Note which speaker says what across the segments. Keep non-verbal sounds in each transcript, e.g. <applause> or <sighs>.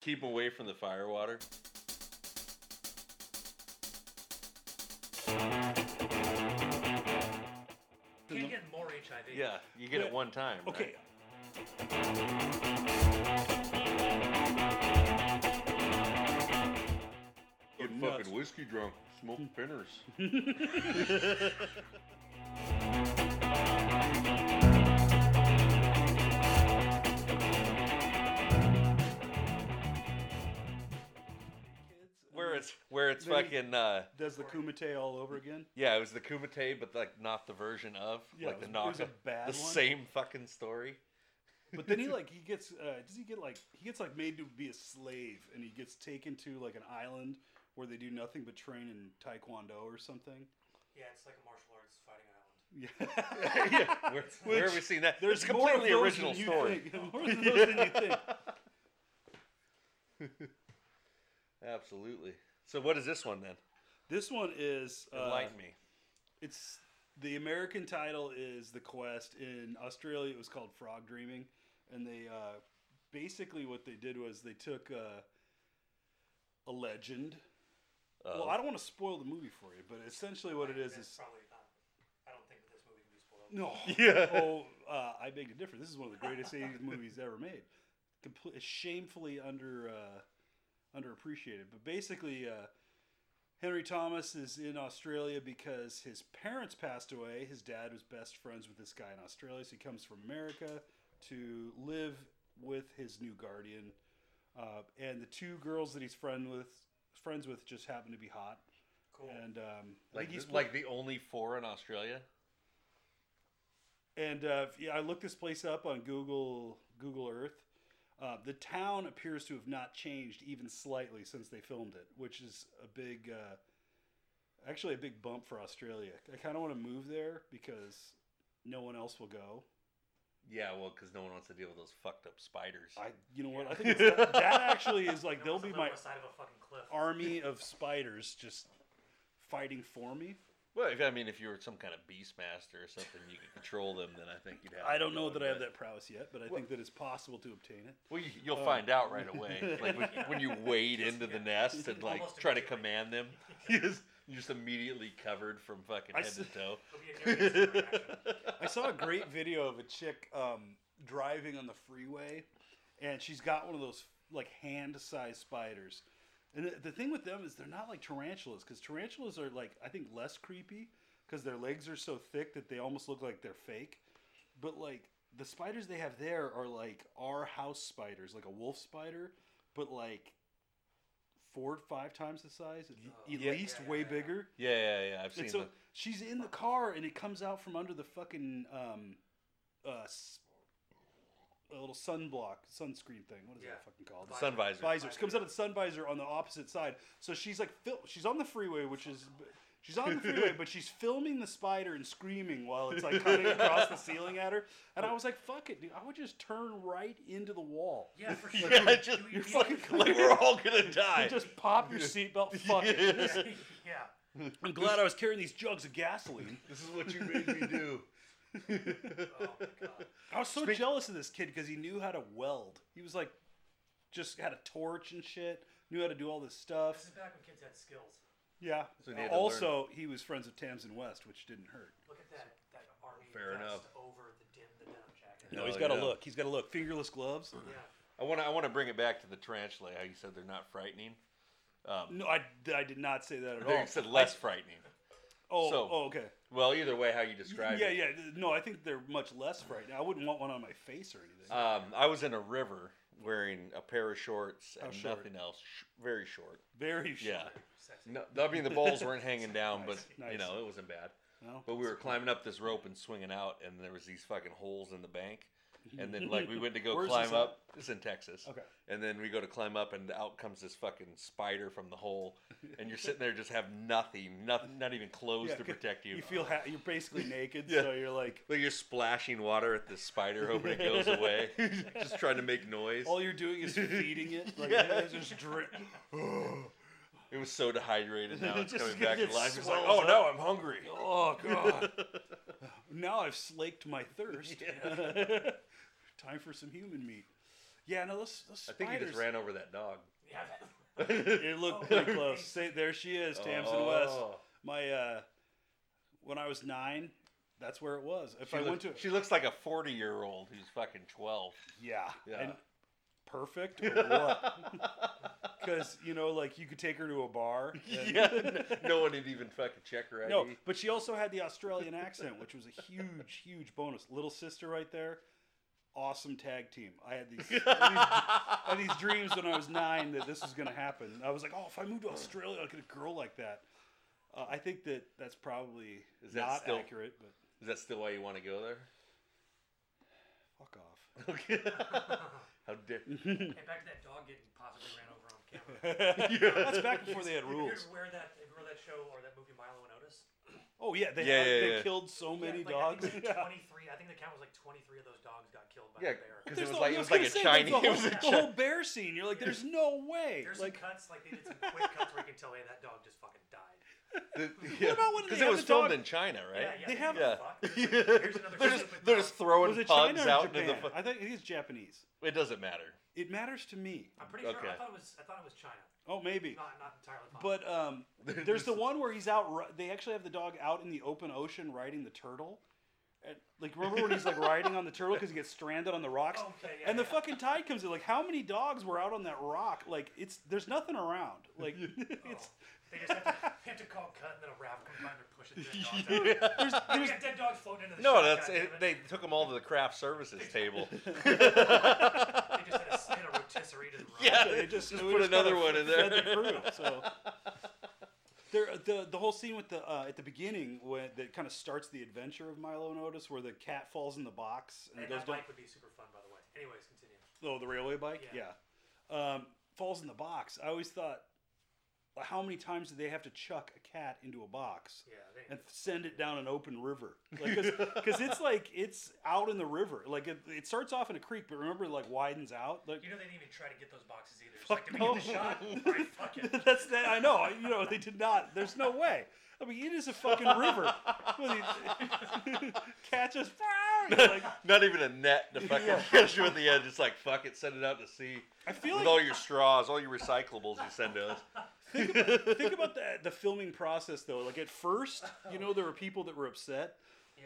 Speaker 1: Keep away from the fire water.
Speaker 2: Can't get more HIV.
Speaker 1: Yeah, you get it
Speaker 2: Yeah.
Speaker 1: one time. right?
Speaker 2: Okay.
Speaker 1: Get
Speaker 3: Oh,
Speaker 2: Go nuts.
Speaker 1: fucking whiskey drunk.
Speaker 3: <laughs>
Speaker 1: Smoke pinners. Where it's where it's
Speaker 3: They-
Speaker 1: fucking uh
Speaker 3: Does the Kumite all over again?
Speaker 1: yeah, it was the Kumite, but like not the version of
Speaker 3: Yeah,
Speaker 1: like
Speaker 3: it
Speaker 1: the
Speaker 3: was- it
Speaker 1: knock
Speaker 3: was a bad
Speaker 1: the
Speaker 3: one.
Speaker 1: same fucking
Speaker 3: <laughs>
Speaker 1: story.
Speaker 3: But
Speaker 1: <laughs>
Speaker 3: then he like he gets uh, does he get like he gets like made to be a slave and he gets taken to like an island where they do nothing but train in taekwondo or something. <laughs>
Speaker 2: Yeah, it's like a martial arts fighting island.
Speaker 1: <laughs>
Speaker 3: Yeah.
Speaker 1: Where, where have we seen that? There's
Speaker 3: There's
Speaker 1: it's a
Speaker 3: more of
Speaker 1: completely
Speaker 3: those
Speaker 1: original
Speaker 3: than you
Speaker 1: story.
Speaker 3: think. More of those than you think.
Speaker 1: <laughs> Absolutely. So what is this one then?
Speaker 3: This one is uh,
Speaker 1: Enlighten me.
Speaker 3: it's the American title is The Quest. In Australia, it was called Frog Dreaming, and they uh, basically what they did was they took uh, a legend.
Speaker 1: Uh,
Speaker 3: Well, I don't want to spoil the movie for you, but essentially what it is
Speaker 2: That's
Speaker 3: is
Speaker 2: <laughs> probably not. I don't think that this movie can be spoiled.
Speaker 3: no.
Speaker 1: <laughs> Yeah.
Speaker 3: Oh, uh, I beg to differ. This is one of the greatest
Speaker 1: <laughs>
Speaker 3: '80s movies ever made. Comple- shamefully under uh, underappreciated. But basically, uh, Henry Thomas is in Australia because his parents passed away. His dad was best friends with this guy in Australia, so he comes from America to live with his new guardian. Uh, and the two girls that he's friend with friends with just happen to be hot.
Speaker 2: Cool.
Speaker 3: And um, I
Speaker 1: like
Speaker 3: think he's
Speaker 1: th- like the only four in Australia.
Speaker 3: And uh, yeah, I looked this place up on Google Google Earth. Uh, the town appears to have not changed even slightly since they filmed it, which is a big, uh, actually a big bump for Australia. I kind of want to move there because no one else will go.
Speaker 1: Yeah, well, because no one wants to deal with those fucked up spiders.
Speaker 3: I, you know what? I think it's, that, that actually is like
Speaker 2: No
Speaker 3: they'll
Speaker 2: one's
Speaker 3: be
Speaker 2: living <laughs>
Speaker 3: my
Speaker 2: on the side of a fucking cliff.
Speaker 3: army of spiders just fighting for me.
Speaker 1: well, if, I mean, if you were some kind of beast master or something, you could control them. Then I think you'd have.
Speaker 3: I
Speaker 1: it
Speaker 3: don't know
Speaker 1: going,
Speaker 3: that I have
Speaker 1: but-
Speaker 3: that prowess yet, but I think that it's possible to obtain it.
Speaker 1: Well, you,
Speaker 3: Oh.
Speaker 1: you'll find out right away.
Speaker 3: <laughs>
Speaker 1: Like when, when you wade into the nest and like
Speaker 2: Almost
Speaker 1: try to
Speaker 2: immediately.
Speaker 1: command them, <laughs> you just, you're just immediately covered from fucking
Speaker 3: I
Speaker 1: head to
Speaker 3: s- <laughs>
Speaker 1: toe.
Speaker 2: It'll be a Gary Sinise reaction.
Speaker 3: I saw a great video of a chick um, driving on the freeway, and she's got one of those like hand-sized spiders. And the, the thing with them is they're not like tarantulas because tarantulas are like I think less creepy because their legs are so thick that they almost look like they're fake. But like the spiders they have there are like our house spiders, like a wolf spider, but like four to five times the size, at
Speaker 1: Yeah.
Speaker 3: least
Speaker 2: Yeah,
Speaker 3: way
Speaker 2: yeah, yeah.
Speaker 3: bigger.
Speaker 1: Yeah, yeah, yeah. I've seen
Speaker 3: And so
Speaker 1: them.
Speaker 3: she's in the car, and it comes out from under the fucking um, uh, s- a little sunblock, sunscreen thing. What is
Speaker 2: Yeah.
Speaker 3: that fucking called?
Speaker 2: Visor.
Speaker 1: Sun visor.
Speaker 3: Visors comes out of the sun visor on the opposite side. So she's like, fil- she's on the freeway, which is. She's on the freeway, but she's filming the spider and screaming while it's like coming across the ceiling at her. And I was like, "Fuck it, dude! I would just turn right into the wall. <laughs>
Speaker 2: Yeah, for sure.
Speaker 1: Yeah, just,
Speaker 2: You-
Speaker 1: you're <laughs>
Speaker 2: you-
Speaker 1: fucking like we're all gonna
Speaker 3: You
Speaker 1: die.
Speaker 3: just pop your seatbelt. Fuck it.
Speaker 2: <laughs> yeah.
Speaker 3: I'm glad I was carrying these jugs of gasoline.
Speaker 1: This is what you made me
Speaker 3: <laughs>
Speaker 1: do. <laughs>
Speaker 2: Oh my god. <laughs>
Speaker 3: I was so jealous of this kid because he knew how to weld. He was like, just had a torch and shit. Knew how to do all this
Speaker 2: This
Speaker 3: stuff.
Speaker 2: is back when kids had skills.
Speaker 3: Yeah.
Speaker 1: So he had to
Speaker 3: also, he was friends with Tamsin West, which didn't hurt.
Speaker 2: Look at that. That army
Speaker 1: Fair
Speaker 2: vest
Speaker 1: enough.
Speaker 2: over the dim, the denim jacket.
Speaker 1: No, he's gotta yeah. look.
Speaker 3: He's got to look. Fingerless gloves.
Speaker 2: Yeah.
Speaker 1: I want to. I want to bring it back to the tarantula. How you said they're not frightening. Um,
Speaker 3: No, I, I did not say that at
Speaker 1: they
Speaker 3: all.
Speaker 1: said less frightening.
Speaker 3: oh,
Speaker 1: so-
Speaker 3: oh, okay.
Speaker 1: Well, either way, how you describe
Speaker 3: yeah,
Speaker 1: it.
Speaker 3: yeah. No, I think they're much less frightening. I wouldn't want one on my face or anything.
Speaker 1: Um, I was in a river wearing a pair of shorts
Speaker 3: How
Speaker 1: and
Speaker 3: Oh, short?
Speaker 1: nothing else. Sh- very short.
Speaker 3: Very short.
Speaker 1: Yeah.
Speaker 2: Sexy.
Speaker 1: No, I mean, the balls weren't
Speaker 3: <laughs>
Speaker 1: hanging down,
Speaker 3: Nice,
Speaker 1: but you
Speaker 3: nice.
Speaker 1: know it wasn't bad.
Speaker 3: No?
Speaker 1: But we were climbing up this rope and swinging out, and there was these fucking holes in the bank. And then like we went to go
Speaker 3: <laughs> Where's
Speaker 1: climb
Speaker 3: this
Speaker 1: up. It's in Texas.
Speaker 3: Okay.
Speaker 1: And then we go to climb up, and out comes this fucking spider from the hole, and you're sitting there just have nothing, nothing, not even clothes
Speaker 3: <laughs> Yeah,
Speaker 1: to
Speaker 3: 'cause
Speaker 1: protect you.
Speaker 3: You feel ha- you're basically naked,
Speaker 1: <laughs> Yeah.
Speaker 3: so you're like
Speaker 1: like you're splashing water at this spider, hoping it goes away.
Speaker 3: <laughs>
Speaker 1: just trying to make noise.
Speaker 3: all you're
Speaker 1: <laughs>
Speaker 3: doing is feeding it. Like
Speaker 1: Yeah.
Speaker 3: it's just drip.
Speaker 1: It was so dehydrated.
Speaker 3: <laughs>
Speaker 1: Now
Speaker 3: It
Speaker 1: it's
Speaker 3: just
Speaker 1: coming back to
Speaker 3: gets
Speaker 1: life. It's like, oh
Speaker 3: swelled
Speaker 1: no, I'm hungry.
Speaker 3: <laughs> Oh god. <laughs>
Speaker 1: <laughs>
Speaker 3: <laughs> now I've slaked my thirst. Time for some human meat. Yeah, no, those, those
Speaker 1: I
Speaker 3: spiders.
Speaker 1: think he just ran over that
Speaker 3: <laughs>
Speaker 1: dog.
Speaker 2: Yeah. <laughs>
Speaker 3: It looked pretty
Speaker 2: Oh.
Speaker 3: close. Say, there she is, Tamsin West.
Speaker 1: Oh.
Speaker 3: My, uh, when I was nine, that's where it was. If
Speaker 1: She,
Speaker 3: I
Speaker 1: look,
Speaker 3: went to,
Speaker 1: she looks like a 40 year old who's fucking 12.
Speaker 3: yeah,
Speaker 1: Yeah.
Speaker 3: and perfect or what?
Speaker 1: <laughs>
Speaker 3: Because you know, like you could take her to a bar. and-
Speaker 1: yeah. n- No one had even fucking check her ID.
Speaker 3: <laughs> No, but she also had the Australian accent, which was a huge, huge bonus. Little sister, right there, awesome tag team. I had
Speaker 1: <laughs>
Speaker 3: these, I had these dreams when I was nine that this was going to happen. I was like, oh, if I moved to Australia, I'd get a girl like that. Uh, I think that that's probably
Speaker 1: Is that
Speaker 3: not
Speaker 1: still-
Speaker 3: accurate, but <laughs>
Speaker 1: <laughs> Is that still why you want to go there? <laughs>
Speaker 3: fuck off.
Speaker 1: Okay. How
Speaker 3: <laughs>
Speaker 1: dare.
Speaker 2: hey, back to that dog getting possibly ran over on camera.
Speaker 3: That's back before they had
Speaker 2: Have you
Speaker 3: rules.
Speaker 2: ever Where that, where that show or that movie Milo and Otis?
Speaker 3: Oh yeah, they
Speaker 1: Yeah,
Speaker 3: had-
Speaker 1: yeah,
Speaker 3: they
Speaker 1: yeah.
Speaker 3: killed so many
Speaker 2: yeah, like,
Speaker 3: dogs.
Speaker 2: I
Speaker 3: <laughs>
Speaker 2: think it was like 23. I think the count was like 23 of those dogs got killed by
Speaker 1: Yeah,
Speaker 2: a bear.
Speaker 1: because
Speaker 3: There's
Speaker 1: it was
Speaker 3: no-
Speaker 1: like,
Speaker 3: I
Speaker 1: it was
Speaker 3: gonna
Speaker 1: like a
Speaker 3: say,
Speaker 1: Chinese.
Speaker 3: Like
Speaker 1: It
Speaker 3: the,
Speaker 1: was <laughs> a
Speaker 3: whole, the whole
Speaker 1: Chinese.
Speaker 3: bear scene. You're like, there's no way.
Speaker 2: There's
Speaker 3: like,
Speaker 2: some cuts, like they did some quick cuts where you can tell, hey, that dog just fucking died.
Speaker 1: Because
Speaker 3: about when they
Speaker 1: it
Speaker 3: have
Speaker 1: was
Speaker 3: the
Speaker 1: filmed
Speaker 3: dog-
Speaker 1: in China, right?
Speaker 2: Yeah, yeah.
Speaker 3: They
Speaker 2: you
Speaker 3: have-
Speaker 2: know,
Speaker 1: Yeah. <laughs>
Speaker 2: fuck, Here's, like, here's another
Speaker 1: They're just,
Speaker 2: stupid
Speaker 1: they're
Speaker 2: dog.
Speaker 1: just throwing
Speaker 3: was it
Speaker 1: pugs
Speaker 3: China or
Speaker 1: out
Speaker 3: Japan?
Speaker 1: into the. Fu-
Speaker 3: I think it is Japanese.
Speaker 1: it doesn't matter.
Speaker 3: It matters to me.
Speaker 2: I'm pretty sure.
Speaker 1: Okay.
Speaker 2: I thought it was. I thought it was China.
Speaker 3: Oh, maybe.
Speaker 2: Not not entirely.
Speaker 3: But
Speaker 1: <laughs>
Speaker 3: um, there's the one where he's out. ri- They actually have the dog out in the open ocean riding the turtle. And, like remember when he's like riding on the turtle because he gets stranded on the rocks,
Speaker 2: Okay, yeah,
Speaker 3: and the
Speaker 2: yeah.
Speaker 3: fucking tide comes in. Like how many dogs were out on that rock? Like it's there's nothing around.
Speaker 1: <laughs>
Speaker 3: Like <laughs> it's
Speaker 2: Oh. They just have to, <laughs> they have to call cut and then a raft comes by and they're pushing dead
Speaker 1: <laughs>
Speaker 2: dogs out.
Speaker 3: there's,
Speaker 2: We
Speaker 3: there's
Speaker 2: got dead dogs floating into the
Speaker 1: No,
Speaker 2: shop,
Speaker 1: that's
Speaker 2: goddammit.
Speaker 1: it, they took them all to the craft services table.
Speaker 2: They just had a, had a rotisserie to the right.
Speaker 1: <laughs> yeah,
Speaker 3: they just,
Speaker 1: just
Speaker 3: we
Speaker 1: put
Speaker 3: just
Speaker 1: another
Speaker 3: kinda
Speaker 1: one in there.
Speaker 3: fed The crew, so there, the the whole scene with the uh, at the beginning when that kind of starts the adventure of Milo and Otis, where the cat falls in the box and,
Speaker 2: And
Speaker 3: goes
Speaker 2: that
Speaker 3: down.
Speaker 2: bike would be super fun, by the way. Anyways, continue.
Speaker 3: Oh, the railway bike. Yeah.
Speaker 2: Yeah.
Speaker 3: Um, falls in the box. I always thought, well, how many times do they have to chuck a cat into a box
Speaker 2: Yeah, they,
Speaker 3: and send it down an open river?
Speaker 2: <laughs>
Speaker 3: Because it's like it's out in the river. Like it, it starts off in a creek, but remember, it, like widens out. Like
Speaker 2: you know they didn't even try to get those boxes either. It's
Speaker 3: Fuck
Speaker 2: like, did we get the
Speaker 1: <laughs>
Speaker 2: shot? All
Speaker 3: no.
Speaker 2: right, fuck it.
Speaker 3: <laughs> that's that. I know. You know they did not. There's no way. I mean, it is a
Speaker 2: <laughs>
Speaker 3: fucking river. <laughs> Cat just like
Speaker 1: <laughs> Not even a net to fucking catch you at the end. <laughs> Just like fuck it, send it out to sea
Speaker 3: I feel
Speaker 1: with
Speaker 3: like
Speaker 1: all your straws, all your recyclables you send to us.
Speaker 3: think about, think about the, the filming process though like at first you know there were people that were upset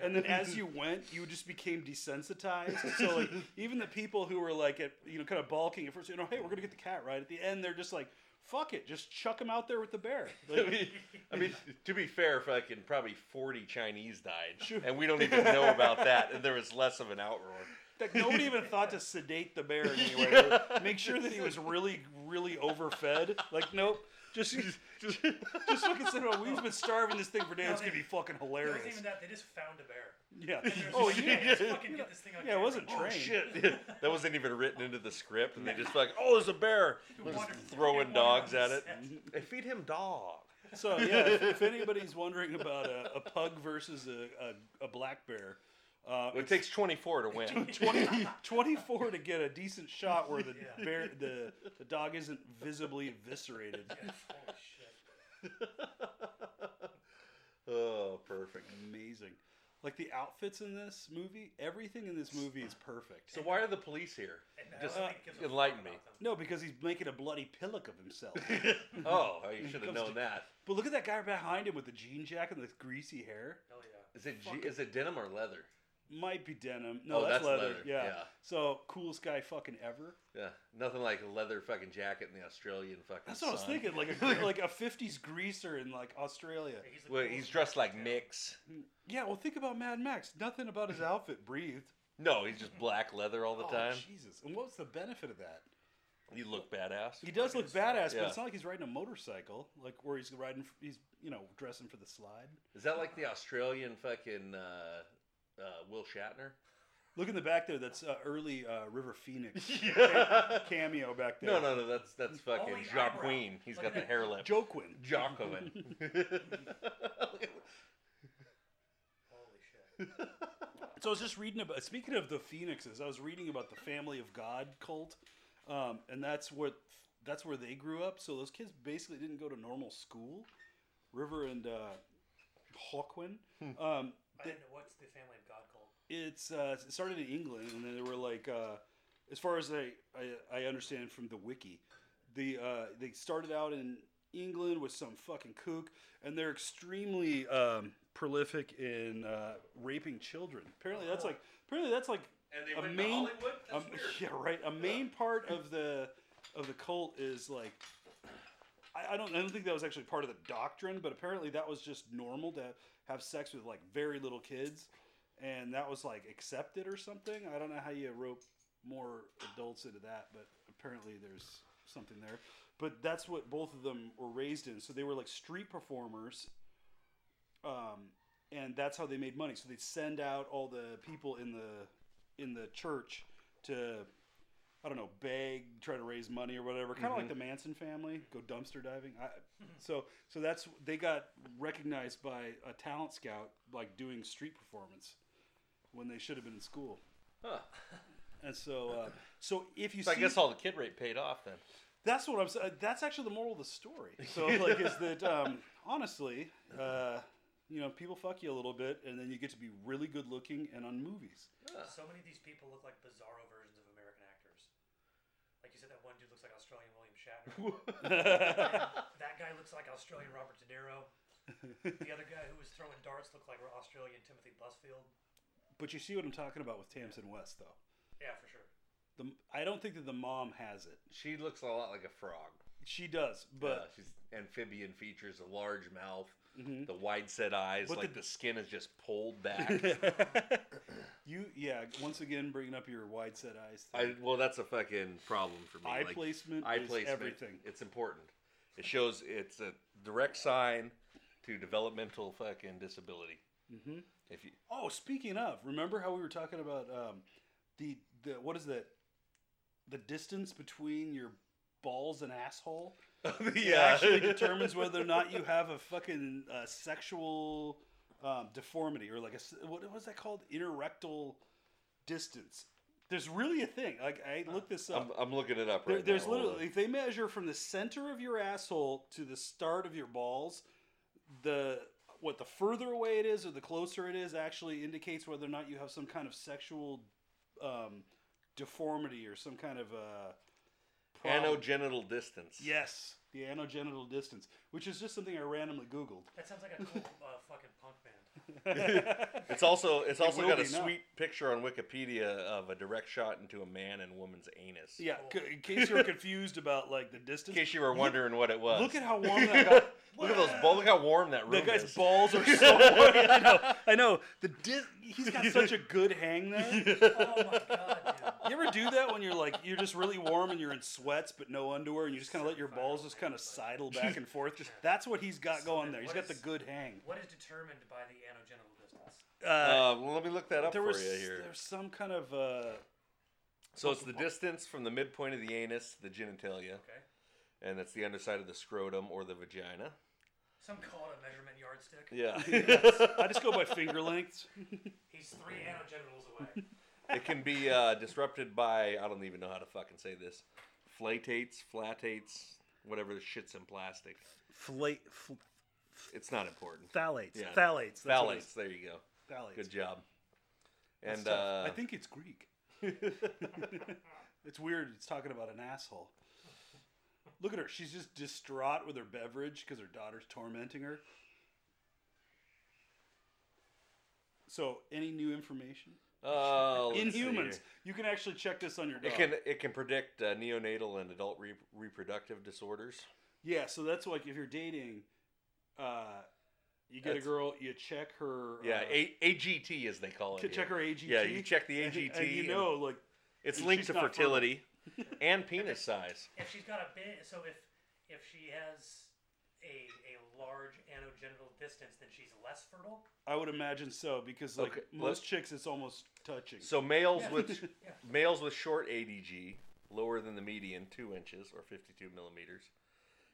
Speaker 3: and
Speaker 2: <laughs>
Speaker 3: then as you went you just became desensitized so like even the people who were like at, you know kind of balking at first you know hey we're gonna get the cat right at the end they're just like fuck it just chuck him out there with the bear
Speaker 1: I
Speaker 3: like,
Speaker 1: mean, I mean, to be fair, fucking probably forty Chinese died,
Speaker 3: Sure.
Speaker 1: and we don't even know about that. And there was less of an outroar.
Speaker 3: like, nobody even thought to sedate the bear in any way or make sure that he was really really overfed like nope
Speaker 2: <laughs>
Speaker 3: just
Speaker 1: <laughs>
Speaker 3: just, just fucking said, oh, we've been starving this thing for days. It's gonna be fucking
Speaker 2: It wasn't
Speaker 3: hilarious.
Speaker 2: even that. They just found a bear.
Speaker 3: Yeah.
Speaker 2: And they were
Speaker 3: Oh,
Speaker 2: just like,
Speaker 3: yeah.
Speaker 2: "Hey, Let's fucking get this thing on
Speaker 3: Yeah, it wasn't
Speaker 2: camera."
Speaker 1: Oh
Speaker 3: trained.
Speaker 1: shit! <laughs> that wasn't even written into the script, and they just like, oh, there's a bear, They're just
Speaker 2: Wander-
Speaker 1: throwing
Speaker 2: wander
Speaker 1: dogs
Speaker 2: on
Speaker 1: at
Speaker 2: the
Speaker 1: it. <laughs>
Speaker 2: set.
Speaker 1: They feed him dog.
Speaker 3: So yeah, if, if anybody's wondering about a, a pug versus a, a, a black bear, uh,
Speaker 1: It takes 24 to
Speaker 3: <laughs>
Speaker 1: win. <laughs>
Speaker 3: 20, 24 to get a decent shot where the
Speaker 2: Yeah.
Speaker 3: bear the, the dog isn't visibly eviscerated.
Speaker 2: Yeah, holy shit.
Speaker 1: oh, perfect.
Speaker 3: Amazing. Like the outfits in this movie, everything in this movie is perfect.
Speaker 1: So why are the police here? <laughs>
Speaker 2: And I
Speaker 1: Just
Speaker 2: don't think it gives a fuck
Speaker 1: enlighten me.
Speaker 2: about them.
Speaker 3: no, because he's making a bloody pillock of himself.
Speaker 1: Oh, you should have
Speaker 3: comes
Speaker 1: known
Speaker 3: to-
Speaker 1: that.
Speaker 3: but look at that guy behind him with the jean jacket and the greasy hair.
Speaker 2: Hell yeah.
Speaker 1: Is it G- is it denim or leather?
Speaker 3: Might be denim. No,
Speaker 1: Oh,
Speaker 3: that's,
Speaker 1: that's
Speaker 3: leather.
Speaker 1: leather,
Speaker 3: Yeah.
Speaker 1: yeah.
Speaker 3: So coolest guy fucking ever.
Speaker 1: Yeah, nothing like a leather fucking jacket in the Australian fucking.
Speaker 3: That's what I was
Speaker 1: sun.
Speaker 3: thinking. Like <laughs> a like a '50s greaser in like Australia.
Speaker 2: Hey, the
Speaker 1: Well,
Speaker 2: coolest
Speaker 1: he's dressed
Speaker 2: guy in
Speaker 1: like
Speaker 2: town.
Speaker 1: Mix.
Speaker 3: Yeah, well, think about Mad Max. Nothing about his outfit breathed.
Speaker 1: No, he's just black leather all the
Speaker 3: oh,
Speaker 1: time.
Speaker 3: Jesus! And what's the benefit of that?
Speaker 1: You look badass.
Speaker 3: He does look badass, but
Speaker 1: Yeah.
Speaker 3: it's not like he's riding a motorcycle, like where he's riding. f- He's you know dressing for the slide.
Speaker 1: Is that like the Australian fucking uh, uh, Will
Speaker 3: <laughs>
Speaker 1: Shatner? <laughs>
Speaker 3: Look in the back there. That's uh, early uh, River
Speaker 1: <laughs>
Speaker 3: Phoenix cameo back there.
Speaker 1: no, no, no. That's that's fucking
Speaker 2: Only eyebrow.
Speaker 1: Joaquin. He's
Speaker 2: Look
Speaker 1: got
Speaker 2: at
Speaker 1: the
Speaker 2: that.
Speaker 1: hair <laughs> lip.
Speaker 3: Joquin.
Speaker 1: Joaquin. <laughs>
Speaker 2: Holy shit.
Speaker 3: So I was just reading about. Speaking of the phoenixes, I was reading about the family of God cult, um, and that's what that's where they grew up. So those kids basically didn't go to normal school. River and uh, Hawkwind. Um,
Speaker 2: I didn't know what's the family of God cult.
Speaker 3: it's uh, it started in England, and then they were like uh, as far as I, I, I understand from the wiki, the uh, they started out in England with some fucking kook, and they're extremely um, prolific in uh, raping children. Apparently, that's like apparently that's like
Speaker 1: And they
Speaker 3: a
Speaker 1: went to
Speaker 3: main
Speaker 1: Hollywood? That's
Speaker 3: um, <laughs>
Speaker 1: weird.
Speaker 3: yeah right a main part of the of the cult is like. I I don't. I don't think that was actually part of the doctrine, but apparently that was just normal to have sex with like very little kids, and that was like accepted or something. I don't know how you rope more adults into that, but apparently there's something there. But that's what both of them were raised in. So they were like street performers, um, and that's how they made money. So they'd send out all the people in the in the church to, I don't know, beg, try to raise money or whatever. Kind of
Speaker 1: Mm-hmm.
Speaker 3: like the Manson family, go dumpster diving. I, so so that's they got recognized by a talent scout like doing street performance when they should have been in school.
Speaker 1: Huh.
Speaker 3: And so, uh, so if you
Speaker 1: So I
Speaker 3: see,
Speaker 1: guess all the kid rape paid off then.
Speaker 3: that's what I'm saying. That's actually the moral of the story. So, like, is that um, honestly, uh, you know, people fuck you a little bit, and then you get to be really good looking and on movies.
Speaker 2: So many of these people look like bizarro versions of American actors. Like you said, that one dude looks like Australian William Shatner.
Speaker 1: <laughs>
Speaker 2: <laughs> that guy looks like Australian Robert De Niro. The other guy who was throwing darts looked like Australian Timothy Busfield.
Speaker 3: but you see what I'm talking about with Tamsin West, though.
Speaker 2: Yeah, for sure.
Speaker 3: The, I don't think that the mom has it.
Speaker 1: She looks a lot like a frog.
Speaker 3: She does,
Speaker 1: But
Speaker 3: but
Speaker 1: she's amphibian features, a large mouth,
Speaker 3: Mhm.
Speaker 1: the wide set eyes,
Speaker 3: But
Speaker 1: like
Speaker 3: the-
Speaker 1: the, skin is just pulled back.
Speaker 3: <laughs> you, yeah. Once again, bringing up your wide set eyes. Thing.
Speaker 1: I, well, that's a fucking problem for me.
Speaker 3: Eye
Speaker 1: like,
Speaker 3: placement
Speaker 1: eye
Speaker 3: is
Speaker 1: placement,
Speaker 3: everything.
Speaker 1: It's important. It shows it's a direct sign to developmental fucking disability.
Speaker 3: Mhm.
Speaker 1: If you <laughs>
Speaker 3: Oh, speaking of, remember how we were talking about um, the the what is that? The distance between your balls and asshole. It actually determines whether or not you have a fucking uh, sexual um, deformity or like a s- what was that called? Interrectal distance. There's really a thing. Like I looked this up.
Speaker 1: <laughs> I'm, I'm looking it up right
Speaker 3: There,
Speaker 1: now.
Speaker 3: there's
Speaker 1: Hold on.
Speaker 3: literally if they measure from the center of your asshole to the start of your balls, the what the further away it is or the closer it is actually indicates whether or not you have some kind of sexual um, deformity or some kind of uh, problem.
Speaker 1: anogenital distance.
Speaker 3: Yes, the anogenital distance, which is just something I randomly Googled.
Speaker 2: That sounds like a cool uh, fucking punk band.
Speaker 1: It's also it's also
Speaker 3: will
Speaker 1: got a
Speaker 3: be now.
Speaker 1: sweet picture on Wikipedia of a direct shot into a man and woman's anus.
Speaker 3: Yeah, c- in case <laughs> you were confused about like the
Speaker 1: In
Speaker 3: distance.
Speaker 1: case you were wondering what it was.
Speaker 3: Look
Speaker 1: <laughs>
Speaker 3: at how warm that guy.
Speaker 1: Look at those balls. Look how warm that room
Speaker 3: That guy's
Speaker 1: is. <laughs>
Speaker 3: balls are so warm. <laughs> I know. I know. The dis- he's got such a good hang there.
Speaker 2: Oh my god, dude.
Speaker 3: <laughs> You ever do that when you're like you're just really warm and you're in sweats but no underwear and you just kind of let your balls just kind of sidle back and forth? <laughs> Just that's what he's got going there. He's got the good hang.
Speaker 2: What is determined by the anogenital distance?
Speaker 3: Uh,
Speaker 1: Uh, well, let me look that up
Speaker 3: there
Speaker 1: for
Speaker 3: was
Speaker 1: you here.
Speaker 3: there's some kind of uh,
Speaker 1: So it's the distance from the midpoint of the anus to the genitalia,
Speaker 2: Okay.
Speaker 1: and it's the underside of the scrotum or the vagina.
Speaker 2: Some call it a measurement yardstick.
Speaker 1: Yeah, <laughs>
Speaker 3: I just go by finger lengths.
Speaker 2: He's three anogenitals away.
Speaker 1: it can be uh, disrupted by I don't even know how to fucking say this, flatates, flatates, whatever the shit's in plastic.
Speaker 3: Flate, fl-
Speaker 1: It's not important.
Speaker 3: phthalates,
Speaker 1: Yeah.
Speaker 3: phthalates, that's what
Speaker 1: Phthalates.
Speaker 3: it is.
Speaker 1: There you go.
Speaker 3: phthalates.
Speaker 1: Good job.
Speaker 3: That's
Speaker 1: And uh,
Speaker 3: tough. I think it's Greek. <laughs> it's weird. It's talking about an asshole. Look at her. She's just distraught with her beverage because her daughter's tormenting her. So, any new information?
Speaker 1: uh,
Speaker 3: In
Speaker 1: let's see
Speaker 3: humans,
Speaker 1: here.
Speaker 3: you can actually check this on your dog.
Speaker 1: It can it can predict uh, neonatal and adult re- reproductive disorders.
Speaker 3: Yeah, so that's like if you're dating, uh, you get
Speaker 1: That's-
Speaker 3: a girl, you check her.
Speaker 1: Yeah,
Speaker 3: uh,
Speaker 1: a- AGT as they call it.
Speaker 3: to check
Speaker 1: here.
Speaker 3: her AGT.
Speaker 1: Yeah, you check the AGT.
Speaker 3: and you
Speaker 1: and-
Speaker 3: know, like
Speaker 1: It's
Speaker 3: And
Speaker 1: linked
Speaker 3: she's
Speaker 1: to
Speaker 3: not fertile.
Speaker 1: fertility
Speaker 3: <laughs>
Speaker 1: and penis size.
Speaker 2: if she's got a big, so if if she has a a large anogenital distance, then she's less fertile.
Speaker 3: I would imagine so because like
Speaker 1: Okay, let-
Speaker 3: most chicks, it's almost touching.
Speaker 1: So males
Speaker 2: Yeah.
Speaker 3: <laughs>
Speaker 1: with
Speaker 2: Yeah.
Speaker 1: males with short ADG, lower than the median, two inches or fifty-two millimeters,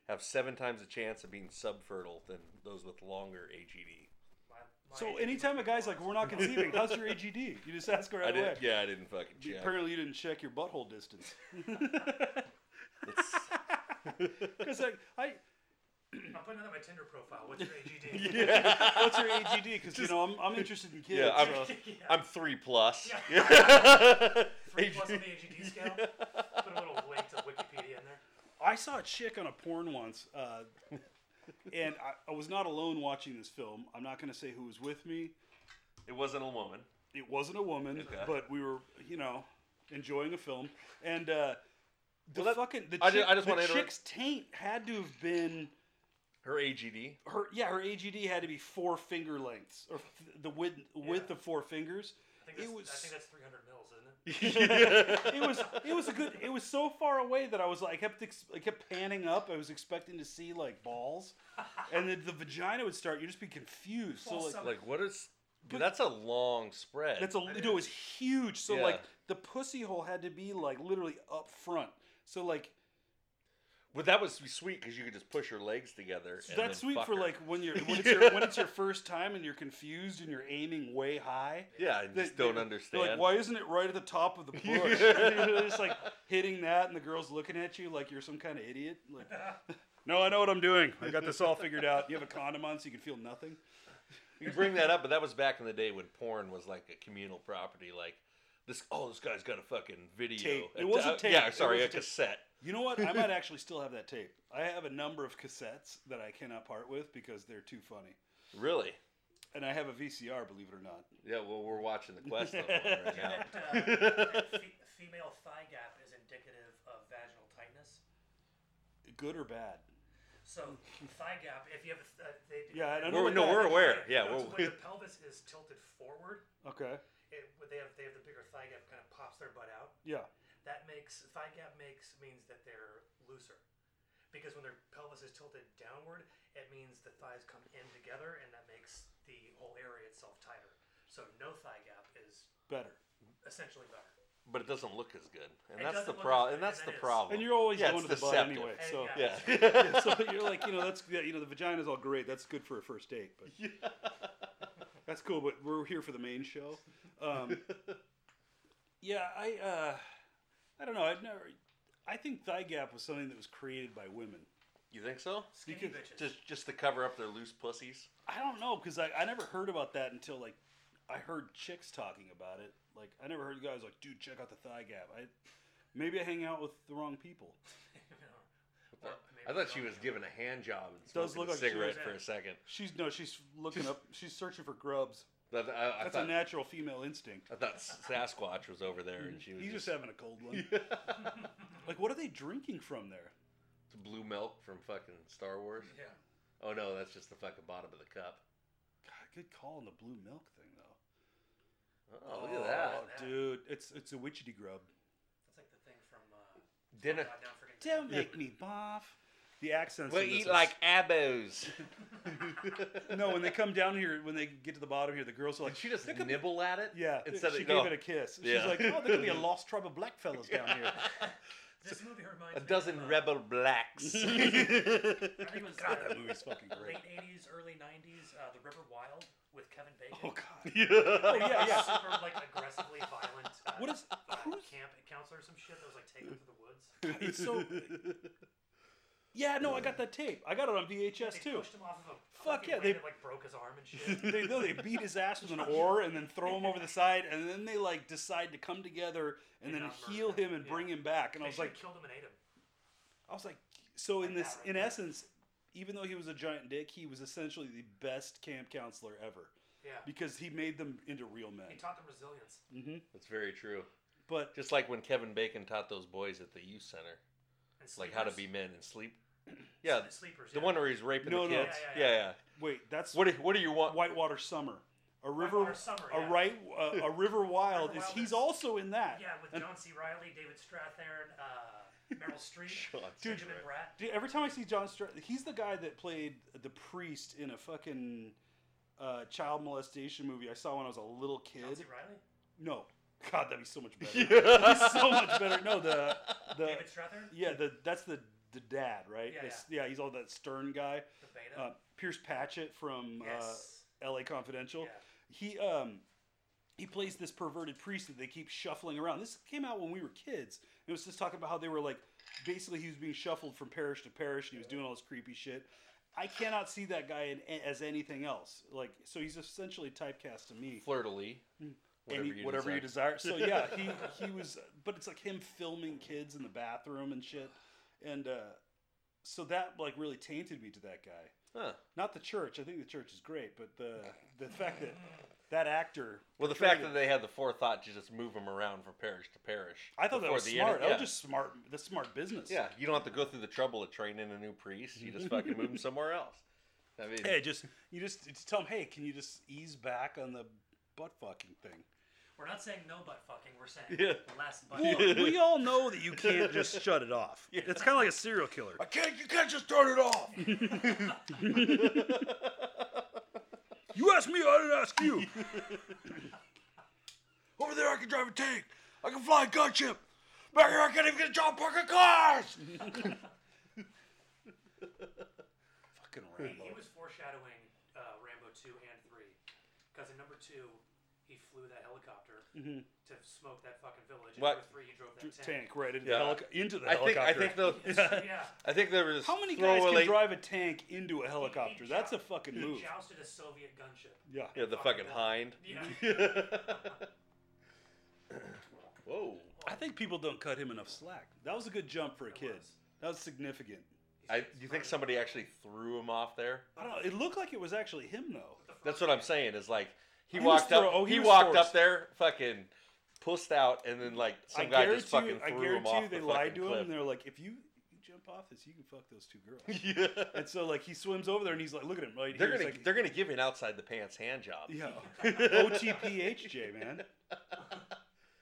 Speaker 1: have seven times a chance of being subfertile than those with longer AGD.
Speaker 2: My, my
Speaker 3: So
Speaker 2: AGD
Speaker 3: anytime a guy's like, "We're not conceiving," how's your AGD? You just ask her
Speaker 1: I
Speaker 3: right away.
Speaker 1: didn't. Yeah, I didn't fucking
Speaker 3: You-
Speaker 1: check.
Speaker 3: Apparently, you didn't check your butthole distance. <laughs>
Speaker 1: It's- <laughs>
Speaker 3: Because like, I,
Speaker 2: I'm putting that on my Tinder profile. What's your
Speaker 3: <laughs>
Speaker 2: <laughs> AGD?
Speaker 3: what's your AGD? Because you know, I'm, I'm interested in kids.
Speaker 1: yeah, I'm,
Speaker 3: so-
Speaker 1: <laughs> I'm three plus.
Speaker 2: three plus on the AGD scale. Put a little link to Wikipedia in there.
Speaker 3: I saw a chick on a porn once, uh, and I, I was not alone watching this film. I'm not going to say who was with me.
Speaker 1: It wasn't a woman.
Speaker 3: It wasn't a woman,
Speaker 1: Okay.
Speaker 3: but we were, you know, enjoying a film. And uh, the
Speaker 1: Well, that-
Speaker 3: fucking the,
Speaker 1: I ju-
Speaker 3: chick-
Speaker 1: I just
Speaker 3: the
Speaker 1: wanna interrupt.
Speaker 3: chick's taint had to have been
Speaker 1: Her AGD.
Speaker 3: her. Yeah, her AGD had to be four finger lengths, or f- the width width
Speaker 2: Yeah.
Speaker 3: of four fingers.
Speaker 2: I think
Speaker 3: It
Speaker 2: that's, I
Speaker 3: was-
Speaker 2: think that's 300 mils, isn't
Speaker 1: <laughs>
Speaker 2: it?
Speaker 3: It was it was a good. It was so far away that I was like I kept ex- I kept panning up. I was expecting to see like balls, and then the vagina would start. You'd just be confused. So
Speaker 2: Well,
Speaker 3: like
Speaker 2: some-
Speaker 1: like what is? Dude, that's a long spread.
Speaker 3: That's a
Speaker 2: I
Speaker 3: it
Speaker 2: did.
Speaker 3: was huge. So
Speaker 1: Yeah.
Speaker 3: like the pussy hole had to be like literally up front. So like
Speaker 1: but that was sweet because you could just push her legs together. and
Speaker 3: that's
Speaker 1: then
Speaker 3: sweet
Speaker 1: fuck
Speaker 3: for
Speaker 1: her.
Speaker 3: like when you're when it's
Speaker 1: <laughs>
Speaker 3: your when it's your first time and you're confused and you're aiming way high.
Speaker 1: Yeah, I just
Speaker 3: They-
Speaker 1: don't
Speaker 3: they-
Speaker 1: understand.
Speaker 3: Like why isn't it right at the
Speaker 1: <laughs>
Speaker 3: top of the bush? <laughs> you're just like hitting that and the girl's looking at you like you're some kind of idiot. Like <laughs> no, I know what I'm doing. I got this all figured out. You have a condom on so you can feel nothing.
Speaker 1: You bring that up, but that was back in the day when porn was like a communal property. Like this, oh, this guy's got a fucking video.
Speaker 3: Tape. It
Speaker 1: A-
Speaker 3: wasn't
Speaker 1: uh,
Speaker 3: tape.
Speaker 1: Yeah,
Speaker 3: It
Speaker 1: sorry, a
Speaker 3: was a tape.
Speaker 1: cassette.
Speaker 3: You know what? I might actually still have that tape. I have a number of cassettes that I cannot part with because they're too funny.
Speaker 1: Really?
Speaker 3: And I have a VCR, believe it or not.
Speaker 1: Yeah. Well, we're watching the quest level <laughs> right
Speaker 2: Yeah,
Speaker 1: now.
Speaker 2: that, uh, that fe- female thigh gap is indicative of vaginal tightness.
Speaker 3: Good or bad?
Speaker 2: So thigh gap, if you have, a th- uh, they,
Speaker 3: Yeah, I don't know
Speaker 1: We're-
Speaker 3: what
Speaker 1: no, we're
Speaker 3: that-
Speaker 1: aware. Yeah,
Speaker 2: no, it's
Speaker 1: we're-
Speaker 2: when
Speaker 1: <laughs>
Speaker 2: the pelvis is tilted forward,
Speaker 3: Okay.
Speaker 2: it, when they have they have the bigger thigh gap kind of pops their butt out.
Speaker 3: Yeah.
Speaker 2: That makes thigh gap makes means that they're looser, because when their pelvis is tilted downward, it means the thighs come in together, and that makes the whole area itself tighter. So no thigh gap is
Speaker 3: Better.
Speaker 2: essentially better.
Speaker 1: but it doesn't look as good, and
Speaker 2: It
Speaker 1: that's
Speaker 2: doesn't
Speaker 1: the
Speaker 2: look as
Speaker 1: problem.
Speaker 2: good,
Speaker 1: And that's
Speaker 2: and
Speaker 1: the
Speaker 2: that is.
Speaker 1: problem.
Speaker 3: And you're always
Speaker 1: yeah,
Speaker 3: going
Speaker 1: it's
Speaker 3: to the butt
Speaker 1: deceptive.
Speaker 3: anyway.
Speaker 2: And,
Speaker 3: So,
Speaker 2: yeah.
Speaker 3: <laughs>
Speaker 1: Yeah.
Speaker 3: so you're like, you know, that's yeah, you know, the vagina's all great. That's good for a first date, but <laughs> that's cool. But we're here for the main show. Um, yeah, I, uh, I don't know. I've never. I think thigh gap was something that was created by women.
Speaker 1: you think so?
Speaker 2: Skinny
Speaker 3: Because-
Speaker 2: bitches. <laughs>
Speaker 1: Just just to cover up their loose pussies.
Speaker 3: I don't know because I, I never heard about that until like I heard chicks talking about it. Like I never heard guys like, dude, check out the thigh gap. I maybe I hang out with the wrong people.
Speaker 2: Or
Speaker 1: I
Speaker 2: maybe
Speaker 1: thought she
Speaker 2: don't
Speaker 1: was
Speaker 2: know.
Speaker 1: giving a hand job and
Speaker 3: Does
Speaker 1: smoking
Speaker 3: look
Speaker 1: a
Speaker 3: like she
Speaker 1: cigarette
Speaker 2: was-
Speaker 1: for a second.
Speaker 3: She's no, she's looking up. She's searching for grubs.
Speaker 1: That, I, I
Speaker 3: That's
Speaker 1: thought,
Speaker 3: a natural female instinct.
Speaker 1: I thought Sasquatch was over there, and she was
Speaker 3: He's just
Speaker 1: just,
Speaker 3: having a cold <laughs> one.
Speaker 1: <laughs>
Speaker 3: like what are they drinking from there?
Speaker 1: blue milk from fucking Star Wars.
Speaker 2: Yeah.
Speaker 1: Oh no, that's just the fucking bottom of the cup.
Speaker 3: God, good call on the blue milk thing though.
Speaker 1: Oh, look at that.
Speaker 2: that.
Speaker 3: dude, it's it's a witchetty grub.
Speaker 2: That's like the thing from. Uh,
Speaker 1: Dinner.
Speaker 2: God, now I'm forgetting the
Speaker 3: Don't
Speaker 2: name.
Speaker 3: make me boff. The accents.
Speaker 1: We'll
Speaker 3: in this
Speaker 1: eat
Speaker 3: are
Speaker 1: like abos.
Speaker 3: <laughs>
Speaker 1: <laughs>
Speaker 3: no. When they come down here, when they get to the bottom here, the girls are like,
Speaker 1: Did she just nibble at it?
Speaker 3: <laughs> Yeah,
Speaker 1: Instead
Speaker 3: she
Speaker 1: of,
Speaker 3: gave
Speaker 1: no,
Speaker 3: it a kiss.
Speaker 1: Yeah.
Speaker 3: She's like, oh, there could be <laughs> a lost tribe of black fellas down <laughs> here.
Speaker 2: This movie
Speaker 1: <laughs>
Speaker 2: reminds
Speaker 1: a
Speaker 2: me
Speaker 1: dozen
Speaker 2: of, uh,
Speaker 1: rebel
Speaker 3: <laughs>
Speaker 1: blacks. <laughs>
Speaker 2: I think it was
Speaker 3: God, that
Speaker 2: the
Speaker 3: movie's fucking great.
Speaker 2: late '80s, early '90s. Uh, the River Wild with Kevin Bacon.
Speaker 3: Oh <laughs> god.
Speaker 1: oh,
Speaker 3: yeah, yeah.
Speaker 2: Super like aggressively violent. Uh,
Speaker 3: What is-
Speaker 2: uh,
Speaker 3: who's-
Speaker 2: camp counselor or some shit that was like taken to the woods?
Speaker 3: It's <laughs> so. Yeah, no, I got that tape. I got it on VHS
Speaker 2: They
Speaker 3: too.
Speaker 2: pushed him off of a
Speaker 3: Fuck
Speaker 2: fucking
Speaker 3: yeah,
Speaker 2: way
Speaker 3: they-
Speaker 2: that, like broke his arm and
Speaker 3: <laughs>
Speaker 2: shit.
Speaker 3: They no,
Speaker 2: <laughs>
Speaker 3: they beat his ass with an oar and then throw him over the side, and then they like decide to come together and
Speaker 2: And
Speaker 3: then
Speaker 2: not
Speaker 3: heal
Speaker 2: murder him,
Speaker 3: him and
Speaker 2: yeah.
Speaker 3: bring him back. And
Speaker 2: They
Speaker 3: I was like,
Speaker 2: killed him and ate him.
Speaker 3: I was like, so in
Speaker 2: Like
Speaker 3: this,
Speaker 2: that right
Speaker 3: in
Speaker 2: there.
Speaker 3: essence, even though he was a giant dick, he was essentially the best camp counselor ever
Speaker 2: Yeah,
Speaker 3: because he made them into real men.
Speaker 2: he taught them resilience.
Speaker 3: hmm
Speaker 1: That's very true.
Speaker 3: But
Speaker 1: Just like when Kevin Bacon taught those boys at the youth center,
Speaker 2: And
Speaker 1: like how to be
Speaker 2: sleepers.
Speaker 1: men and sleep. Yeah,
Speaker 2: And sleepers.
Speaker 1: the
Speaker 2: yeah.
Speaker 1: one where he's raping
Speaker 3: No,
Speaker 1: the
Speaker 3: no.
Speaker 1: kids.
Speaker 2: Yeah,
Speaker 1: Yeah,
Speaker 2: yeah,
Speaker 1: yeah.
Speaker 2: yeah.
Speaker 3: wait, that's
Speaker 1: What do, what do you want?
Speaker 3: Whitewater Summer, a river,
Speaker 2: Whitewater Summer,
Speaker 3: a
Speaker 2: yeah.
Speaker 3: right, uh, a river
Speaker 2: <laughs>
Speaker 3: wild
Speaker 2: River
Speaker 3: is
Speaker 2: Wild
Speaker 3: he's
Speaker 2: is-
Speaker 3: also in that.
Speaker 2: Yeah, with
Speaker 3: And
Speaker 2: John C. Riley, David Strathairn, uh,
Speaker 3: <laughs>
Speaker 2: Meryl Streep,
Speaker 1: John C.
Speaker 2: Benjamin
Speaker 1: Reilly.
Speaker 2: Bratt.
Speaker 3: dude, every time I see John Str he's the guy that played the priest in a fucking uh, child molestation movie I saw when I was a little
Speaker 2: John C.
Speaker 3: kid.
Speaker 2: Riley,
Speaker 3: No, God, that'd be so much better.
Speaker 1: Yeah.
Speaker 3: he's so much better. No, the the
Speaker 2: David Strathairn,
Speaker 3: yeah, the that's the the dad, right?
Speaker 2: Yeah,
Speaker 3: It's- yeah. he's all that stern guy.
Speaker 2: the beta.
Speaker 3: Uh, Pierce Patchett from
Speaker 2: yes.
Speaker 3: uh, L.A. Confidential.
Speaker 2: yeah.
Speaker 3: he um he plays this perverted priest that they keep shuffling around. This came out when we were kids. It was just talking about how they were like basically he was being shuffled from parish to parish and he was doing all this creepy shit. I cannot see that guy in, as anything else. Like so he's essentially typecast to me.
Speaker 1: Flirtily. Whatever
Speaker 3: any,
Speaker 1: you
Speaker 3: Hmm. whatever you
Speaker 1: desire.
Speaker 3: desire. So
Speaker 1: <laughs>
Speaker 3: yeah, he he was, but it's like him filming kids in the bathroom and shit, and uh, so that like really tainted me to that guy.
Speaker 1: Huh.
Speaker 3: Not the church. I think the church is great, but the the fact that that actor.
Speaker 1: Well, the
Speaker 3: portrayed
Speaker 1: fact
Speaker 3: it-
Speaker 1: that they had the forethought to just move them around from parish to parish.
Speaker 3: I thought that
Speaker 1: before
Speaker 3: was
Speaker 1: the
Speaker 3: smart.
Speaker 1: internet-
Speaker 3: That
Speaker 1: yeah.
Speaker 3: was just smart. That's smart business.
Speaker 1: Yeah, you don't have to go through the trouble of training a new priest. You just fucking move them somewhere else. I mean,
Speaker 3: Hey, just you just, just tell him, hey, can you just ease back on the butt fucking thing?
Speaker 2: We're not saying no butt fucking. We're saying
Speaker 1: Yeah.
Speaker 2: less butt.
Speaker 3: Well,
Speaker 1: <laughs>
Speaker 2: fucking.
Speaker 3: we all know that you can't just shut it off. It's kind of like a serial killer.
Speaker 1: I can't. You can't just turn it off.
Speaker 3: You asked me, I didn't ask you.
Speaker 1: Over there, I can drive a tank. I can fly a gunship. Back here, I can't even get a job parking cars.
Speaker 3: fucking
Speaker 2: He,
Speaker 3: Rambo.
Speaker 2: he was foreshadowing uh, Rambo two and three, because in number two, he flew that helicopter
Speaker 3: Mm-hmm.
Speaker 2: to smoke that fucking village. In
Speaker 1: What?
Speaker 2: number three, he drove that tank.
Speaker 3: Tank right into
Speaker 1: Yeah.
Speaker 3: the helico- into the
Speaker 1: I think.
Speaker 3: helicopter.
Speaker 1: I think the.
Speaker 2: <laughs> yeah.
Speaker 1: I think there was.
Speaker 3: How many guys
Speaker 1: throwaway-
Speaker 3: can drive a tank into a <laughs> helicopter? That's a fucking
Speaker 2: He
Speaker 3: move.
Speaker 2: jousted a Soviet gunship.
Speaker 3: Yeah.
Speaker 1: Yeah, the fucking hind.
Speaker 2: Yeah.
Speaker 1: <laughs> Whoa.
Speaker 3: I think people don't cut him enough slack. That was a good jump for a
Speaker 2: It
Speaker 3: kid.
Speaker 2: was.
Speaker 3: That was significant.
Speaker 1: I, you think somebody actually threw him off there?
Speaker 3: I don't know. It looked like it was actually him though.
Speaker 1: That's what I'm saying. Is like he,
Speaker 3: He was
Speaker 1: walked up.
Speaker 3: throw- oh, he
Speaker 1: he
Speaker 3: was
Speaker 1: walked
Speaker 3: forced.
Speaker 1: up there, fucking pussed out, and then like some
Speaker 3: I
Speaker 1: guy
Speaker 3: guarantee
Speaker 1: just fucking
Speaker 3: you, I
Speaker 1: threw him
Speaker 3: guarantee
Speaker 1: off
Speaker 3: you
Speaker 1: the
Speaker 3: they lied to
Speaker 1: fucking
Speaker 3: him
Speaker 1: cliff.
Speaker 3: and they're like, if you you jump off this, you can fuck those two girls.
Speaker 1: <laughs> Yeah.
Speaker 3: and so like he swims over there and he's like, look at him right
Speaker 1: They're
Speaker 3: here.
Speaker 1: gonna
Speaker 3: He's
Speaker 1: they're gonna give you an outside the pants hand job.
Speaker 3: like, <laughs> yeah,
Speaker 1: <laughs>
Speaker 3: OTPHJ man.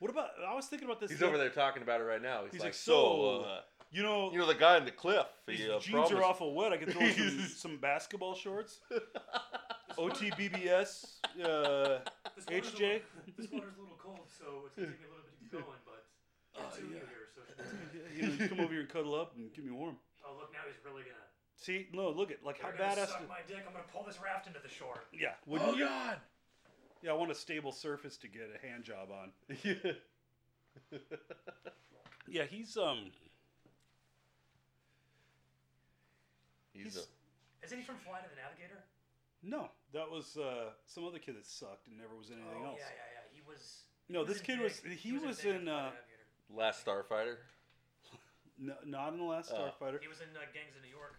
Speaker 3: What about? I was thinking about this.
Speaker 1: He's
Speaker 3: the
Speaker 1: over
Speaker 3: other-
Speaker 1: there talking about it right now. He's,
Speaker 3: He's
Speaker 1: like,
Speaker 3: like,
Speaker 1: so,
Speaker 3: "So,
Speaker 1: uh,
Speaker 3: You know,
Speaker 1: you know the guy in the cliff.
Speaker 3: his
Speaker 1: He uh,
Speaker 3: jeans
Speaker 1: promised.
Speaker 3: are awful wet. I can throw some,
Speaker 1: <laughs>
Speaker 3: some basketball shorts. OTBBS. Uh,
Speaker 2: This water's a little-
Speaker 3: HJ?
Speaker 2: This water's a little cold, so it's gonna take me a little bit to get going, but
Speaker 3: <laughs> Oh,
Speaker 2: it's two of you
Speaker 3: yeah.
Speaker 2: here, so.
Speaker 3: you know, you come over here and cuddle up and get me warm.
Speaker 2: Oh look, now he's really gonna.
Speaker 3: See, no, look at like how
Speaker 2: You're gonna
Speaker 3: badass.
Speaker 2: suck
Speaker 3: did-
Speaker 2: my dick. I'm gonna pull this raft into the shore.
Speaker 3: yeah,
Speaker 1: Oh,
Speaker 3: wouldn't you?
Speaker 1: God.
Speaker 3: Yeah, I want a stable surface to get a hand job on. <laughs> Yeah, he's um,
Speaker 1: He's
Speaker 3: He's-
Speaker 1: a,
Speaker 2: Isn't he from Flight of the Navigator?
Speaker 3: no, that was uh, some other kid that sucked and never was in anything
Speaker 2: oh
Speaker 3: else.
Speaker 2: yeah, yeah, yeah. He was.
Speaker 3: No,
Speaker 2: he
Speaker 3: this
Speaker 2: in
Speaker 3: kid
Speaker 2: Big.
Speaker 3: was- he was
Speaker 2: Big
Speaker 3: in,
Speaker 2: Flight of the
Speaker 3: uh,
Speaker 2: Navigator.
Speaker 1: last Starfighter.
Speaker 3: No, not in the Last
Speaker 1: Oh.
Speaker 3: Starfighter.
Speaker 2: He was in uh, Gangs of New York.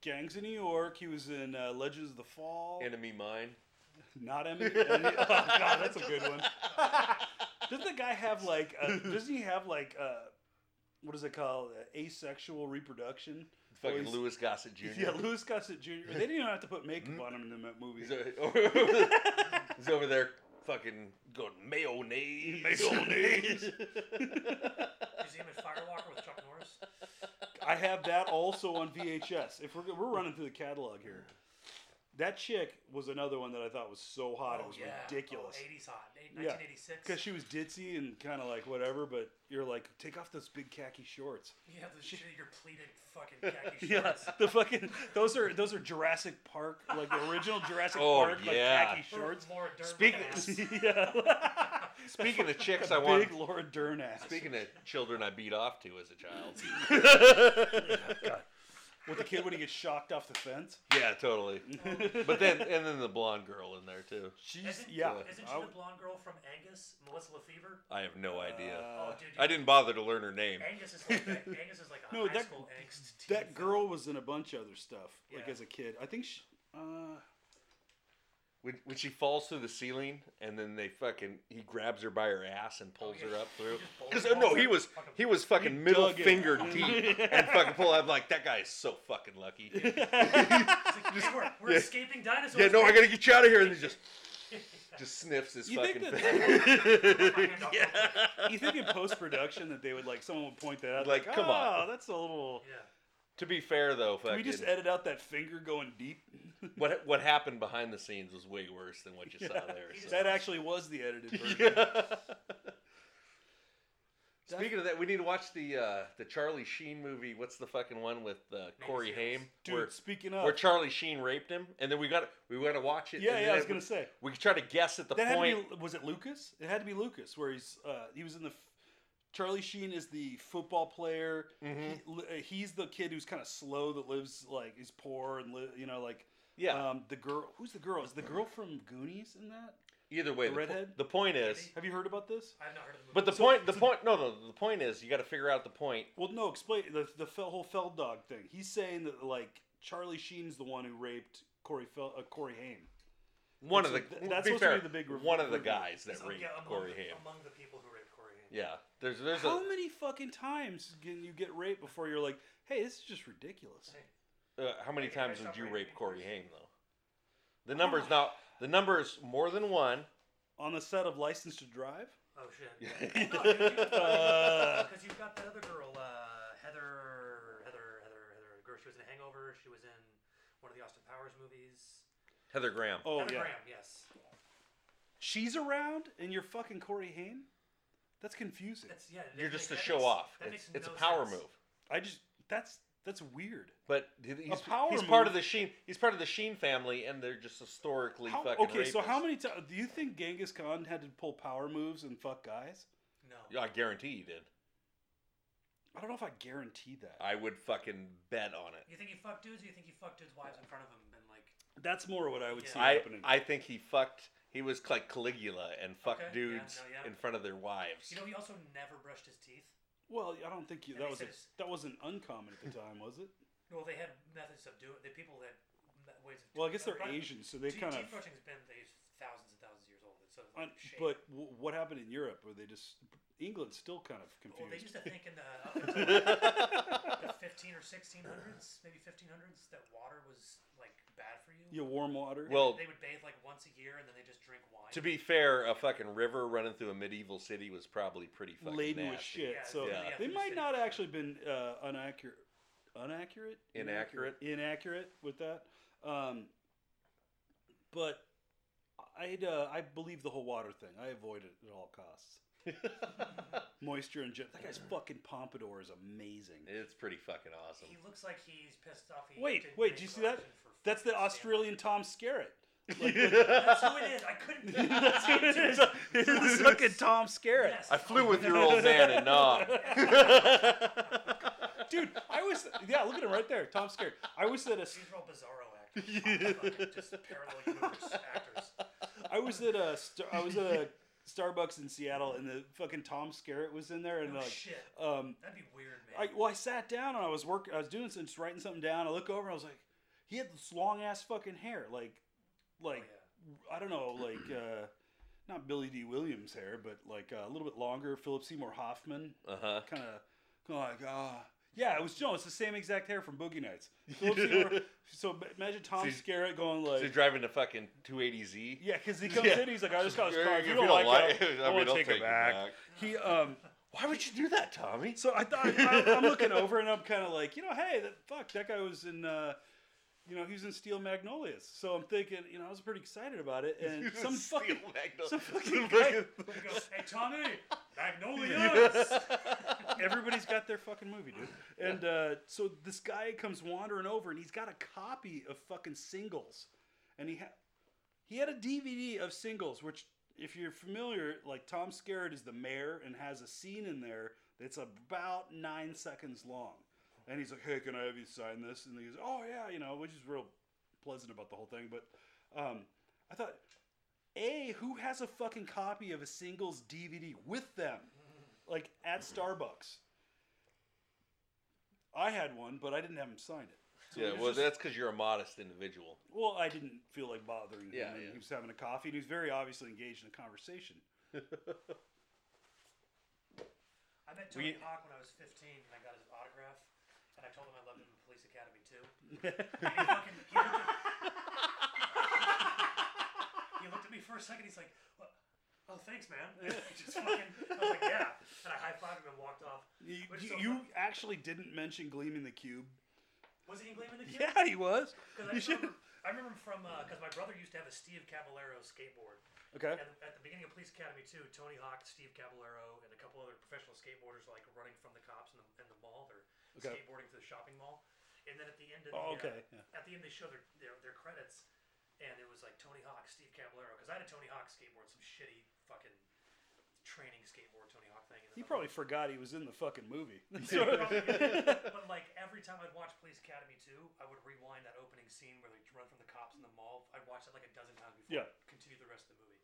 Speaker 3: Gangs in New York. He was in uh, Legends of the Fall.
Speaker 1: Enemy
Speaker 3: <laughs>
Speaker 1: mine.
Speaker 3: Not Eminem. Eminem- oh god, that's a good one. Doesn't the guy have like? Uh, doesn't he have like? Uh, what is it called? Uh, asexual reproduction.
Speaker 1: Fucking
Speaker 3: he's-
Speaker 1: Louis Gossett Jr.
Speaker 3: Yeah, Louis Gossett Jr. They didn't even have to put makeup on him in that movie.
Speaker 1: He's over, <laughs> he's over there fucking going mayonnaise.
Speaker 3: Mayonnaise.
Speaker 2: Is he in Firewalker with Chuck
Speaker 3: <laughs>
Speaker 2: Norris?
Speaker 3: I have that also on VHS. If we're go- we're running through the catalog here, that chick was another one that I thought was so hot it was ridiculous.
Speaker 2: Oh, 80s hot. Eight-
Speaker 3: Yeah.
Speaker 2: 1986.
Speaker 3: Because
Speaker 2: <laughs>
Speaker 3: she was ditzy and kind of like whatever, but you're like, take off those big khaki
Speaker 2: <laughs>
Speaker 3: shorts.
Speaker 2: you have the shit in your pleated
Speaker 3: <laughs>
Speaker 2: fucking khaki
Speaker 3: Yeah,
Speaker 2: shorts.
Speaker 3: the fucking those are those are Jurassic Park, like the original Jurassic
Speaker 1: Oh,
Speaker 3: Park,
Speaker 1: yeah.
Speaker 3: like khaki shorts.
Speaker 2: Laura Dern
Speaker 1: Speak-
Speaker 3: <laughs>
Speaker 2: ass.
Speaker 3: yeah.
Speaker 1: <laughs> Speaking of chicks, I
Speaker 3: big
Speaker 1: want.
Speaker 3: Laura Dern ass.
Speaker 1: Speaking of children, I beat off to as a child.
Speaker 3: with the kid when he gets shocked off the fence.
Speaker 1: <laughs> yeah, totally. But then, and then the blonde girl in there too.
Speaker 3: She's
Speaker 2: Isn't,
Speaker 3: yeah.
Speaker 2: Isn't she
Speaker 3: I-
Speaker 2: the blonde girl from Angus? Melissa Lefevre?
Speaker 1: I have no idea.
Speaker 2: Oh,
Speaker 3: Uh,
Speaker 2: dude. you-
Speaker 1: I didn't bother to learn her name.
Speaker 2: Angus is
Speaker 1: <laughs>
Speaker 2: like that. Angus is like a
Speaker 3: No,
Speaker 2: high
Speaker 3: that-
Speaker 2: school angst. teen
Speaker 3: that girl was in a bunch of other stuff, like
Speaker 2: Yeah.
Speaker 3: as a kid. I think she. Uh,
Speaker 1: When, when she falls through the ceiling and then they fucking he grabs her by her ass and pulls
Speaker 2: Oh, yeah,
Speaker 1: her up
Speaker 2: he
Speaker 1: through.
Speaker 2: just
Speaker 1: Because
Speaker 2: pulls-
Speaker 1: no,
Speaker 2: pulls
Speaker 1: he
Speaker 2: her
Speaker 1: was
Speaker 2: fucking-
Speaker 1: he was fucking middle
Speaker 3: dug it.
Speaker 1: finger deep and fucking pull. I'm like that guy is so fucking lucky.
Speaker 2: It's like, hey, we're, we're
Speaker 1: <laughs> Yeah.
Speaker 2: escaping dinosaurs.
Speaker 1: yeah, no, I
Speaker 2: man.
Speaker 1: gotta <laughs>
Speaker 2: <laughs>
Speaker 1: get you out of here. And he just just sniffs his
Speaker 3: You think
Speaker 1: fucking.
Speaker 2: Put
Speaker 1: Thing. <laughs>
Speaker 2: my hand up real
Speaker 1: yeah.
Speaker 2: quick.
Speaker 3: you think in post production that they would like someone would point that out?
Speaker 1: Like,
Speaker 3: Like,
Speaker 1: come on."
Speaker 3: "Oh, that's a little.
Speaker 2: Yeah.
Speaker 1: To be fair though,
Speaker 3: Can
Speaker 1: fucking,
Speaker 3: we just edit out that finger going
Speaker 1: <laughs>
Speaker 3: deep?
Speaker 1: what what happened behind the scenes was way worse than what you saw there. So. <laughs>
Speaker 3: That actually was the edited version. <laughs>
Speaker 1: Speaking of that, we need to watch the uh, the Charlie Sheen movie. What's the fucking one with uh, Corey
Speaker 2: Navy Seals.
Speaker 1: Haim?
Speaker 3: Dude,
Speaker 1: where,
Speaker 3: speaking of,
Speaker 1: where Charlie Sheen raped him, and then we got we got to watch it.
Speaker 3: yeah,
Speaker 1: and
Speaker 3: yeah,
Speaker 1: then
Speaker 3: I was
Speaker 1: it-
Speaker 3: gonna say
Speaker 1: we could try to guess at the
Speaker 3: that had
Speaker 1: point.
Speaker 3: to be. Was it Lucas? It had to be Lucas, where he's uh, he was in the. f- Charlie Sheen is the football player.
Speaker 1: Mhm.
Speaker 3: He- li- uh, he's the kid who's kind of slow that lives like he's poor and li- you know like
Speaker 1: yeah,
Speaker 3: um, the girl who's the girl is the girl from Goonies in that
Speaker 1: Either way,
Speaker 3: The
Speaker 1: po-
Speaker 3: redhead?
Speaker 1: the point is,
Speaker 3: Have you heard about this?
Speaker 2: I have not heard of the movie.
Speaker 1: but the
Speaker 3: So-
Speaker 1: point, the point, no, no, the point is, you got to figure out the point.
Speaker 3: Well, no. Explain the the fel- whole Feld dog thing. He's saying that like Charlie Sheen's the one who raped Corey Fel- uh, Corey Haim.
Speaker 1: One of
Speaker 3: That's
Speaker 1: the
Speaker 3: what-
Speaker 1: be
Speaker 3: that's supposed to
Speaker 1: fair,
Speaker 3: be the big re-
Speaker 1: one of the
Speaker 3: reveal.
Speaker 1: guys
Speaker 2: He's
Speaker 1: that
Speaker 2: among-
Speaker 1: raped
Speaker 2: yeah, among,
Speaker 1: Corey
Speaker 2: the-
Speaker 1: Ham.
Speaker 2: Among the people who raped Corey Ham.
Speaker 1: Yeah, there's there's
Speaker 3: How
Speaker 1: a
Speaker 3: many fucking times can you get raped before you're like, hey, this is just ridiculous?
Speaker 2: Hey,
Speaker 1: uh, how many
Speaker 2: Hey,
Speaker 1: times
Speaker 2: guys,
Speaker 1: would
Speaker 2: I'm
Speaker 1: you
Speaker 2: raping
Speaker 1: rape Corey
Speaker 2: people.
Speaker 1: Haim though? The number's not the number is more than one.
Speaker 3: On the set of License to Drive,
Speaker 2: Oh shit. <laughs>
Speaker 1: <laughs> Uh.
Speaker 2: Because you've got that other girl, uh, Heather, Heather, Heather, Heather. Girl, she was in Hangover. She was in one of the Austin Powers movies.
Speaker 1: Heather Graham.
Speaker 3: oh
Speaker 2: Heather
Speaker 3: yeah,
Speaker 2: Graham, yes.
Speaker 3: she's around and you're fucking Corey Haim. That's confusing.
Speaker 2: That's yeah. that
Speaker 1: You're just to
Speaker 2: makes-
Speaker 1: show
Speaker 2: that makes-
Speaker 1: off.
Speaker 2: that
Speaker 1: It's,
Speaker 2: makes
Speaker 1: it's
Speaker 2: no
Speaker 1: a power
Speaker 2: sense.
Speaker 1: move.
Speaker 3: I just that's that's weird.
Speaker 1: But he's, he's
Speaker 3: power
Speaker 1: part
Speaker 3: move?
Speaker 1: of the Sheen. He's part of the Sheen family, and they're just historically
Speaker 3: How-
Speaker 1: fucking.
Speaker 3: okay, so
Speaker 1: rapists.
Speaker 3: how many times do you think Genghis Khan had to pull power moves and fuck guys?
Speaker 2: No.
Speaker 1: Yeah, I guarantee you did.
Speaker 3: I don't know if I guarantee that.
Speaker 1: I would fucking bet on it.
Speaker 2: You think he fucked dudes? Or you think he fucked dudes' wives in front of him and like?
Speaker 3: That's more what I would
Speaker 2: Yeah.
Speaker 3: see
Speaker 1: I
Speaker 3: happening.
Speaker 1: I think he fucked. He was like Caligula and fucked
Speaker 2: Okay, yeah,
Speaker 1: dudes
Speaker 2: no, yeah.
Speaker 1: in front of their wives.
Speaker 2: You know, he also never brushed his teeth.
Speaker 3: well, I don't think you,
Speaker 2: And he
Speaker 3: that was a,
Speaker 2: says-
Speaker 3: that wasn't uncommon at the time, was it?
Speaker 2: Well, they had methods of doing. The people had me- ways of.
Speaker 3: Well, I guess
Speaker 2: doing-
Speaker 3: they're
Speaker 2: uh,
Speaker 3: Asian, so they
Speaker 2: teeth-
Speaker 3: kind of.
Speaker 2: Teeth brushing has been they're thousands and thousands of years old. It's sort of
Speaker 3: I-
Speaker 2: like shape.
Speaker 3: But w- what happened in Europe? Were they just England's still kind of confused?
Speaker 2: Well, they used to think in the,
Speaker 3: <laughs>
Speaker 2: up
Speaker 1: <laughs>
Speaker 2: until the 15 or 1600s, maybe 1500s, that water was like bad for you.
Speaker 3: you warm water.
Speaker 1: Well,
Speaker 2: They would bathe like once a year and then they just drink wine.
Speaker 1: to be fair, a fucking river running through a medieval city was probably pretty fucking
Speaker 3: laden with
Speaker 1: nasty.
Speaker 3: shit.
Speaker 2: Yeah,
Speaker 3: so
Speaker 1: yeah.
Speaker 3: they
Speaker 2: Yeah.
Speaker 3: might not actually been uh, unaccurate, unaccurate,
Speaker 1: Inaccurate.
Speaker 3: inaccurate with that. Um, but I'd uh, I believe the whole water thing. I avoid it at all
Speaker 1: <laughs>
Speaker 3: costs. Moisture and jet. That guy's fucking pompadour is amazing.
Speaker 1: It's pretty fucking awesome.
Speaker 2: he looks like he's pissed off. He
Speaker 3: Wait,
Speaker 2: didn't
Speaker 3: wait,
Speaker 2: make
Speaker 3: did you
Speaker 2: an
Speaker 3: see that?
Speaker 2: audition for
Speaker 3: That's the
Speaker 2: Stand By
Speaker 3: Australian
Speaker 2: Me. <laughs>
Speaker 3: Tom Skerritt.
Speaker 1: <laughs>
Speaker 3: Like,
Speaker 2: That's
Speaker 3: <laughs>
Speaker 2: who it is. I couldn't. <laughs>
Speaker 3: That's what <laughs> it is. It is fucking Tom Skerritt.
Speaker 2: Yes.
Speaker 1: I flew with your old man and <laughs>
Speaker 3: <laughs>
Speaker 1: Nog.
Speaker 3: Dude, I was yeah, look at him right there, Tom Skerritt. I was at a
Speaker 2: These are all bizarro
Speaker 3: <laughs>
Speaker 2: actors. Fucking just parallel universe actors.
Speaker 3: I was at a Star- I was at a Starbucks in Seattle, and the fucking Tom Skerritt was in there, and
Speaker 2: No
Speaker 3: like,
Speaker 2: shit.
Speaker 3: um,
Speaker 2: That'd be weird, man.
Speaker 3: I well, I sat down and I was working, I was doing some, just writing something down. I look over, and I was like, he had this long ass fucking hair, like,
Speaker 2: Oh,
Speaker 3: like <laughs> I don't know, like. uh not Billy D. Williams hair, but like uh, a little bit longer, Philip Seymour Hoffman
Speaker 1: Uh huh.
Speaker 3: kind of like ah yeah it was no it's the same exact hair from Boogie Nights.
Speaker 1: <laughs>
Speaker 3: Philip Seymour- so ma- imagine Tom
Speaker 1: So
Speaker 3: Skerritt going
Speaker 1: So you're
Speaker 3: like
Speaker 1: driving the fucking 280Z.
Speaker 3: yeah because he comes
Speaker 1: Yeah.
Speaker 3: in he's like I just got
Speaker 1: If
Speaker 3: this car if you
Speaker 1: you
Speaker 3: don't,
Speaker 1: don't
Speaker 3: like
Speaker 1: like
Speaker 3: it
Speaker 1: it, I
Speaker 3: I
Speaker 1: mean,
Speaker 3: want to
Speaker 1: I'll
Speaker 3: take, it back. He um
Speaker 1: Why would you do that, <laughs> Tommy?
Speaker 3: so I thought
Speaker 1: <laughs>
Speaker 3: I, I'm looking over and I'm kind of like you know hey that fuck that guy was in. uh you know, he was in Steel Magnolias. So I'm thinking, you know, I was pretty excited about it.
Speaker 1: <laughs>
Speaker 3: And some
Speaker 1: Steel
Speaker 3: fucking,
Speaker 1: Magnol- <laughs>
Speaker 3: some fucking
Speaker 2: He goes, hey Tommy, Magnolias.
Speaker 1: Yeah.
Speaker 3: Everybody's got their fucking movie, dude. And uh, so this guy comes wandering over, and he's got a copy of fucking singles, and he had he had a DVD of singles, which if you're familiar, like Tom Skerritt is the mayor and has a scene in there that's about nine seconds long, and he's like, "Hey, can I have you sign this?" And he goes, "Oh yeah, you know," which is real pleasant about the whole thing. But um, I thought, a who has a fucking copy of a singles DVD with them? like at Starbucks. I had one, but I didn't have him sign it.
Speaker 1: <laughs> Yeah,
Speaker 3: it
Speaker 1: well,
Speaker 3: was just-
Speaker 1: that's because you're a modest individual.
Speaker 3: <laughs> Well, I didn't feel like bothering him.
Speaker 1: Yeah,
Speaker 3: and
Speaker 1: yeah.
Speaker 3: He was having a coffee, and he was very obviously engaged in a conversation.
Speaker 2: I met
Speaker 1: We-
Speaker 2: Tony Hawk when I was 15, and I got his autograph, and I told him I loved him in Police Academy
Speaker 3: <laughs>
Speaker 2: too. And he, fucking, he, looked at, he looked at me for a second. He's like, "What? "Oh, thanks, man." <laughs> And he just fucking, I was like, "Yeah," and I high fived him and walked off.
Speaker 3: You,
Speaker 2: Which
Speaker 3: you,
Speaker 2: so
Speaker 3: you
Speaker 2: fun-
Speaker 3: actually didn't mention gleaming the
Speaker 2: <laughs>
Speaker 3: cube.
Speaker 2: was he in Gleam in the Cube?
Speaker 3: Yeah, he was.
Speaker 2: Because I,
Speaker 3: You should.
Speaker 2: remember- I remember him from because my brother used to have a Steve Caballero skateboard.
Speaker 3: Okay.
Speaker 2: At, at the beginning of Police Academy 2, Tony Hawk, Steve Caballero, and a couple other professional skateboarders like running from the cops in the, in the mall. They're
Speaker 3: Okay.
Speaker 2: skateboarding through the shopping mall, and then at the end of
Speaker 3: Oh,
Speaker 2: the, uh,
Speaker 3: okay, yeah.
Speaker 2: at the end they show their, their their credits, and it was like Tony Hawk, Steve Caballero. Because I had a Tony Hawk skateboard, some shitty fucking training skateboard Tony Hawk thing. And
Speaker 3: He
Speaker 2: then-
Speaker 3: probably forgot he was in the fucking
Speaker 2: <laughs>
Speaker 3: movie. <laughs>
Speaker 2: yeah,
Speaker 3: So-
Speaker 2: probably did. but like every time I'd watch Police Academy 2, I would rewind that opening scene where they run from the cops in the mall. I'd watch that like a dozen times before
Speaker 3: Yeah.
Speaker 2: I'd continue the rest of the movie.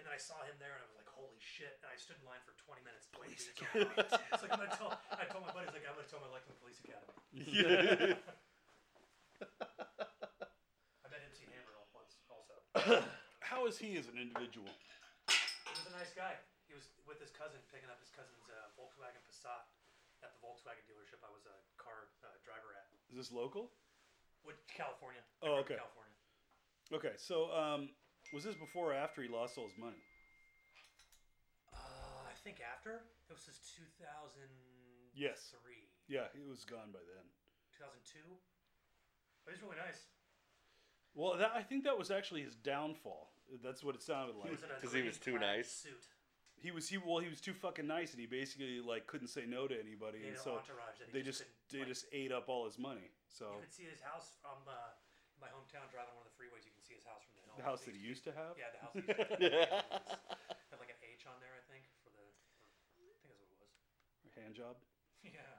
Speaker 2: And then I saw him there, and I was like, "Holy shit!" And I stood in line for 20 minutes. to play Police Academy. it's like I'm gonna tell. I told my buddies, like, I'm gonna tell my life in the Police Academy. I met MC Hammer al- once, also.
Speaker 3: <laughs> How is he as an individual?
Speaker 2: He was a nice guy. He was with his cousin, picking up his cousin's uh, Volkswagen Passat at the Volkswagen dealership I was a car uh, driver at.
Speaker 3: Is this local?
Speaker 2: Which California? I grew up
Speaker 3: Oh,
Speaker 2: in
Speaker 3: okay.
Speaker 2: California.
Speaker 3: Okay, so um, was this before or after he lost all his money?
Speaker 2: Uh, I think after it was since 2003.
Speaker 3: Yes. Yeah, he was gone by then.
Speaker 2: 2002. But he's really nice.
Speaker 3: Well, that, I think that was actually his downfall. That's what it sounded like.
Speaker 2: He <laughs> was in a
Speaker 1: 'Cause he was too
Speaker 2: green plaid
Speaker 1: nice.
Speaker 2: Suit.
Speaker 3: he was he well he was too fucking nice and he basically like couldn't say no to anybody
Speaker 2: He had
Speaker 3: and
Speaker 2: an
Speaker 3: so
Speaker 2: entourage that he
Speaker 3: they
Speaker 2: just
Speaker 3: just
Speaker 2: couldn't,
Speaker 3: they
Speaker 2: like-
Speaker 3: just ate up all his money so
Speaker 1: Oh.
Speaker 2: You could see his house from uh, my hometown. Driving one of the freeways, you can see his house from the hill.
Speaker 3: the house that he used to have
Speaker 2: Yeah, the
Speaker 1: <laughs>
Speaker 2: house. That he used to have like an H on there, I think, for the. For, I think that's what it was. <laughs>
Speaker 3: hand job <laughs>
Speaker 2: Yeah.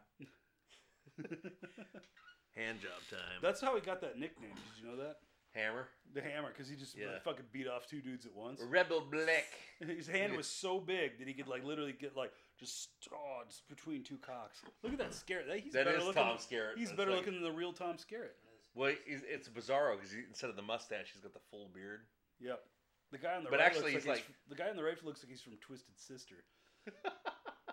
Speaker 1: Hand job time.
Speaker 3: that's how he got that nickname did you know that
Speaker 1: Hammer.
Speaker 3: the hammer because he just
Speaker 1: Yeah.
Speaker 3: fucking beat off two dudes at once
Speaker 1: Rebel Black.
Speaker 3: <laughs> his hand was so big that he could like literally get like just, oh, just between two cocks look at that scarrett that, he's
Speaker 1: That
Speaker 3: better
Speaker 1: is
Speaker 3: looking
Speaker 1: Tom Skerritt.
Speaker 3: he's
Speaker 1: That's
Speaker 3: better
Speaker 1: like-
Speaker 3: looking than the real tom scarrett
Speaker 1: Well, he's, it's bizarro because instead of the mustache, he's got the full beard.
Speaker 3: Yep. The guy on the
Speaker 1: But
Speaker 3: right
Speaker 1: actually
Speaker 3: looks
Speaker 1: he's
Speaker 3: like,
Speaker 1: like-
Speaker 3: the guy on the right looks like he's from Twisted Sister. <laughs>
Speaker 1: <laughs>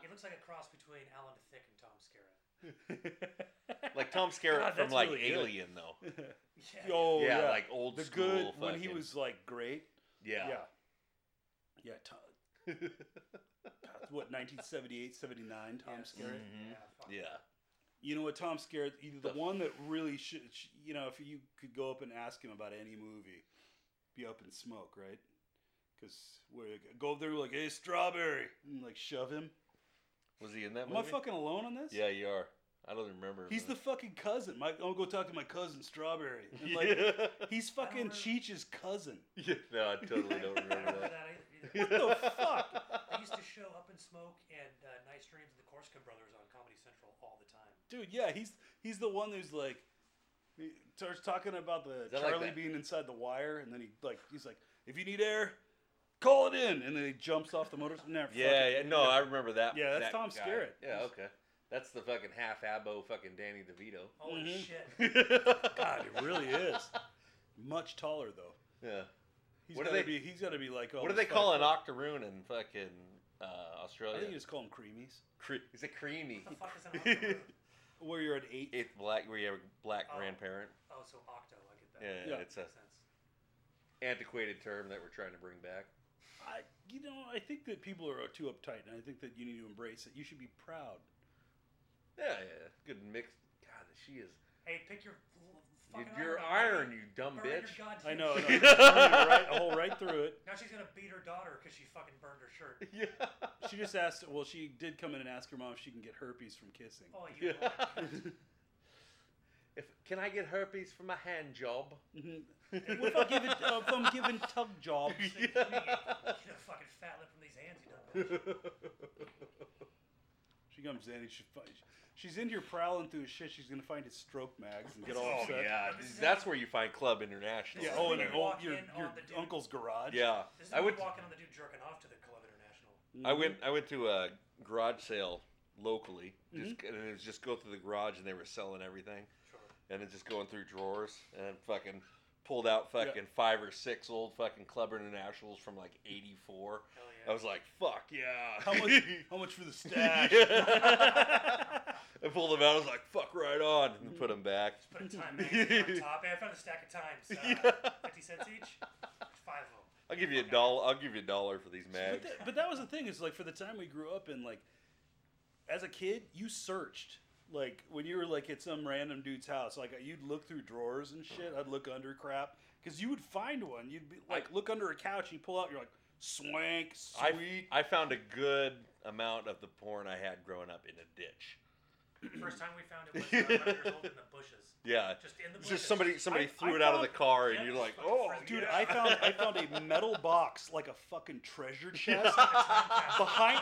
Speaker 2: He looks like a cross between Alan Thick and Tom Skerritt. <laughs>
Speaker 1: Like Tom Skerritt
Speaker 3: God,
Speaker 1: from
Speaker 3: that's
Speaker 1: like
Speaker 3: really good.
Speaker 1: Alien, though. <laughs>
Speaker 2: Yeah.
Speaker 3: Yo,
Speaker 1: yeah,
Speaker 3: yeah,
Speaker 1: like old
Speaker 3: the
Speaker 1: school.
Speaker 3: good when he
Speaker 1: fucking-
Speaker 3: was like great.
Speaker 1: Yeah.
Speaker 3: Yeah. Yeah, Tom.
Speaker 1: <laughs>
Speaker 3: what 1978, 79 Tom
Speaker 2: Yeah. Mm-hmm.
Speaker 1: Mhm.
Speaker 3: Skerritt.
Speaker 2: Yeah, fuck.
Speaker 1: Yeah.
Speaker 3: You know what Tom Skerritt, he- the,
Speaker 1: The-
Speaker 3: one that really should sh- you know, if you could go up and ask him about any movie, be up in smoke, right? Cuz we're go up there like, "Hey, strawberry." And like shove him.
Speaker 1: Was he in that
Speaker 3: Am I
Speaker 1: movie?
Speaker 3: fucking alone on this?
Speaker 1: Yeah, you are. I don't remember. him
Speaker 3: He's
Speaker 1: in
Speaker 3: the
Speaker 1: it.
Speaker 3: fucking cousin. My, I'll go talk to my cousin Strawberry.
Speaker 1: <laughs>
Speaker 3: And, like,
Speaker 1: yeah.
Speaker 3: He's fucking
Speaker 2: remember.
Speaker 3: Cheech's cousin.
Speaker 1: yeah. No, I totally don't
Speaker 2: I don't
Speaker 1: remember
Speaker 2: remember
Speaker 1: that.
Speaker 2: that either. either.
Speaker 1: <laughs>
Speaker 3: <laughs> What the fuck?
Speaker 2: They used to show Up in Smoke and uh, Nice Dreams of the Corsica Brothers on Comedy Central all the time.
Speaker 3: Dude, yeah, he's he's the one who's like he starts talking about the
Speaker 1: Is that like
Speaker 3: Charlie
Speaker 1: that-
Speaker 3: being inside the wire and then he like he's like, If you need air, call it in and then he jumps off the motorcycle. Nah, fuck
Speaker 1: <laughs> Yeah,
Speaker 3: it.
Speaker 1: yeah. No, I remember that.
Speaker 3: Yeah, that's
Speaker 1: that
Speaker 3: Tom
Speaker 1: guy.
Speaker 3: Skerritt.
Speaker 1: Yeah. Okay. That's the fucking half abo fucking Danny DeVito.
Speaker 2: Holy
Speaker 3: Mhm.
Speaker 2: shit.
Speaker 3: God, it really is. Much taller though.
Speaker 1: <laughs> yeah.
Speaker 3: He's
Speaker 1: What do
Speaker 3: gotta
Speaker 1: they-
Speaker 3: be he's gotta be like
Speaker 1: What do they call an octoroon in fucking uh,
Speaker 3: I
Speaker 1: Australia?
Speaker 3: think you just call them creamies.
Speaker 1: Cre- it's a creamy.
Speaker 2: What the fuck is
Speaker 1: <laughs>
Speaker 2: an octo?
Speaker 3: Where you're at eight.
Speaker 1: It's black where you have a black
Speaker 2: Oh.
Speaker 1: grandparent.
Speaker 2: Oh, so octo, I get that.
Speaker 1: Yeah,
Speaker 3: Yeah.
Speaker 1: it's a
Speaker 2: Makes sense.
Speaker 1: antiquated term that we're trying to bring back.
Speaker 3: I, you know, I think that people are too uptight, and I think that you need to embrace it. You should be proud.
Speaker 1: Yeah, yeah. Good mix. God, she is.
Speaker 2: Hey, pick your l- fucking
Speaker 1: you're
Speaker 2: iron.
Speaker 1: iron, you dumb
Speaker 2: Burn your
Speaker 1: bitch.
Speaker 2: goddamn
Speaker 3: I know. I know.
Speaker 2: shit.
Speaker 3: You're right, a hole right through it.
Speaker 2: Now she's gonna beat her daughter because she fucking burned
Speaker 1: <laughs>
Speaker 2: her shirt.
Speaker 1: yeah.
Speaker 3: She just asked. Well, she did come in and ask her mom if she can get herpes from kissing.
Speaker 2: Oh, you. Yeah.
Speaker 1: <laughs> If can I get herpes from a hand job?
Speaker 3: <laughs> what if I give it? Uh, if I'm giving tug jobs,
Speaker 1: <laughs>
Speaker 2: Get a fucking fat lip from these hands, you dumb bitch.
Speaker 3: <laughs> she comes in and she, fi- she's in here prowling through his shit. She's gonna find his stroke mags and get all
Speaker 1: oh
Speaker 3: upset.
Speaker 1: yeah,
Speaker 2: This is-
Speaker 1: that's where you find Club International.
Speaker 3: Yeah,
Speaker 2: This is
Speaker 3: Oh,
Speaker 2: when
Speaker 3: and
Speaker 2: you
Speaker 3: your, old-
Speaker 2: walk
Speaker 3: your,
Speaker 2: in on
Speaker 3: your
Speaker 2: the dude.
Speaker 3: uncle's garage.
Speaker 1: Yeah.
Speaker 2: This is
Speaker 1: I
Speaker 2: I
Speaker 1: would.
Speaker 2: walking on the dude jerking off to the Club International.
Speaker 1: I went.
Speaker 2: Mm-hmm.
Speaker 1: I went to a garage sale locally, just
Speaker 3: Mm-hmm.
Speaker 1: and it was just go through the garage, and they were selling everything,
Speaker 2: Sure.
Speaker 1: and it's just going through drawers, and fucking pulled out fucking five or six old fucking Club Internationals from like '84.
Speaker 2: Hell
Speaker 1: I
Speaker 2: yeah.
Speaker 1: was like, fuck yeah.
Speaker 3: Mm-hmm.
Speaker 1: <laughs>
Speaker 3: How much? How much for the stash?
Speaker 1: I pulled them out. I was like, "Fuck right on," and put them back.
Speaker 2: Put
Speaker 1: <laughs>
Speaker 2: a time magazine on top. Hey, I found a stack of times. Uh,
Speaker 1: Yeah.
Speaker 2: Fifty cents each. Five of them.
Speaker 1: I'll give you a dollar. I'll give you a dollar for these
Speaker 3: But
Speaker 1: mags.
Speaker 3: that, but that was the thing is like for the time we grew up in like as a kid you searched like when you were like at some random dude's house like you'd look through drawers and shit I'd look under crap because you would find one you'd be like look under a couch you pull out you're like swank
Speaker 1: I,
Speaker 3: sweet
Speaker 1: I found a good amount of the porn I had growing up in a ditch. <laughs>
Speaker 2: First time we found it was uh, when we were old in the bushes.
Speaker 1: Yeah.
Speaker 2: Just in the
Speaker 1: It's
Speaker 2: bushes.
Speaker 1: just somebody somebody
Speaker 3: I-
Speaker 1: threw
Speaker 3: I
Speaker 1: it out of the
Speaker 3: found-
Speaker 1: car and
Speaker 2: yeah,
Speaker 1: you're
Speaker 2: just
Speaker 1: like,
Speaker 2: fucking
Speaker 1: oh,
Speaker 2: frisbee
Speaker 3: Dude,
Speaker 2: it
Speaker 3: I found I found a metal box like a fucking treasure chest <laughs> behind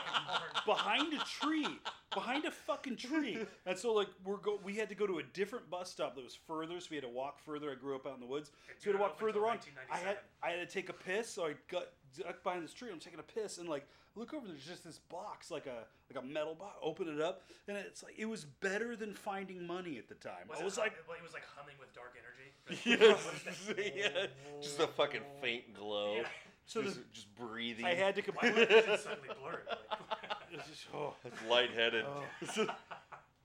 Speaker 3: behind a tree, behind a fucking tree. And so like we're go we had to go to a different bus stop that was further, so we had to walk further. I grew up out in the woods, so we had
Speaker 2: Dude,
Speaker 3: to
Speaker 2: I
Speaker 3: walk
Speaker 2: went till
Speaker 3: further on. I had
Speaker 2: 1997.
Speaker 3: I had to take a piss, so I got ducked behind this tree. I'm taking a piss, and like look over, there's just this box, like a like a metal box. Open it up, and it's like it was better than finding money at the time. I
Speaker 2: it
Speaker 3: was
Speaker 2: hum-
Speaker 3: like,
Speaker 2: it was like humming with dark energy.
Speaker 1: <laughs> yes, yeah. just a fucking faint glow.
Speaker 2: Yeah.
Speaker 3: So
Speaker 1: just,
Speaker 3: the-
Speaker 1: just breathing.
Speaker 3: I
Speaker 1: <laughs>
Speaker 3: had to
Speaker 2: Why
Speaker 3: complete. <laughs>
Speaker 2: was it suddenly blurry? Like, <laughs>
Speaker 3: It's just, oh,
Speaker 1: lightheaded. <laughs>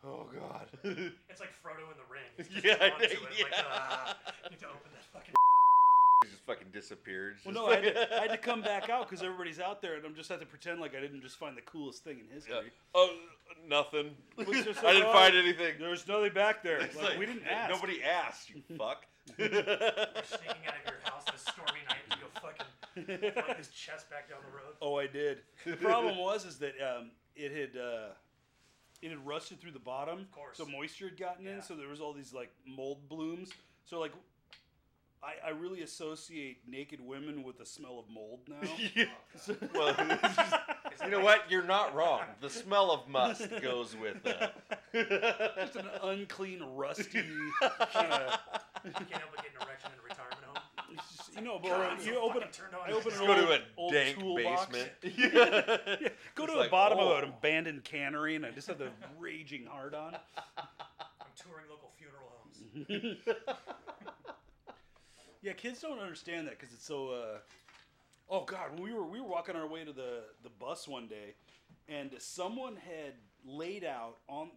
Speaker 3: Oh. oh god.
Speaker 2: it's like Frodo in the Ring. He's just
Speaker 1: Yeah, I
Speaker 2: onto it,
Speaker 1: know,
Speaker 2: Like,
Speaker 1: yeah.
Speaker 2: ah, you need to open that fucking.
Speaker 1: He just fucking disappeared. It's
Speaker 3: Well,
Speaker 1: just
Speaker 3: no, I had,
Speaker 1: like- <laughs>
Speaker 3: to, I had to come back out because everybody's out there, and I'm just had to pretend like I didn't just find the coolest thing in
Speaker 1: Yeah.
Speaker 3: history.
Speaker 1: Oh,
Speaker 3: <laughs>
Speaker 1: nothing. I
Speaker 3: What's
Speaker 1: didn't <laughs>
Speaker 3: this about?
Speaker 1: find anything.
Speaker 3: There's nothing back there.
Speaker 1: <laughs> It's eh,
Speaker 3: Like, oh. we didn't ask.
Speaker 1: Nobody asked.
Speaker 3: <laughs>
Speaker 1: You fuck. <laughs>
Speaker 2: sneaking out of your house this stormy night to go fucking
Speaker 1: <laughs>
Speaker 2: run his chest back down the road.
Speaker 3: Oh, I did. The problem was is that um, it had uh, it had rusted through the bottom, of
Speaker 2: course.
Speaker 3: so moisture had gotten
Speaker 2: Yeah.
Speaker 3: in, so there was all these like mold blooms. So like, I, I really associate naked women with the smell of mold now. <laughs>
Speaker 1: well, it's just-
Speaker 2: Is
Speaker 1: you
Speaker 2: that
Speaker 1: know
Speaker 2: like-
Speaker 1: what? You're not wrong. The smell of
Speaker 3: <laughs>
Speaker 1: must goes with that.
Speaker 3: Just an unclean, rusty. kinda-
Speaker 2: You can't help but get an erection in a retirement home.
Speaker 3: It's just- you know, but
Speaker 2: God, I'm
Speaker 3: you
Speaker 2: so
Speaker 3: open
Speaker 2: fucking turned on.
Speaker 3: I open
Speaker 1: Just
Speaker 3: an
Speaker 1: go to
Speaker 3: old-
Speaker 1: a
Speaker 3: old
Speaker 1: dank
Speaker 3: toolbox.
Speaker 1: basement.
Speaker 3: <laughs>
Speaker 1: <laughs>
Speaker 3: Yeah, go
Speaker 1: It's
Speaker 3: to
Speaker 1: like,
Speaker 3: the bottom
Speaker 1: oh.
Speaker 3: of an abandoned cannery, and I just have the <laughs> raging hard on.
Speaker 2: I'm touring local funeral homes.
Speaker 1: Mm-hmm.
Speaker 3: Yeah, kids don't understand that because it's so. Uh, oh God, when we were we were walking our way to the the bus one day, and someone had laid out on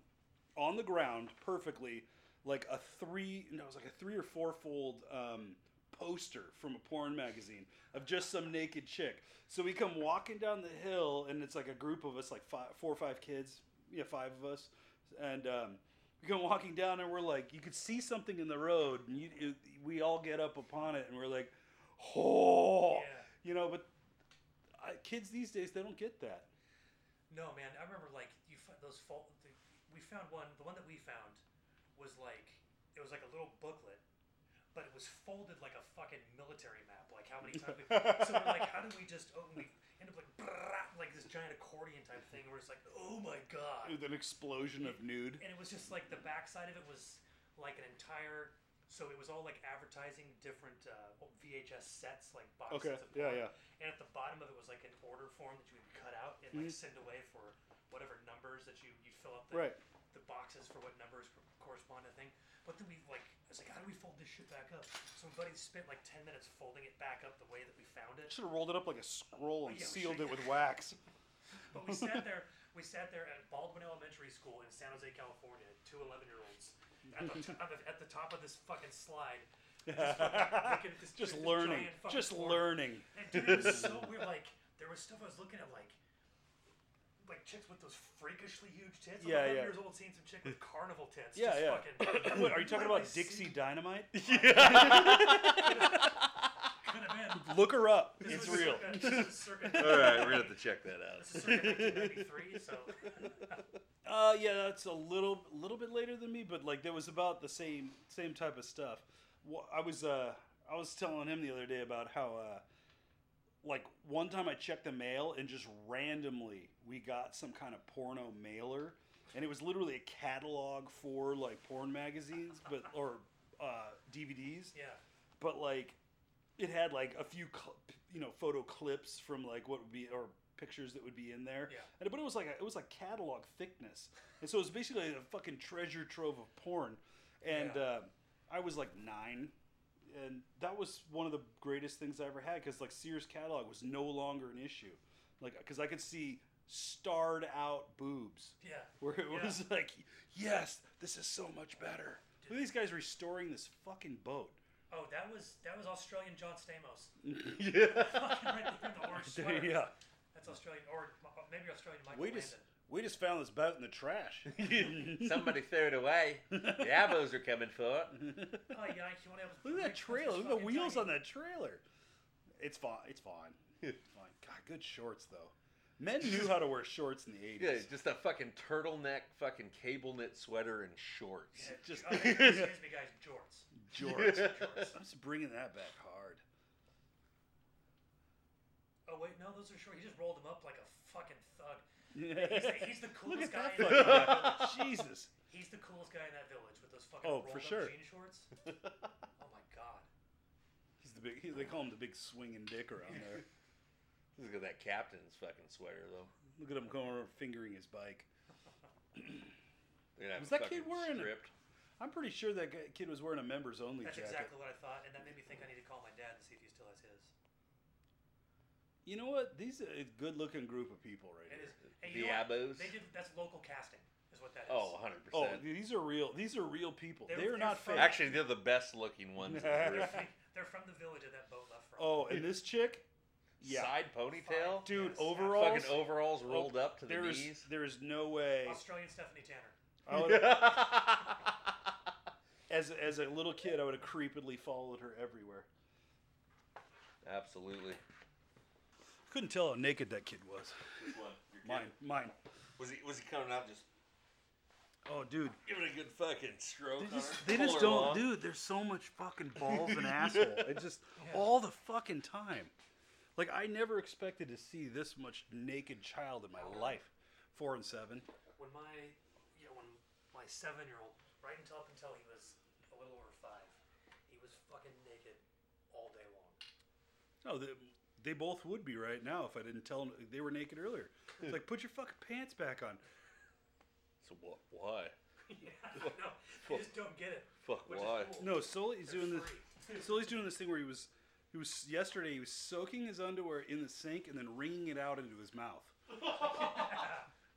Speaker 3: on the ground perfectly like a three no it was like a three or four fold um, poster from a porn magazine of just some naked chick so we come walking down the hill and it's like a group of us like five, four or five kids yeah five of us and um, we come walking down and we're like you could see something in the road and you, it, we all get up upon it and we're like oh
Speaker 2: Yeah.
Speaker 3: you know but I, kids these days they don't get that
Speaker 2: No, man, I remember like you f- those fault. The, we found one. The one that we found was like it was like a little booklet, but it was folded like a fucking military map. Like how many times? We, so we're like, how do we just open? We end up like brrrr, like this giant accordion type thing where it's like, oh my god!
Speaker 3: with an explosion of nude
Speaker 2: And it was just like the backside of it was like an entire. So it was all like advertising different uh, what VHS sets, like boxes.
Speaker 3: Okay,
Speaker 2: Of
Speaker 3: yeah,
Speaker 2: porn.
Speaker 3: yeah. Mm-hmm.
Speaker 2: And at the bottom of it was like an order form that you would cut out and like send away for whatever numbers that you you fill up the,
Speaker 3: Right.
Speaker 2: the boxes for what numbers cor- correspond to thing. But then we like I was like, how do we fold this shit back up? So my buddy spent like ten minutes folding it back up the way that we found it.
Speaker 3: Should have rolled it up like a scroll and
Speaker 2: Yeah, we
Speaker 3: sealed
Speaker 2: should.
Speaker 3: it with wax.
Speaker 2: But we sat there. We sat there at Baldwin Elementary School in San Jose, California. Two 11 year olds at the, to- at the- at the top of this fucking slide. Just, fucking looking at this-
Speaker 3: <laughs> Just
Speaker 2: this
Speaker 3: learning.
Speaker 2: giant fucking
Speaker 3: Just
Speaker 2: board.
Speaker 3: learning.
Speaker 2: And dude, it was so weird. Like there was stuff I was looking at, like like chicks with those freakishly huge tits. I'm
Speaker 3: Yeah,
Speaker 2: 11
Speaker 3: yeah.
Speaker 2: Years old, seeing some chick with carnival tits.
Speaker 3: Yeah,
Speaker 2: just
Speaker 3: yeah.
Speaker 2: Fucking,
Speaker 3: What, are you talking
Speaker 2: did I
Speaker 3: about
Speaker 2: see? <laughs>
Speaker 3: Dixie Dynamite?
Speaker 2: Could have been.
Speaker 3: Look her up.
Speaker 2: This
Speaker 3: it's
Speaker 2: was
Speaker 3: real.
Speaker 2: circa- this was circa-
Speaker 1: All right, we're gonna have to check that
Speaker 3: <laughs>
Speaker 1: out.
Speaker 2: This is circa 1993, so <laughs>
Speaker 3: Uh, yeah, that's a little little bit later than me, but like that was about the same same type of stuff. Wha- I was uh I was telling him the other day about how uh like one time I checked the mail and just randomly we got some kind of porno mailer and it was literally a catalog for like porn magazines but or uh, DVDs
Speaker 2: yeah.
Speaker 3: but like it had like a few cl- you know photo clips from like what would be or pictures that would be in there
Speaker 2: Yeah.
Speaker 3: and, but it was like a, it was like catalog thickness and so it was basically a fucking treasure trove of porn and
Speaker 2: Yeah.
Speaker 3: uh, i was like nine and that was one of the greatest things i ever had because like sears catalog was no longer an issue like because i could see starred out boobs
Speaker 2: Yeah.
Speaker 3: where it
Speaker 2: Yeah.
Speaker 3: was <laughs> like yes this is so much better look at these guys restoring this fucking boat
Speaker 2: <laughs> Oh, that was that was Australian John Stamos.
Speaker 3: <laughs>
Speaker 1: Yeah.
Speaker 2: Fucking right there in the orange sweater.
Speaker 3: yeah
Speaker 2: That's Australian, or m- maybe Australian Michael
Speaker 3: We
Speaker 2: Landon.
Speaker 3: just we just found this boat in
Speaker 2: <laughs>
Speaker 3: the trash.
Speaker 1: Somebody threw it away. The abos are coming for it.
Speaker 2: Oh, yeah, you want to have
Speaker 3: Look at that trailer. Look at
Speaker 2: <laughs>
Speaker 3: the wheels on that trailer. It's fine. It's fine. It's fine. God, good shorts though. Men knew how to wear
Speaker 2: <laughs>
Speaker 3: shorts in the eighties.
Speaker 1: Yeah, just a fucking turtleneck, fucking cable knit sweater and shorts.
Speaker 2: Yeah,
Speaker 3: Just-
Speaker 2: oh, excuse me, guys,
Speaker 3: <laughs>
Speaker 2: jorts.
Speaker 3: Jorts.
Speaker 1: Yeah.
Speaker 3: jorts. I'm just bringing that back hard.
Speaker 2: Oh wait, no, those are short. He just rolled them up like a fucking thug. <laughs> He's the,
Speaker 3: Yeah.
Speaker 2: he's the
Speaker 3: <laughs> Look
Speaker 2: coolest guy.
Speaker 3: at that
Speaker 2: In
Speaker 3: fucking
Speaker 2: that <laughs>
Speaker 3: guy.
Speaker 2: village.
Speaker 3: Jesus.
Speaker 2: He's the coolest guy in that village with those fucking
Speaker 3: Oh,
Speaker 2: rolled
Speaker 3: for
Speaker 2: up
Speaker 3: sure.
Speaker 2: jean
Speaker 3: <laughs>
Speaker 2: shorts. Oh my god.
Speaker 3: He's the big. He, they call him the big swinging dick around there.
Speaker 1: Look at that captain's fucking sweater though.
Speaker 3: Look at him going over fingering his bike.
Speaker 1: They're gonna have
Speaker 3: Was
Speaker 1: a
Speaker 3: that
Speaker 1: fucking
Speaker 3: kid wearing it?
Speaker 1: script.
Speaker 3: I'm pretty sure that guy- kid was wearing a members only
Speaker 2: That's
Speaker 3: jacket.
Speaker 2: exactly what I thought, and that made me think I need to call my dad and see if he still has his.
Speaker 3: You know what? These are a good looking group of people right
Speaker 2: It
Speaker 3: here.
Speaker 2: is. Hey,
Speaker 1: The
Speaker 2: you know what?
Speaker 1: abos?
Speaker 2: They did. That's local casting, is what that is.
Speaker 1: Oh, 100
Speaker 3: Oh,
Speaker 1: percent.
Speaker 3: these are real. These are real people.
Speaker 2: They're-
Speaker 3: They're,
Speaker 2: they're
Speaker 3: not
Speaker 2: from-
Speaker 3: fake.
Speaker 1: Actually, they're the best looking ones. in
Speaker 3: <laughs>
Speaker 1: the group.
Speaker 2: They're from the village that that boat left from.
Speaker 3: Oh, and this chick, Yeah.
Speaker 1: Side ponytail,
Speaker 3: dude, Oh,
Speaker 2: Yes.
Speaker 3: overalls.
Speaker 1: fucking overalls rolled up to the
Speaker 3: There is
Speaker 1: knees.
Speaker 3: there is no way.
Speaker 2: Australian Stephanie Tanner.
Speaker 1: <laughs>
Speaker 3: I would, as as a little kid, I would have creepily followed her everywhere.
Speaker 1: Absolutely.
Speaker 3: Couldn't tell how naked that kid was.
Speaker 1: Which one? Your kid?
Speaker 3: Mine, mine.
Speaker 1: Was he was he coming out just
Speaker 3: Oh, dude,
Speaker 1: giving a good fucking stroke?
Speaker 3: they
Speaker 1: on
Speaker 3: just
Speaker 1: her?
Speaker 3: they
Speaker 1: Pull
Speaker 3: just
Speaker 1: her
Speaker 3: don't,
Speaker 1: along?
Speaker 3: dude. There's so much fucking balls and asshole.
Speaker 1: <laughs>
Speaker 3: It just all the fucking time. Like I never expected to see this much naked child in my life. Four and seven.
Speaker 2: When my, you know, when my seven-year-old, right until up until he was a little over five, he was fucking naked all day long. <laughs>
Speaker 3: No, they, they both would be right now if I didn't tell them they were
Speaker 1: <laughs>
Speaker 3: naked earlier. It's like put your fucking pants back on.
Speaker 1: So what? Why?
Speaker 2: yeah, I know. You just don't get it.
Speaker 1: Fuck,
Speaker 2: Which
Speaker 1: why?
Speaker 2: Is cool.
Speaker 3: No, Sully's
Speaker 2: They're
Speaker 3: doing this.
Speaker 1: <laughs>
Speaker 2: free.
Speaker 3: Sully's doing this thing where he was, he was yesterday. He was soaking his underwear in the sink and then wringing it out into his
Speaker 1: <laughs>
Speaker 3: mouth.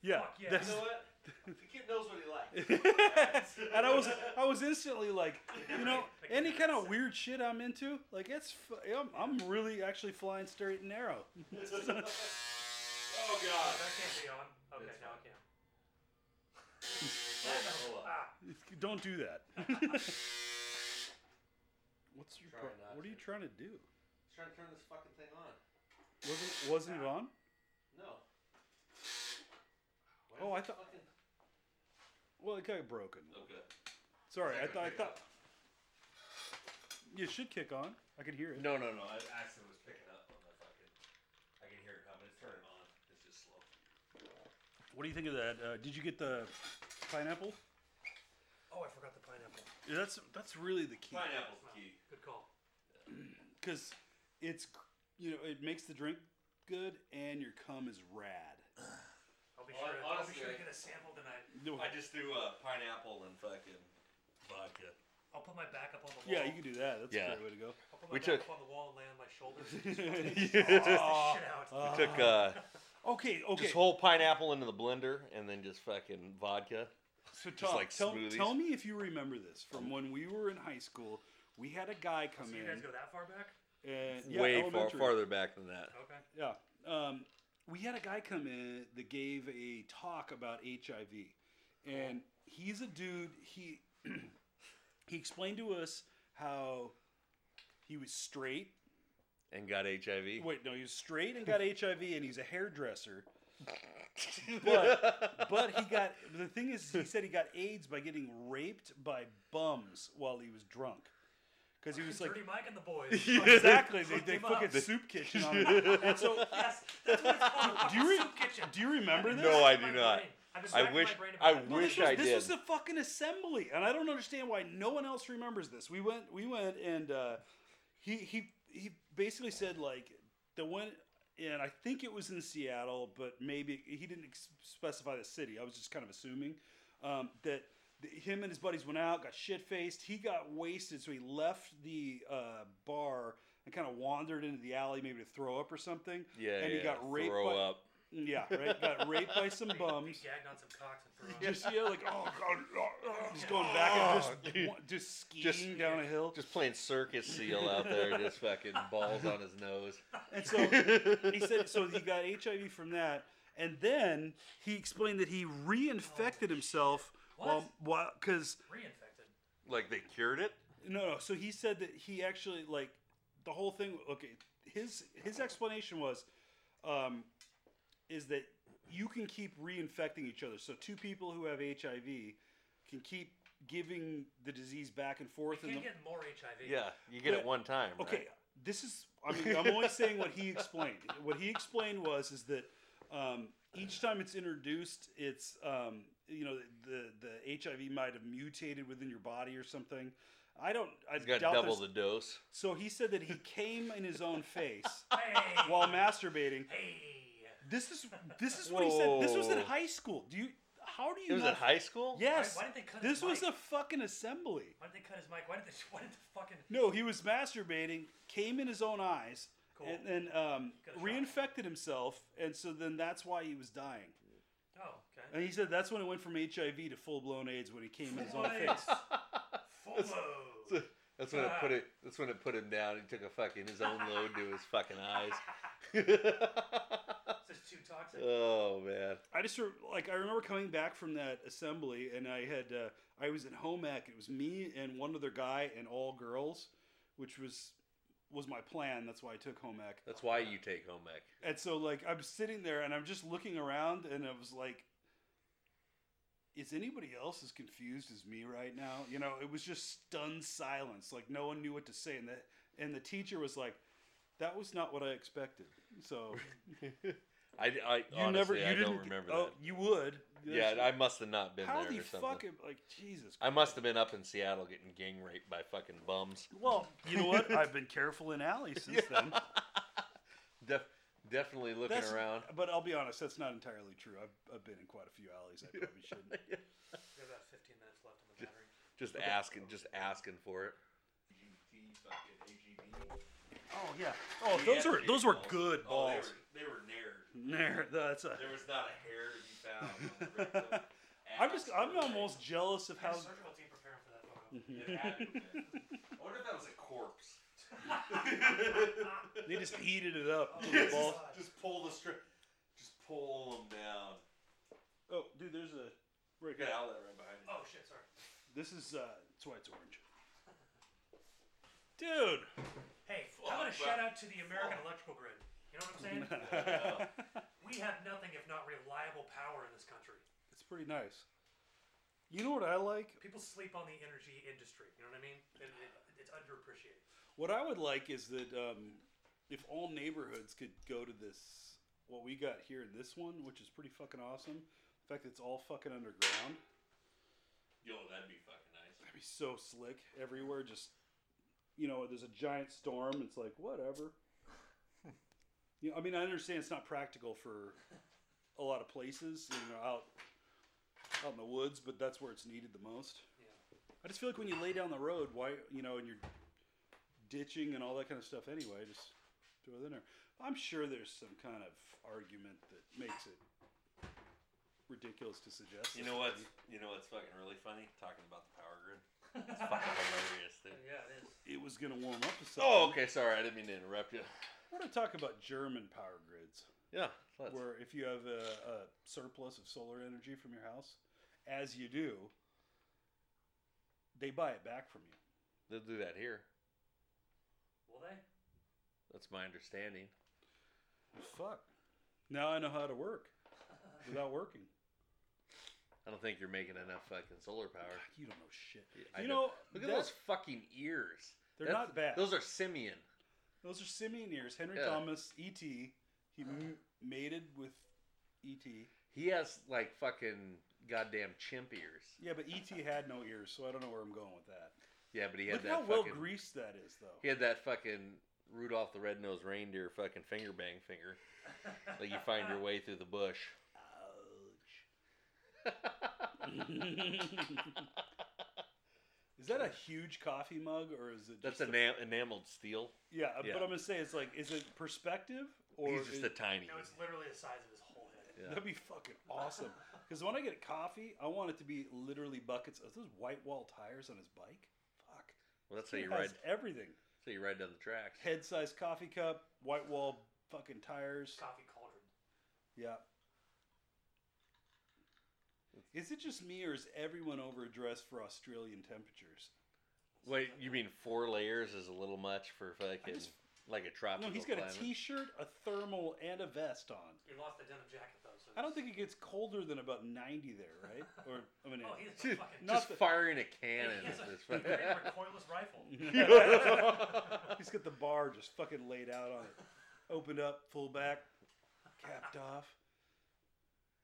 Speaker 3: Yeah,
Speaker 2: Fuck yeah.
Speaker 3: that's-
Speaker 2: You know
Speaker 1: what? <laughs> The kid knows what he likes.
Speaker 3: <laughs> and I was, I was instantly like, you
Speaker 1: <laughs>
Speaker 3: know, any kind of weird shit I'm into, like it's, fu- I'm, I'm really actually flying straight and narrow.
Speaker 1: Oh
Speaker 2: Oh,
Speaker 1: god.
Speaker 2: that can't be on. Okay,
Speaker 1: That's
Speaker 2: now I
Speaker 1: fine.
Speaker 2: can.
Speaker 1: <laughs> Hold on, hold on.
Speaker 2: Ah,
Speaker 3: Don't do <laughs> that. What's your?
Speaker 1: Try
Speaker 3: pro-
Speaker 1: not
Speaker 3: what are
Speaker 1: to.
Speaker 3: you trying to do?
Speaker 1: Just trying to turn this fucking thing on.
Speaker 3: Wasn't, wasn't it on?
Speaker 1: No. Why
Speaker 3: Oh,
Speaker 1: is
Speaker 3: I
Speaker 1: it
Speaker 3: thought-
Speaker 1: fucking-
Speaker 3: Well, it got broken.
Speaker 1: Okay.
Speaker 3: Sorry, I
Speaker 1: Second
Speaker 3: thought I
Speaker 1: pick
Speaker 3: thought
Speaker 1: up.
Speaker 3: it should kick on. I could hear it.
Speaker 1: No, no, no. I accidentally was picking up on that fucking. I can hear it coming. It's turning on. It's just slow.
Speaker 3: What do you think of that? Uh, did you get the pineapple?
Speaker 2: oh, I forgot the pineapple.
Speaker 3: Yeah, that's that's really the key
Speaker 1: Pineapple's the key.
Speaker 2: Good call.
Speaker 3: because it's you know it makes the drink good and your cum is rad.
Speaker 2: I'll be
Speaker 1: Hon-
Speaker 2: sure. To, I'll be sure to
Speaker 1: honestly-
Speaker 2: get a sample tonight.
Speaker 3: No,
Speaker 1: I just do uh, pineapple and fucking vodka.
Speaker 2: I'll put my back up on the wall.
Speaker 3: yeah, you can do that. That's
Speaker 1: Yeah.
Speaker 3: a great way to go.
Speaker 2: I'll put my
Speaker 1: We
Speaker 2: back
Speaker 1: took-
Speaker 2: up on the wall and lay on my
Speaker 3: <laughs>
Speaker 2: shoulders. And just
Speaker 1: we
Speaker 2: shit out.
Speaker 3: Uh,
Speaker 1: took uh,
Speaker 3: Okay, okay.
Speaker 1: just whole pineapple into the blender and then just fucking vodka.
Speaker 3: so
Speaker 1: just
Speaker 3: Tom,
Speaker 1: like
Speaker 3: tell,
Speaker 1: smoothies.
Speaker 3: tell me if you remember this from when we were in high school. We had a guy come
Speaker 2: So you guys
Speaker 3: in
Speaker 2: go that far back?
Speaker 3: and yeah,
Speaker 1: Way far,
Speaker 3: elementary.
Speaker 1: farther back than that.
Speaker 2: Okay.
Speaker 3: Yeah. Um, we had a guy come in that gave a talk about HIV, and he's a dude. He <clears throat> he explained to us how he was straight.
Speaker 1: And got
Speaker 3: <laughs>
Speaker 1: HIV. <laughs>
Speaker 3: Wait, no, he was straight and got HIV, and he's a hairdresser. But but he got the thing is he said he got AIDS by getting raped by bums while he was drunk because he was like
Speaker 2: Dirty Mike and the
Speaker 3: <laughs>
Speaker 2: boys.
Speaker 3: exactly they,
Speaker 2: Hooked
Speaker 3: they
Speaker 2: him up.
Speaker 3: fucking soup kitchen on him. And so
Speaker 2: Yes, that's what it's called. <laughs>
Speaker 3: Do you re-
Speaker 2: soup kitchen?
Speaker 3: do you remember this?
Speaker 1: No, I do
Speaker 2: My
Speaker 1: not.
Speaker 2: brain. I've been
Speaker 1: I
Speaker 2: racking my
Speaker 1: wish-
Speaker 2: brain
Speaker 1: I
Speaker 2: about it.
Speaker 1: wish-
Speaker 3: this was,
Speaker 1: I
Speaker 3: this
Speaker 1: did.
Speaker 3: was the fucking assembly, and I don't understand why no one else remembers this. We went, we went, and uh, he he he basically said like the one, and I think it was in Seattle, but maybe he didn't ex- specify the city. I was just kind of assuming um, that th- him and his buddies went out, got shit faced. He got wasted, so he left the uh, bar and kind of wandered into the alley, maybe to throw up or something.
Speaker 1: Yeah,
Speaker 3: and
Speaker 1: yeah.
Speaker 3: he got raped.
Speaker 1: Throw
Speaker 3: by,
Speaker 1: up.
Speaker 3: Yeah, right. Got raped
Speaker 1: <laughs>
Speaker 3: by some
Speaker 2: He-
Speaker 3: bums.
Speaker 2: He gagged on some cocks and threw 'em.
Speaker 3: Just yeah, like oh god, oh, oh, just going back and
Speaker 1: Oh,
Speaker 3: just
Speaker 1: dude.
Speaker 3: wa- just skiing
Speaker 1: Just-
Speaker 3: down a hill.
Speaker 1: Just playing circus seal out there, just
Speaker 3: <laughs>
Speaker 1: fucking balls on his nose.
Speaker 3: And so he said, so he got HIV from that, and then he explained that he reinfected himself.
Speaker 2: What?
Speaker 3: While, because
Speaker 2: Reinfected.
Speaker 1: <laughs> Like they cured it?
Speaker 3: no, no. So he said that he actually like the whole thing. Okay, his his explanation was, um, is that you can keep reinfecting each other. So two people who have HIV can keep giving the disease back and forth.
Speaker 2: You
Speaker 3: and
Speaker 2: can't
Speaker 3: the,
Speaker 2: get more HIV.
Speaker 1: Yeah, you get it
Speaker 3: But-
Speaker 1: one time.
Speaker 3: okay,
Speaker 1: right?
Speaker 3: this is. I mean, I'm only saying what he explained. What he explained was is that um, each time it's introduced, it's um, you know the the HIV might have mutated within your body or something. I don't. I
Speaker 1: He's got
Speaker 3: doubt
Speaker 1: double
Speaker 3: there's-
Speaker 1: the dose.
Speaker 3: So he said that he came in his own face
Speaker 2: Hey.
Speaker 3: while masturbating.
Speaker 2: hey.
Speaker 3: This is this is what he said. This was in
Speaker 1: Whoa.
Speaker 3: high school. Do you? How do you?
Speaker 1: It was
Speaker 3: not-
Speaker 1: at high school.
Speaker 3: Yes.
Speaker 2: Why, why did they cut
Speaker 3: this
Speaker 2: his mic?
Speaker 3: was a fucking assembly.
Speaker 2: Why did they cut his mic? Why did they? Why did the fucking?
Speaker 3: No, he was masturbating, came in his own eyes,
Speaker 2: Cool.
Speaker 3: and then um,
Speaker 2: Got a shot.
Speaker 3: reinfected himself, and so then that's why he was dying.
Speaker 2: Oh, okay.
Speaker 3: And he said that's when it went from HIV to full blown AIDS when he came in his own
Speaker 1: <laughs>
Speaker 2: Full-blown
Speaker 3: face.
Speaker 2: Full
Speaker 1: That's when it put it. That's when it put him down. He took a fucking his own load to his fucking
Speaker 3: <laughs>
Speaker 1: eyes.
Speaker 2: This is too toxic.
Speaker 1: oh man.
Speaker 3: I just re- like I remember coming back from that assembly, and I had uh, I was in home ec. It was me and one other guy and all girls, which was was my plan. That's why I took home ec.
Speaker 1: That's why you take home ec.
Speaker 3: And so like I'm sitting there and I'm just looking around and I was like is anybody else as confused as me right now? You know, it was just stunned silence. Like no one knew what to say and that and the teacher was like that was not what I expected.
Speaker 1: <laughs>
Speaker 3: So
Speaker 1: I, I
Speaker 3: you
Speaker 1: honestly,
Speaker 3: never you
Speaker 1: I
Speaker 3: didn't
Speaker 1: don't remember
Speaker 3: oh, you would.
Speaker 1: that. Yeah, I must have not been
Speaker 3: How
Speaker 1: there
Speaker 3: the
Speaker 1: or something.
Speaker 3: fuck am- like Jesus
Speaker 1: I must have been up in Seattle getting gang raped by fucking bums.
Speaker 3: Well, you know
Speaker 1: <laughs>
Speaker 3: what? I've been careful in alleys since then.
Speaker 1: Def, definitely looking
Speaker 3: That's-
Speaker 1: around.
Speaker 3: But I'll be honest, that's not entirely true. I've, I've been in quite a few alleys
Speaker 1: <laughs>
Speaker 3: I probably shouldn't.
Speaker 2: We have about 15 minutes left on the battery.
Speaker 1: Just asking, just asking for it.
Speaker 3: Oh yeah. Oh, those are those were good balls.
Speaker 1: Oh, they were nared.
Speaker 3: There, that's a.
Speaker 1: was not a hair to be found. <laughs>
Speaker 3: on the rectum, I'm just. I'm almost jealous of
Speaker 2: How
Speaker 3: how.
Speaker 2: surgical team preparing for that photo?
Speaker 1: <laughs> I wonder if that was a <laughs> corpse.
Speaker 3: <laughs>
Speaker 2: <laughs>
Speaker 3: They just heated it up.
Speaker 2: Oh,
Speaker 3: the
Speaker 2: yes.
Speaker 3: ball.
Speaker 2: God.
Speaker 1: pull the strip. Just pull them down.
Speaker 3: Oh, dude, there's a. Break
Speaker 1: got an outlet right behind
Speaker 2: Oh shit, sorry.
Speaker 3: This is. Uh, that's why it's orange. Dude.
Speaker 2: Hey,
Speaker 1: Fuck,
Speaker 2: I'm gonna
Speaker 1: bro.
Speaker 2: shout out to the American Electrical Grid. You know what I'm
Speaker 3: <laughs>
Speaker 2: saying? we have nothing if not reliable power in this country.
Speaker 3: it's pretty nice. You know what I like?
Speaker 2: People sleep on the energy industry. You know what I mean? And it, it's underappreciated.
Speaker 3: What I would like is that um, if all neighborhoods could go to this, what we got here in this one, which is pretty fucking awesome. The fact that it's all fucking underground.
Speaker 1: Yo, that'd be fucking nice.
Speaker 3: That'd be so slick everywhere. Just you know, there's a giant storm. It's like whatever. you know, I mean, I understand it's not practical for a lot of places. You know, out out in the woods, but that's where it's needed the most.
Speaker 2: Yeah.
Speaker 3: I just feel like when you lay down the road, why you know, and you're ditching and all that kind of stuff anyway, just throw it in there. I'm sure there's some kind of argument that makes it ridiculous to suggest.
Speaker 1: You
Speaker 3: this
Speaker 1: know
Speaker 3: to
Speaker 1: what's
Speaker 3: me.
Speaker 1: You know what's fucking really funny? Talking about the power grid. It's fucking <laughs> hilarious, dude.
Speaker 2: <laughs> yeah, it is.
Speaker 3: It was gonna warm up to something.
Speaker 1: Oh, okay. Sorry, I didn't mean to interrupt you.
Speaker 3: I want to talk about German power grids,
Speaker 1: Yeah. Let's.
Speaker 3: where if you have a, a surplus of solar energy from your house, as you do, they buy it back from you.
Speaker 1: They'll do that here.
Speaker 2: Will they?
Speaker 1: That's my understanding.
Speaker 3: Fuck. Now I know how to work without working.
Speaker 1: I don't think you're making enough fucking solar power.
Speaker 3: God, you don't know shit.
Speaker 1: I
Speaker 3: you
Speaker 1: know.
Speaker 3: know,
Speaker 1: Look at
Speaker 3: that-
Speaker 1: those fucking ears.
Speaker 3: They're
Speaker 1: That's-
Speaker 3: not bad.
Speaker 1: Those are simian.
Speaker 3: Those are simian ears. Henry
Speaker 1: Yeah.
Speaker 3: Thomas, E.T. He m- mated with E E.T.
Speaker 1: He has like fucking goddamn chimp ears.
Speaker 3: Yeah, but E.T. had no ears, so I don't know where I'm going with that.
Speaker 1: Yeah, but he had
Speaker 3: Look
Speaker 1: that
Speaker 3: how well
Speaker 1: fucking.
Speaker 3: greased that is, though.
Speaker 1: he had that fucking Rudolph the Red-Nosed Reindeer fucking finger bang finger. Like you
Speaker 2: <laughs>
Speaker 1: find
Speaker 3: <laughs>
Speaker 1: your way through the bush.
Speaker 3: <laughs> is that a huge coffee mug, or is it?
Speaker 1: That's
Speaker 3: just
Speaker 1: enam- enameled steel.
Speaker 3: yeah, uh,
Speaker 1: yeah.
Speaker 3: but I'm gonna say it's like, is it perspective or?
Speaker 1: He's just
Speaker 3: is-
Speaker 1: a tiny.
Speaker 2: No, it's literally the size of his whole head.
Speaker 1: Yeah.
Speaker 3: That'd be fucking awesome. Because when I get coffee, I want it to be literally buckets. Are those white wall tires on his bike? Fuck.
Speaker 1: Well, that's how
Speaker 3: He
Speaker 1: you ride.
Speaker 3: has everything.
Speaker 1: So you ride down the tracks.
Speaker 3: head sized coffee cup, white wall fucking tires.
Speaker 2: Coffee cauldron.
Speaker 3: Yeah. Is it just me or is everyone overdressed for Australian temperatures?
Speaker 1: Wait, you mean four layers is a little much for
Speaker 3: I
Speaker 1: fucking?
Speaker 3: just
Speaker 1: like a tropical.
Speaker 3: No, he's got a
Speaker 1: climate.
Speaker 3: t-shirt, a thermal, and a vest on.
Speaker 2: You lost the denim jacket though. So
Speaker 3: I don't think it gets colder than about 90 there, right? Or I
Speaker 2: <laughs>
Speaker 3: mean,
Speaker 2: Oh,
Speaker 3: it-
Speaker 2: he's a
Speaker 1: Dude,
Speaker 2: fucking.
Speaker 3: not
Speaker 1: just
Speaker 3: the-
Speaker 1: firing a
Speaker 2: he
Speaker 1: cannon
Speaker 2: has
Speaker 1: at
Speaker 2: a
Speaker 1: this
Speaker 2: he
Speaker 1: point. <laughs>
Speaker 2: ran
Speaker 3: <laughs>
Speaker 2: a recoilless rifle. Oh,
Speaker 3: he's got the bar just fucking laid out on it, opened up, full back, capped off.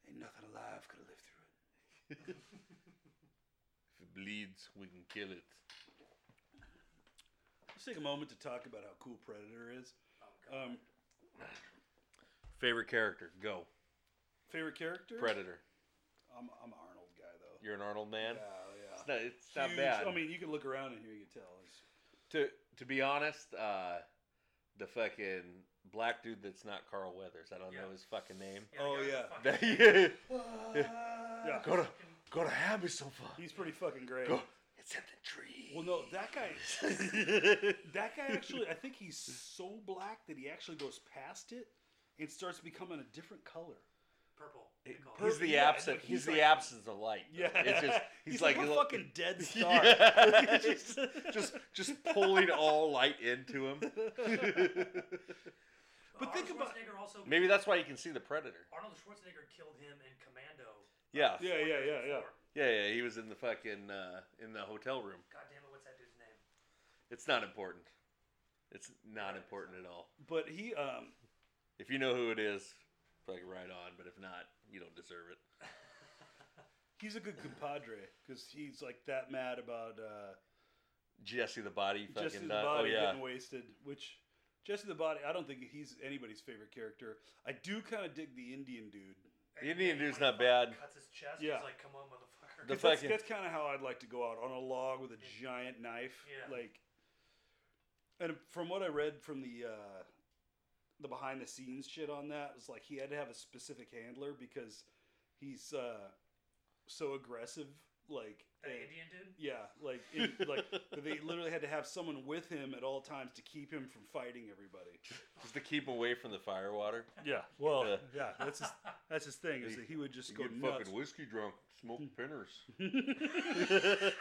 Speaker 3: Ain't nothing alive could have lived through it.
Speaker 1: If it bleeds, we can kill it.
Speaker 3: Let's take a moment to talk about how cool Predator is.
Speaker 2: Oh, God.
Speaker 3: Um,
Speaker 1: Favorite character? Go.
Speaker 3: favorite character?
Speaker 1: Predator.
Speaker 3: I'm I'm an Arnold guy though.
Speaker 1: You're an Arnold man.
Speaker 3: Yeah,
Speaker 1: It's not, it's
Speaker 3: yeah.
Speaker 1: not
Speaker 3: Huge-
Speaker 1: bad.
Speaker 3: I mean, you can look around and here you can tell. It's-
Speaker 1: to to be honest, uh, the fucking black dude that's not Carl Weathers. I don't
Speaker 2: Yeah.
Speaker 1: know his fucking name. <laughs>
Speaker 2: the
Speaker 3: oh,
Speaker 2: guy with the
Speaker 3: yeah.
Speaker 2: fucking-
Speaker 3: yeah.
Speaker 1: Uh, Go to
Speaker 2: fucking-
Speaker 1: go to have me some fun.
Speaker 3: He's pretty fucking great.
Speaker 1: Go. It's in the tree.
Speaker 3: Well, no, that
Speaker 1: <laughs>
Speaker 3: guy. That guy actually, I think he's so black that he actually goes past it and starts becoming a different color.
Speaker 2: Purple.
Speaker 1: It-
Speaker 2: they call
Speaker 1: he's
Speaker 2: it.
Speaker 1: the
Speaker 3: yeah,
Speaker 1: absent.
Speaker 3: but
Speaker 1: He's,
Speaker 3: he's
Speaker 1: the
Speaker 3: like-
Speaker 1: absence of light.
Speaker 3: <laughs>
Speaker 1: though. It's just he's, like,
Speaker 3: a
Speaker 1: lo- <laughs>
Speaker 3: fucking dead star. <laughs>
Speaker 1: Yeah.
Speaker 3: Just-
Speaker 1: just just pulling all light into
Speaker 3: <laughs>
Speaker 1: him.
Speaker 3: but
Speaker 2: Arnold
Speaker 3: think about-
Speaker 2: Schwarzenegger also.
Speaker 1: Maybe that's why you can see the predator.
Speaker 2: Arnold Schwarzenegger killed him in Commando.
Speaker 1: Yeah,
Speaker 3: Yeah,
Speaker 2: four
Speaker 3: yeah,
Speaker 2: years
Speaker 3: yeah, yeah.
Speaker 2: before.
Speaker 1: yeah, yeah. He was in the fucking uh, in the hotel room.
Speaker 2: God damn it! What's that dude's name?
Speaker 1: It's not important. It's not important at all.
Speaker 3: but he, um,
Speaker 1: If you know who it is, fucking right on. But if not, you don't deserve it.
Speaker 3: he's a good compadre because he's like that mad about uh,
Speaker 1: Jesse the body fucking
Speaker 3: Jesse the
Speaker 1: nut.
Speaker 3: Body
Speaker 1: oh yeah.
Speaker 3: getting wasted, which Jesse the Body, I don't think he's anybody's favorite character. I do kind of dig the Indian dude.
Speaker 1: The
Speaker 2: And
Speaker 1: Indian
Speaker 2: then
Speaker 1: dude's
Speaker 2: when he
Speaker 1: not
Speaker 2: fucking
Speaker 1: bad.
Speaker 2: Cuts his chest.
Speaker 3: Yeah.
Speaker 2: He's like, come on, motherfucker. <laughs>
Speaker 1: The
Speaker 3: 'Cause that's,
Speaker 1: fucking-
Speaker 3: that's kind of how I'd like to go out on a log with a giant knife.
Speaker 2: Yeah.
Speaker 3: Like, and from what I read from the uh, the behind the scenes shit on that, it was like he had to have a specific handler because he's uh, so aggressive. Like,
Speaker 2: that
Speaker 3: and-
Speaker 2: Indian dude. <laughs>
Speaker 3: yeah, like in, like they literally had to have someone with him at all times to keep him from fighting everybody.
Speaker 1: Just to keep away from the firewater.
Speaker 3: Yeah, well,
Speaker 1: Yeah.
Speaker 3: yeah, that's his that's his thing is that he would just
Speaker 1: You
Speaker 3: go
Speaker 1: get
Speaker 3: nuts. Hmm.
Speaker 1: fucking whiskey drunk, smoke pinners.
Speaker 3: <laughs>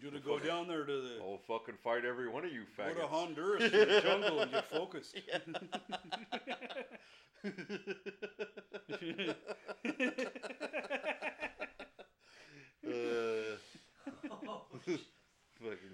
Speaker 3: You're gonna go down there to the
Speaker 1: I'll fucking fight every one of you
Speaker 3: Go to
Speaker 1: faggots.
Speaker 3: Honduras in the jungle and get focused.
Speaker 1: <laughs> uh, <laughs>
Speaker 2: oh,
Speaker 1: fucking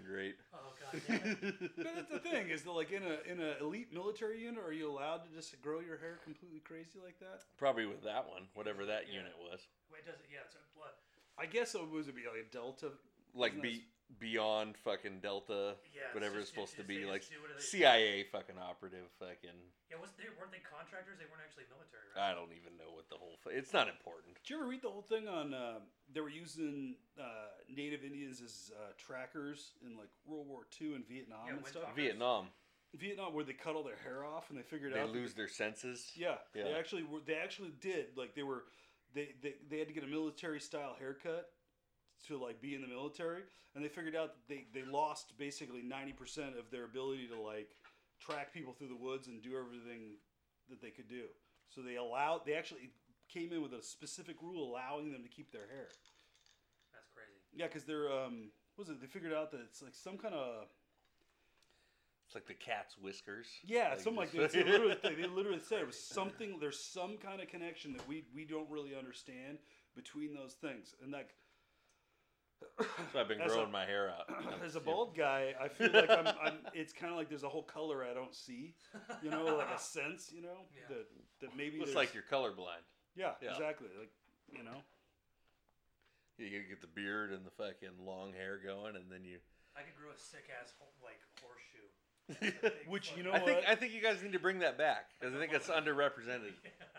Speaker 3: <laughs>
Speaker 1: great.
Speaker 2: god damn it.
Speaker 3: <laughs> But that's the thing is that like in a in a elite military unit, are you allowed to just grow your hair completely crazy like that?
Speaker 1: Probably with that one, whatever that
Speaker 2: Yeah.
Speaker 1: unit was.
Speaker 2: Wait, does it? Yeah. It's, what?
Speaker 3: I guess it was to be like a delta.
Speaker 1: Like
Speaker 3: Isn't
Speaker 1: be beyond fucking Delta,
Speaker 2: Yeah, it's
Speaker 1: whatever it's
Speaker 2: just-
Speaker 1: supposed to
Speaker 2: it- it's-
Speaker 1: be,
Speaker 2: they
Speaker 1: like
Speaker 2: just do whatever they-
Speaker 1: CIA fucking operative, fucking.
Speaker 2: Yeah. Was they weren't they contractors? They weren't actually military, right?
Speaker 1: I don't even know what the whole. Th- it's not important.
Speaker 3: Did you ever read the whole thing on uh, they were using uh, Native Indians as uh, trackers in like World War II and Vietnam
Speaker 2: Yeah,
Speaker 3: and
Speaker 2: when
Speaker 3: stuff?
Speaker 2: Tom-
Speaker 1: Vietnam,
Speaker 3: Vietnam, where they cut all their hair off and they figured
Speaker 1: they
Speaker 3: out that
Speaker 1: lose their senses.
Speaker 3: Yeah, they
Speaker 1: Yeah.
Speaker 3: actually were. They actually did. Like they were, they they, they had to get a military style haircut to like be in the military, and they figured out that they they lost basically ninety percent of their ability to like track people through the woods and do everything that they could do. So they allowed. They actually came in with a specific rule allowing them to keep their hair.
Speaker 2: That's crazy.
Speaker 3: Yeah, because they're um, what was it? They figured out that it's like some kind of
Speaker 1: It's like the cat's whiskers.
Speaker 3: Yeah,
Speaker 1: Like
Speaker 3: something like
Speaker 1: this. <laughs>
Speaker 3: that. They literally, they, they literally said it was something. There's some kind of connection that we we don't really understand between those things. And like <clears throat>
Speaker 1: So I've been
Speaker 3: As a-
Speaker 1: growing my hair
Speaker 3: <clears throat>
Speaker 1: out.
Speaker 3: as a bald guy, I feel like I'm. I'm it's kind of like there's a whole color I don't see. You know, like
Speaker 1: <laughs>
Speaker 2: <laughs>
Speaker 3: a sense. You know,
Speaker 2: Yeah.
Speaker 3: that that maybe
Speaker 1: It's
Speaker 3: there's-
Speaker 1: like you're colorblind.
Speaker 3: yeah,
Speaker 1: yeah.
Speaker 3: exactly. Like you know,
Speaker 1: You gotta get the beard and the fucking long hair going, and then you. <laughs>
Speaker 2: I could grow a sick ass ho- like horseshoe.
Speaker 3: Which,
Speaker 2: <laughs>
Speaker 3: you know
Speaker 1: I think
Speaker 3: what?
Speaker 1: I think you guys need to bring that back because I think it's underrepresented.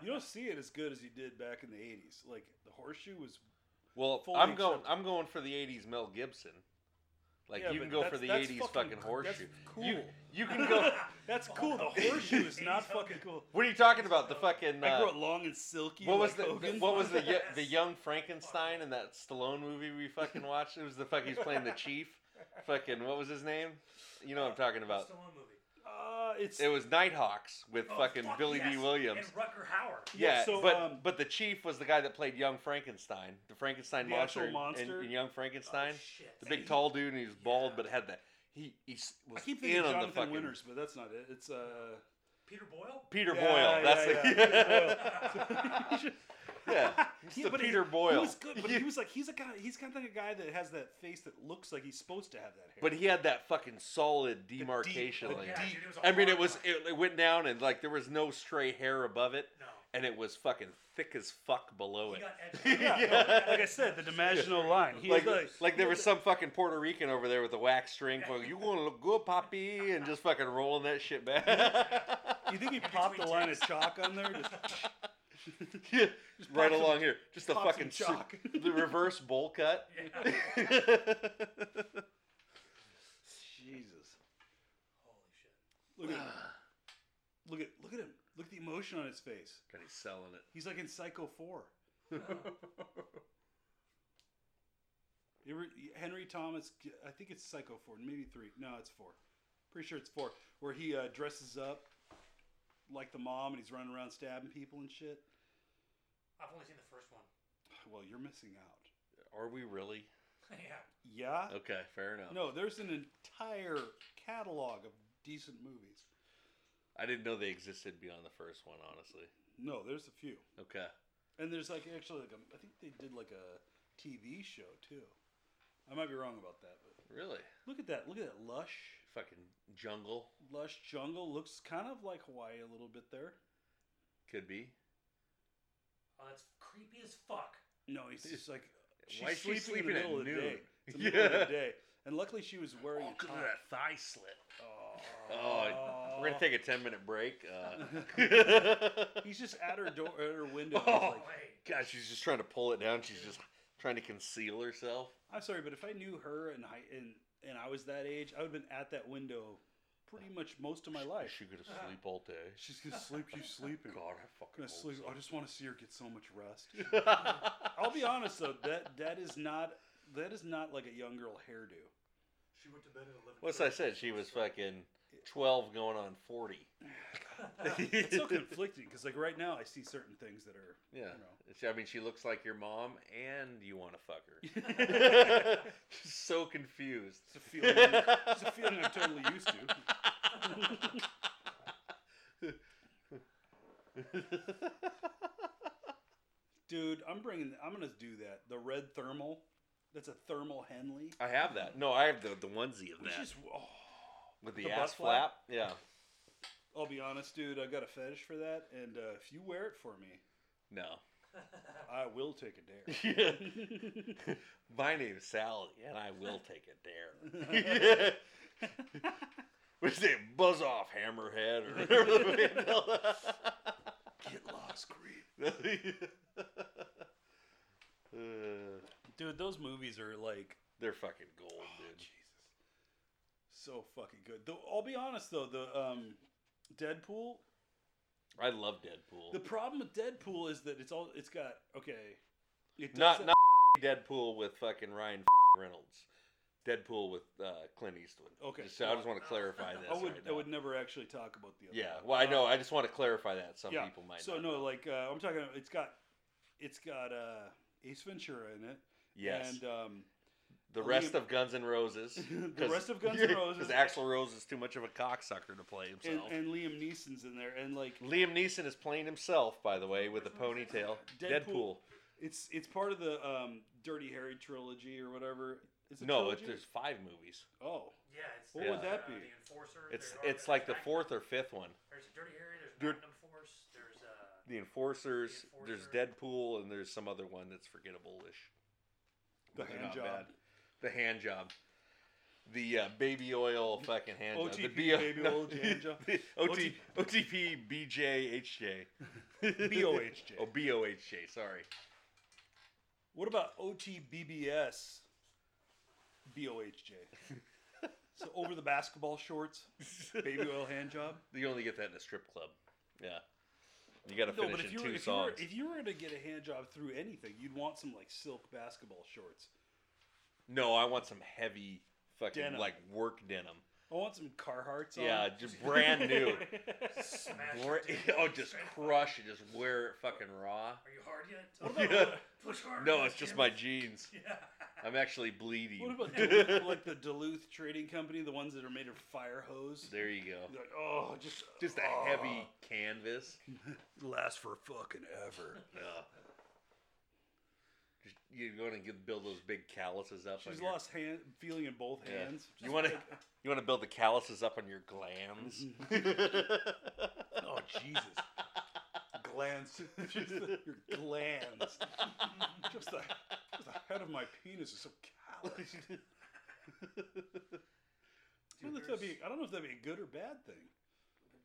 Speaker 3: you don't see it as good as you did back in the '80s. Like the horseshoe was.
Speaker 1: Well,
Speaker 3: Fully
Speaker 1: I'm going.
Speaker 3: acceptable.
Speaker 1: I'm going for the '80s Mel Gibson. Like
Speaker 3: Yeah,
Speaker 1: you
Speaker 3: but
Speaker 1: can go for
Speaker 3: that's-
Speaker 1: the
Speaker 3: that's
Speaker 1: '80s
Speaker 3: fucking-
Speaker 1: fucking
Speaker 3: that's
Speaker 1: horseshoe. You
Speaker 3: cool.
Speaker 1: you can go.
Speaker 3: That's cool. The horseshoe is not
Speaker 2: 80s Hogan.
Speaker 3: fucking cool.
Speaker 1: What are you talking about? The fucking.
Speaker 3: <laughs> I grew
Speaker 1: Uh,
Speaker 3: it long and silky.
Speaker 1: what was
Speaker 3: like
Speaker 1: the,
Speaker 3: Hogan.
Speaker 1: what was the
Speaker 2: fucking
Speaker 1: yo-
Speaker 2: ass.
Speaker 1: the young Frankenstein in that Stallone movie we fucking watched? It was the fuck he's playing the chief. Fucking what was his name? You know what I'm talking about.
Speaker 2: Stallone movie.
Speaker 3: Uh, it's
Speaker 1: It was Nighthawks with <laughs>
Speaker 2: Oh,
Speaker 1: fucking
Speaker 2: fuck
Speaker 1: Billy
Speaker 2: yes.
Speaker 1: D. Williams.
Speaker 2: and Rucker Howard.
Speaker 1: Yeah,
Speaker 3: Yeah, so,
Speaker 1: but
Speaker 3: um,
Speaker 1: but the chief was the guy that played Young Frankenstein, the Frankenstein
Speaker 3: The
Speaker 1: monster,
Speaker 3: actual
Speaker 1: in-
Speaker 3: monster? Oh,
Speaker 1: In, in Young Frankenstein,
Speaker 2: Oh, shit.
Speaker 1: the big tall dude, and he was bald
Speaker 2: Yeah.
Speaker 1: but had the He he s-
Speaker 3: I
Speaker 1: was
Speaker 3: keep
Speaker 1: in
Speaker 3: thinking
Speaker 1: on
Speaker 3: Jonathan
Speaker 1: the fucking
Speaker 3: Winters, but that's not it. It's uh,
Speaker 2: E- Peter Boyle?
Speaker 1: Peter
Speaker 3: Yeah,
Speaker 1: Boyle.
Speaker 3: yeah,
Speaker 1: That's <laughs>
Speaker 3: yeah,
Speaker 1: the
Speaker 3: yeah. Boyle. <laughs>
Speaker 1: <laughs> yeah. It's
Speaker 3: Yeah,
Speaker 1: the
Speaker 3: but he-
Speaker 1: Peter Boyle.
Speaker 3: He was good,
Speaker 1: <laughs>
Speaker 3: but he was like he's a guy. He's kind of like a guy that has that face that looks like he's supposed to have that hair.
Speaker 1: But he had that fucking solid demarcation
Speaker 3: the
Speaker 1: line.
Speaker 3: deep-
Speaker 2: dude, was a
Speaker 1: I mean, it
Speaker 2: hard
Speaker 1: was
Speaker 2: line.
Speaker 1: it, it went down and like there was no stray hair above it,
Speaker 2: No.
Speaker 1: and it was fucking thick as fuck below it.
Speaker 2: He got
Speaker 1: <laughs>
Speaker 2: edged.
Speaker 1: Yeah.
Speaker 2: Yeah.
Speaker 3: like I said, the dimensional line. He
Speaker 1: Like,
Speaker 3: was
Speaker 1: like there was some fucking Puerto Rican over there with a wax string going, "You want to look good, poppy?" and just fucking rolling that shit back.
Speaker 3: <laughs> you think he popped a line of chalk on there? Just,
Speaker 1: <laughs>
Speaker 3: <laughs>
Speaker 1: Yeah, right
Speaker 3: pop some-
Speaker 1: along here, just the
Speaker 3: pop some
Speaker 1: fucking su-
Speaker 3: chalk.
Speaker 1: <laughs> the reverse bowl cut.
Speaker 2: <laughs>
Speaker 1: <laughs>
Speaker 2: Yeah.
Speaker 3: Jesus,
Speaker 2: Holy shit.
Speaker 1: <sighs>
Speaker 3: look at him. look at look at him. Look at the emotion on his face.
Speaker 1: God, he's selling it.
Speaker 3: He's like in Psycho Four. You ever- Henry Thomas, I think it's Psycho Four, maybe three. No, it's four. Pretty sure it's four, where he uh, dresses up like the mom and he's running around stabbing people and shit.
Speaker 2: I've only seen the first one. <laughs>
Speaker 3: Well, you're missing out.
Speaker 1: Are we really?
Speaker 2: yeah.
Speaker 3: Yeah.
Speaker 1: Okay, fair enough.
Speaker 3: No, there's an entire catalog of decent movies.
Speaker 1: I didn't know they existed beyond the first one, honestly.
Speaker 3: No, there's a few,
Speaker 1: Okay.
Speaker 3: and there's like actually like a, I think they did like a TV show too. I might be wrong about that, but
Speaker 1: Really?
Speaker 3: look at that! Look at that lush,
Speaker 1: Fucking jungle
Speaker 3: lush jungle. Looks kind of like Hawaii a little bit there.
Speaker 1: could be.
Speaker 2: Oh, that's creepy as fuck.
Speaker 1: <laughs>
Speaker 3: No, he's just like she's
Speaker 1: Why is she
Speaker 3: sleeping,
Speaker 1: sleeping
Speaker 3: in the
Speaker 1: at
Speaker 3: middle of the
Speaker 1: noon?
Speaker 3: day. It's the middle of
Speaker 1: Yeah. Oh,
Speaker 3: the day, and luckily she was wearing a top.
Speaker 1: thigh slit.
Speaker 3: Oh.
Speaker 1: Oh, we're gonna take a ten minute break. Uh,
Speaker 3: <laughs> He's just at her door, at her window. and
Speaker 1: Oh.
Speaker 3: he's like,
Speaker 2: Wait.
Speaker 1: God, she's just trying to pull it down. She's just trying to conceal herself.
Speaker 3: I'm sorry, but if I knew her and I and and I was that age, I would have been at that window pretty much most of my life.
Speaker 1: She could have sleep all day.
Speaker 3: She's <laughs> gonna sleep. She's sleeping.
Speaker 1: God, I
Speaker 3: I'm
Speaker 1: fucking
Speaker 3: gonna
Speaker 1: hope
Speaker 3: sleep. Oh.
Speaker 1: so. <laughs>
Speaker 3: I just want to see her get so much rest. I'll be honest though, that that is not that is not like a young girl hairdo. <laughs>
Speaker 2: She went to bed at 11.
Speaker 1: What's I said? She was fucking twelve, going on forty.
Speaker 3: It's so conflicting because like right now I see certain things that are
Speaker 1: Yeah,
Speaker 3: you know. <laughs>
Speaker 1: It's- I mean, she looks like your mom, and you want to fuck
Speaker 3: <laughs>
Speaker 1: her. <laughs> She's so confused.
Speaker 3: It's a feeling. it's a feeling I'm totally used to. Dude, I'm bringing. I'm gonna do that. The red thermal. That's a thermal Henley.
Speaker 1: <laughs> I have that. No, I have the the onesie of
Speaker 3: We
Speaker 1: that
Speaker 3: just. Oh,
Speaker 1: with the,
Speaker 3: the
Speaker 1: ass
Speaker 3: butt flap?
Speaker 1: flap. Yeah.
Speaker 3: I'll be honest, dude. I got a fetish for that, and uh, if you wear it for me,
Speaker 1: No.
Speaker 2: <laughs>
Speaker 1: <laughs>
Speaker 3: I will take <laughs> a dare.
Speaker 1: My name's Sally, and I will take a
Speaker 3: <laughs>
Speaker 1: dare. we say buzz off, hammerhead, or <laughs> whatever the
Speaker 3: Get lost, creep.
Speaker 1: Uh,
Speaker 3: Dude, those movies are like
Speaker 1: They're fucking gold, dude.
Speaker 3: Oh, Jesus. So fucking good. Though I'll be honest though, the um, Deadpool.
Speaker 1: I love Deadpool.
Speaker 3: The problem with Deadpool is that it's all it's got. Okay, it does
Speaker 1: not
Speaker 3: that-
Speaker 1: not Deadpool with fucking Ryan Reynolds. Deadpool with uh, Clint Eastwood.
Speaker 3: Okay.
Speaker 1: Just- I
Speaker 3: <laughs>
Speaker 1: just want to clarify this.
Speaker 3: I would
Speaker 1: right
Speaker 3: I
Speaker 1: now.
Speaker 3: would never actually talk about the other.
Speaker 1: Yeah. Well,
Speaker 3: one.
Speaker 1: I know.
Speaker 3: Uh,
Speaker 1: I just want to clarify that. Some people might.
Speaker 3: So
Speaker 1: not
Speaker 3: no,
Speaker 1: know.
Speaker 3: like uh, I'm talking. It's got it's got uh, Ace Ventura in it.
Speaker 1: Yes.
Speaker 3: And um,
Speaker 1: the
Speaker 3: Liam-
Speaker 1: rest of Guns N' Roses.
Speaker 3: <laughs>
Speaker 1: <laughs>
Speaker 3: The rest of Guns N' Roses.
Speaker 1: Because Axl Rose is too much of a cocksucker to play
Speaker 3: and,
Speaker 1: himself.
Speaker 3: and Liam Neeson's in there, and like
Speaker 1: Liam Neeson is playing himself, by the way, with a ponytail.
Speaker 3: Deadpool.
Speaker 1: Deadpool.
Speaker 3: it's it's part of the um, Dirty Harry trilogy or whatever. Is it
Speaker 1: No, it,
Speaker 3: trilogy?
Speaker 1: there's five movies.
Speaker 3: oh
Speaker 2: Yeah, it's.
Speaker 3: What
Speaker 1: would
Speaker 2: there's,
Speaker 3: that
Speaker 2: uh,
Speaker 3: be?
Speaker 2: The Enforcer.
Speaker 1: It's
Speaker 2: there's
Speaker 1: it's
Speaker 2: Arthur,
Speaker 1: like the
Speaker 2: Magnum-
Speaker 1: fourth or fifth one.
Speaker 2: There's Dirty Harry, there's
Speaker 1: Dirt-
Speaker 2: Magnum Force,
Speaker 1: <laughs>
Speaker 2: there's. uh
Speaker 1: The Enforcers,
Speaker 2: The
Speaker 1: there's
Speaker 2: Enforcer.
Speaker 1: Deadpool, and there's some other one that's forgettable-ish.
Speaker 3: The
Speaker 1: But they're not
Speaker 3: hand job.
Speaker 1: bad. The hand job. The uh, baby oil fucking hand job. The
Speaker 3: OTP baby oil
Speaker 1: <laughs>
Speaker 3: hand job.
Speaker 1: the OT,
Speaker 3: OTP.
Speaker 1: OTP BJHJ.
Speaker 3: <laughs> BOHJ.
Speaker 1: Oh, BOHJ, sorry.
Speaker 3: What about OTBBS?
Speaker 1: <laughs>
Speaker 3: BOHJ. so over the basketball shorts, baby oil hand job.
Speaker 1: You only get that in a strip club. Yeah. You got to finish in
Speaker 3: you
Speaker 1: two
Speaker 3: were, if, you were,
Speaker 1: songs.
Speaker 3: if you were to get a hand job through anything, you'd want some like silk basketball shorts.
Speaker 1: no, I want some heavy fucking
Speaker 3: Denim.
Speaker 1: like work denim.
Speaker 3: I want some Carhartts.
Speaker 1: Yeah,
Speaker 3: on.
Speaker 1: just brand new.
Speaker 2: Smash
Speaker 1: Bra-
Speaker 2: it, dude.
Speaker 1: <laughs> oh, just
Speaker 2: Straight fuck.
Speaker 1: crush it. Just wear it fucking raw.
Speaker 2: Are you hard yet? <laughs>
Speaker 1: Yeah.
Speaker 2: Push hard.
Speaker 1: No,
Speaker 2: yes,
Speaker 3: <laughs>
Speaker 1: it's just
Speaker 2: Jim.
Speaker 1: my jeans.
Speaker 2: Yeah.
Speaker 1: I'm actually bleeding.
Speaker 3: <laughs> What
Speaker 1: <laughs>
Speaker 3: about Duluth, like the Duluth Trading Company, the ones that are made of fire hose?
Speaker 1: there you go.
Speaker 3: Like, oh, just
Speaker 1: Just a
Speaker 3: oh,
Speaker 1: heavy canvas.
Speaker 3: lasts for fucking ever.
Speaker 1: <laughs> Yeah. Just- You're going to build those big calluses up.
Speaker 3: She's
Speaker 1: on your-
Speaker 3: lost hand, feeling in both
Speaker 1: Yeah.
Speaker 3: hands.
Speaker 1: You want to you want to build the calluses up on your glands. <laughs>
Speaker 3: <laughs> Oh Jesus! glands, <laughs> just the- your glands. Just the, just the head of my penis is so callous.
Speaker 1: <laughs>
Speaker 3: I don't, know if that'd be, I don't know if that'd be a good or bad thing.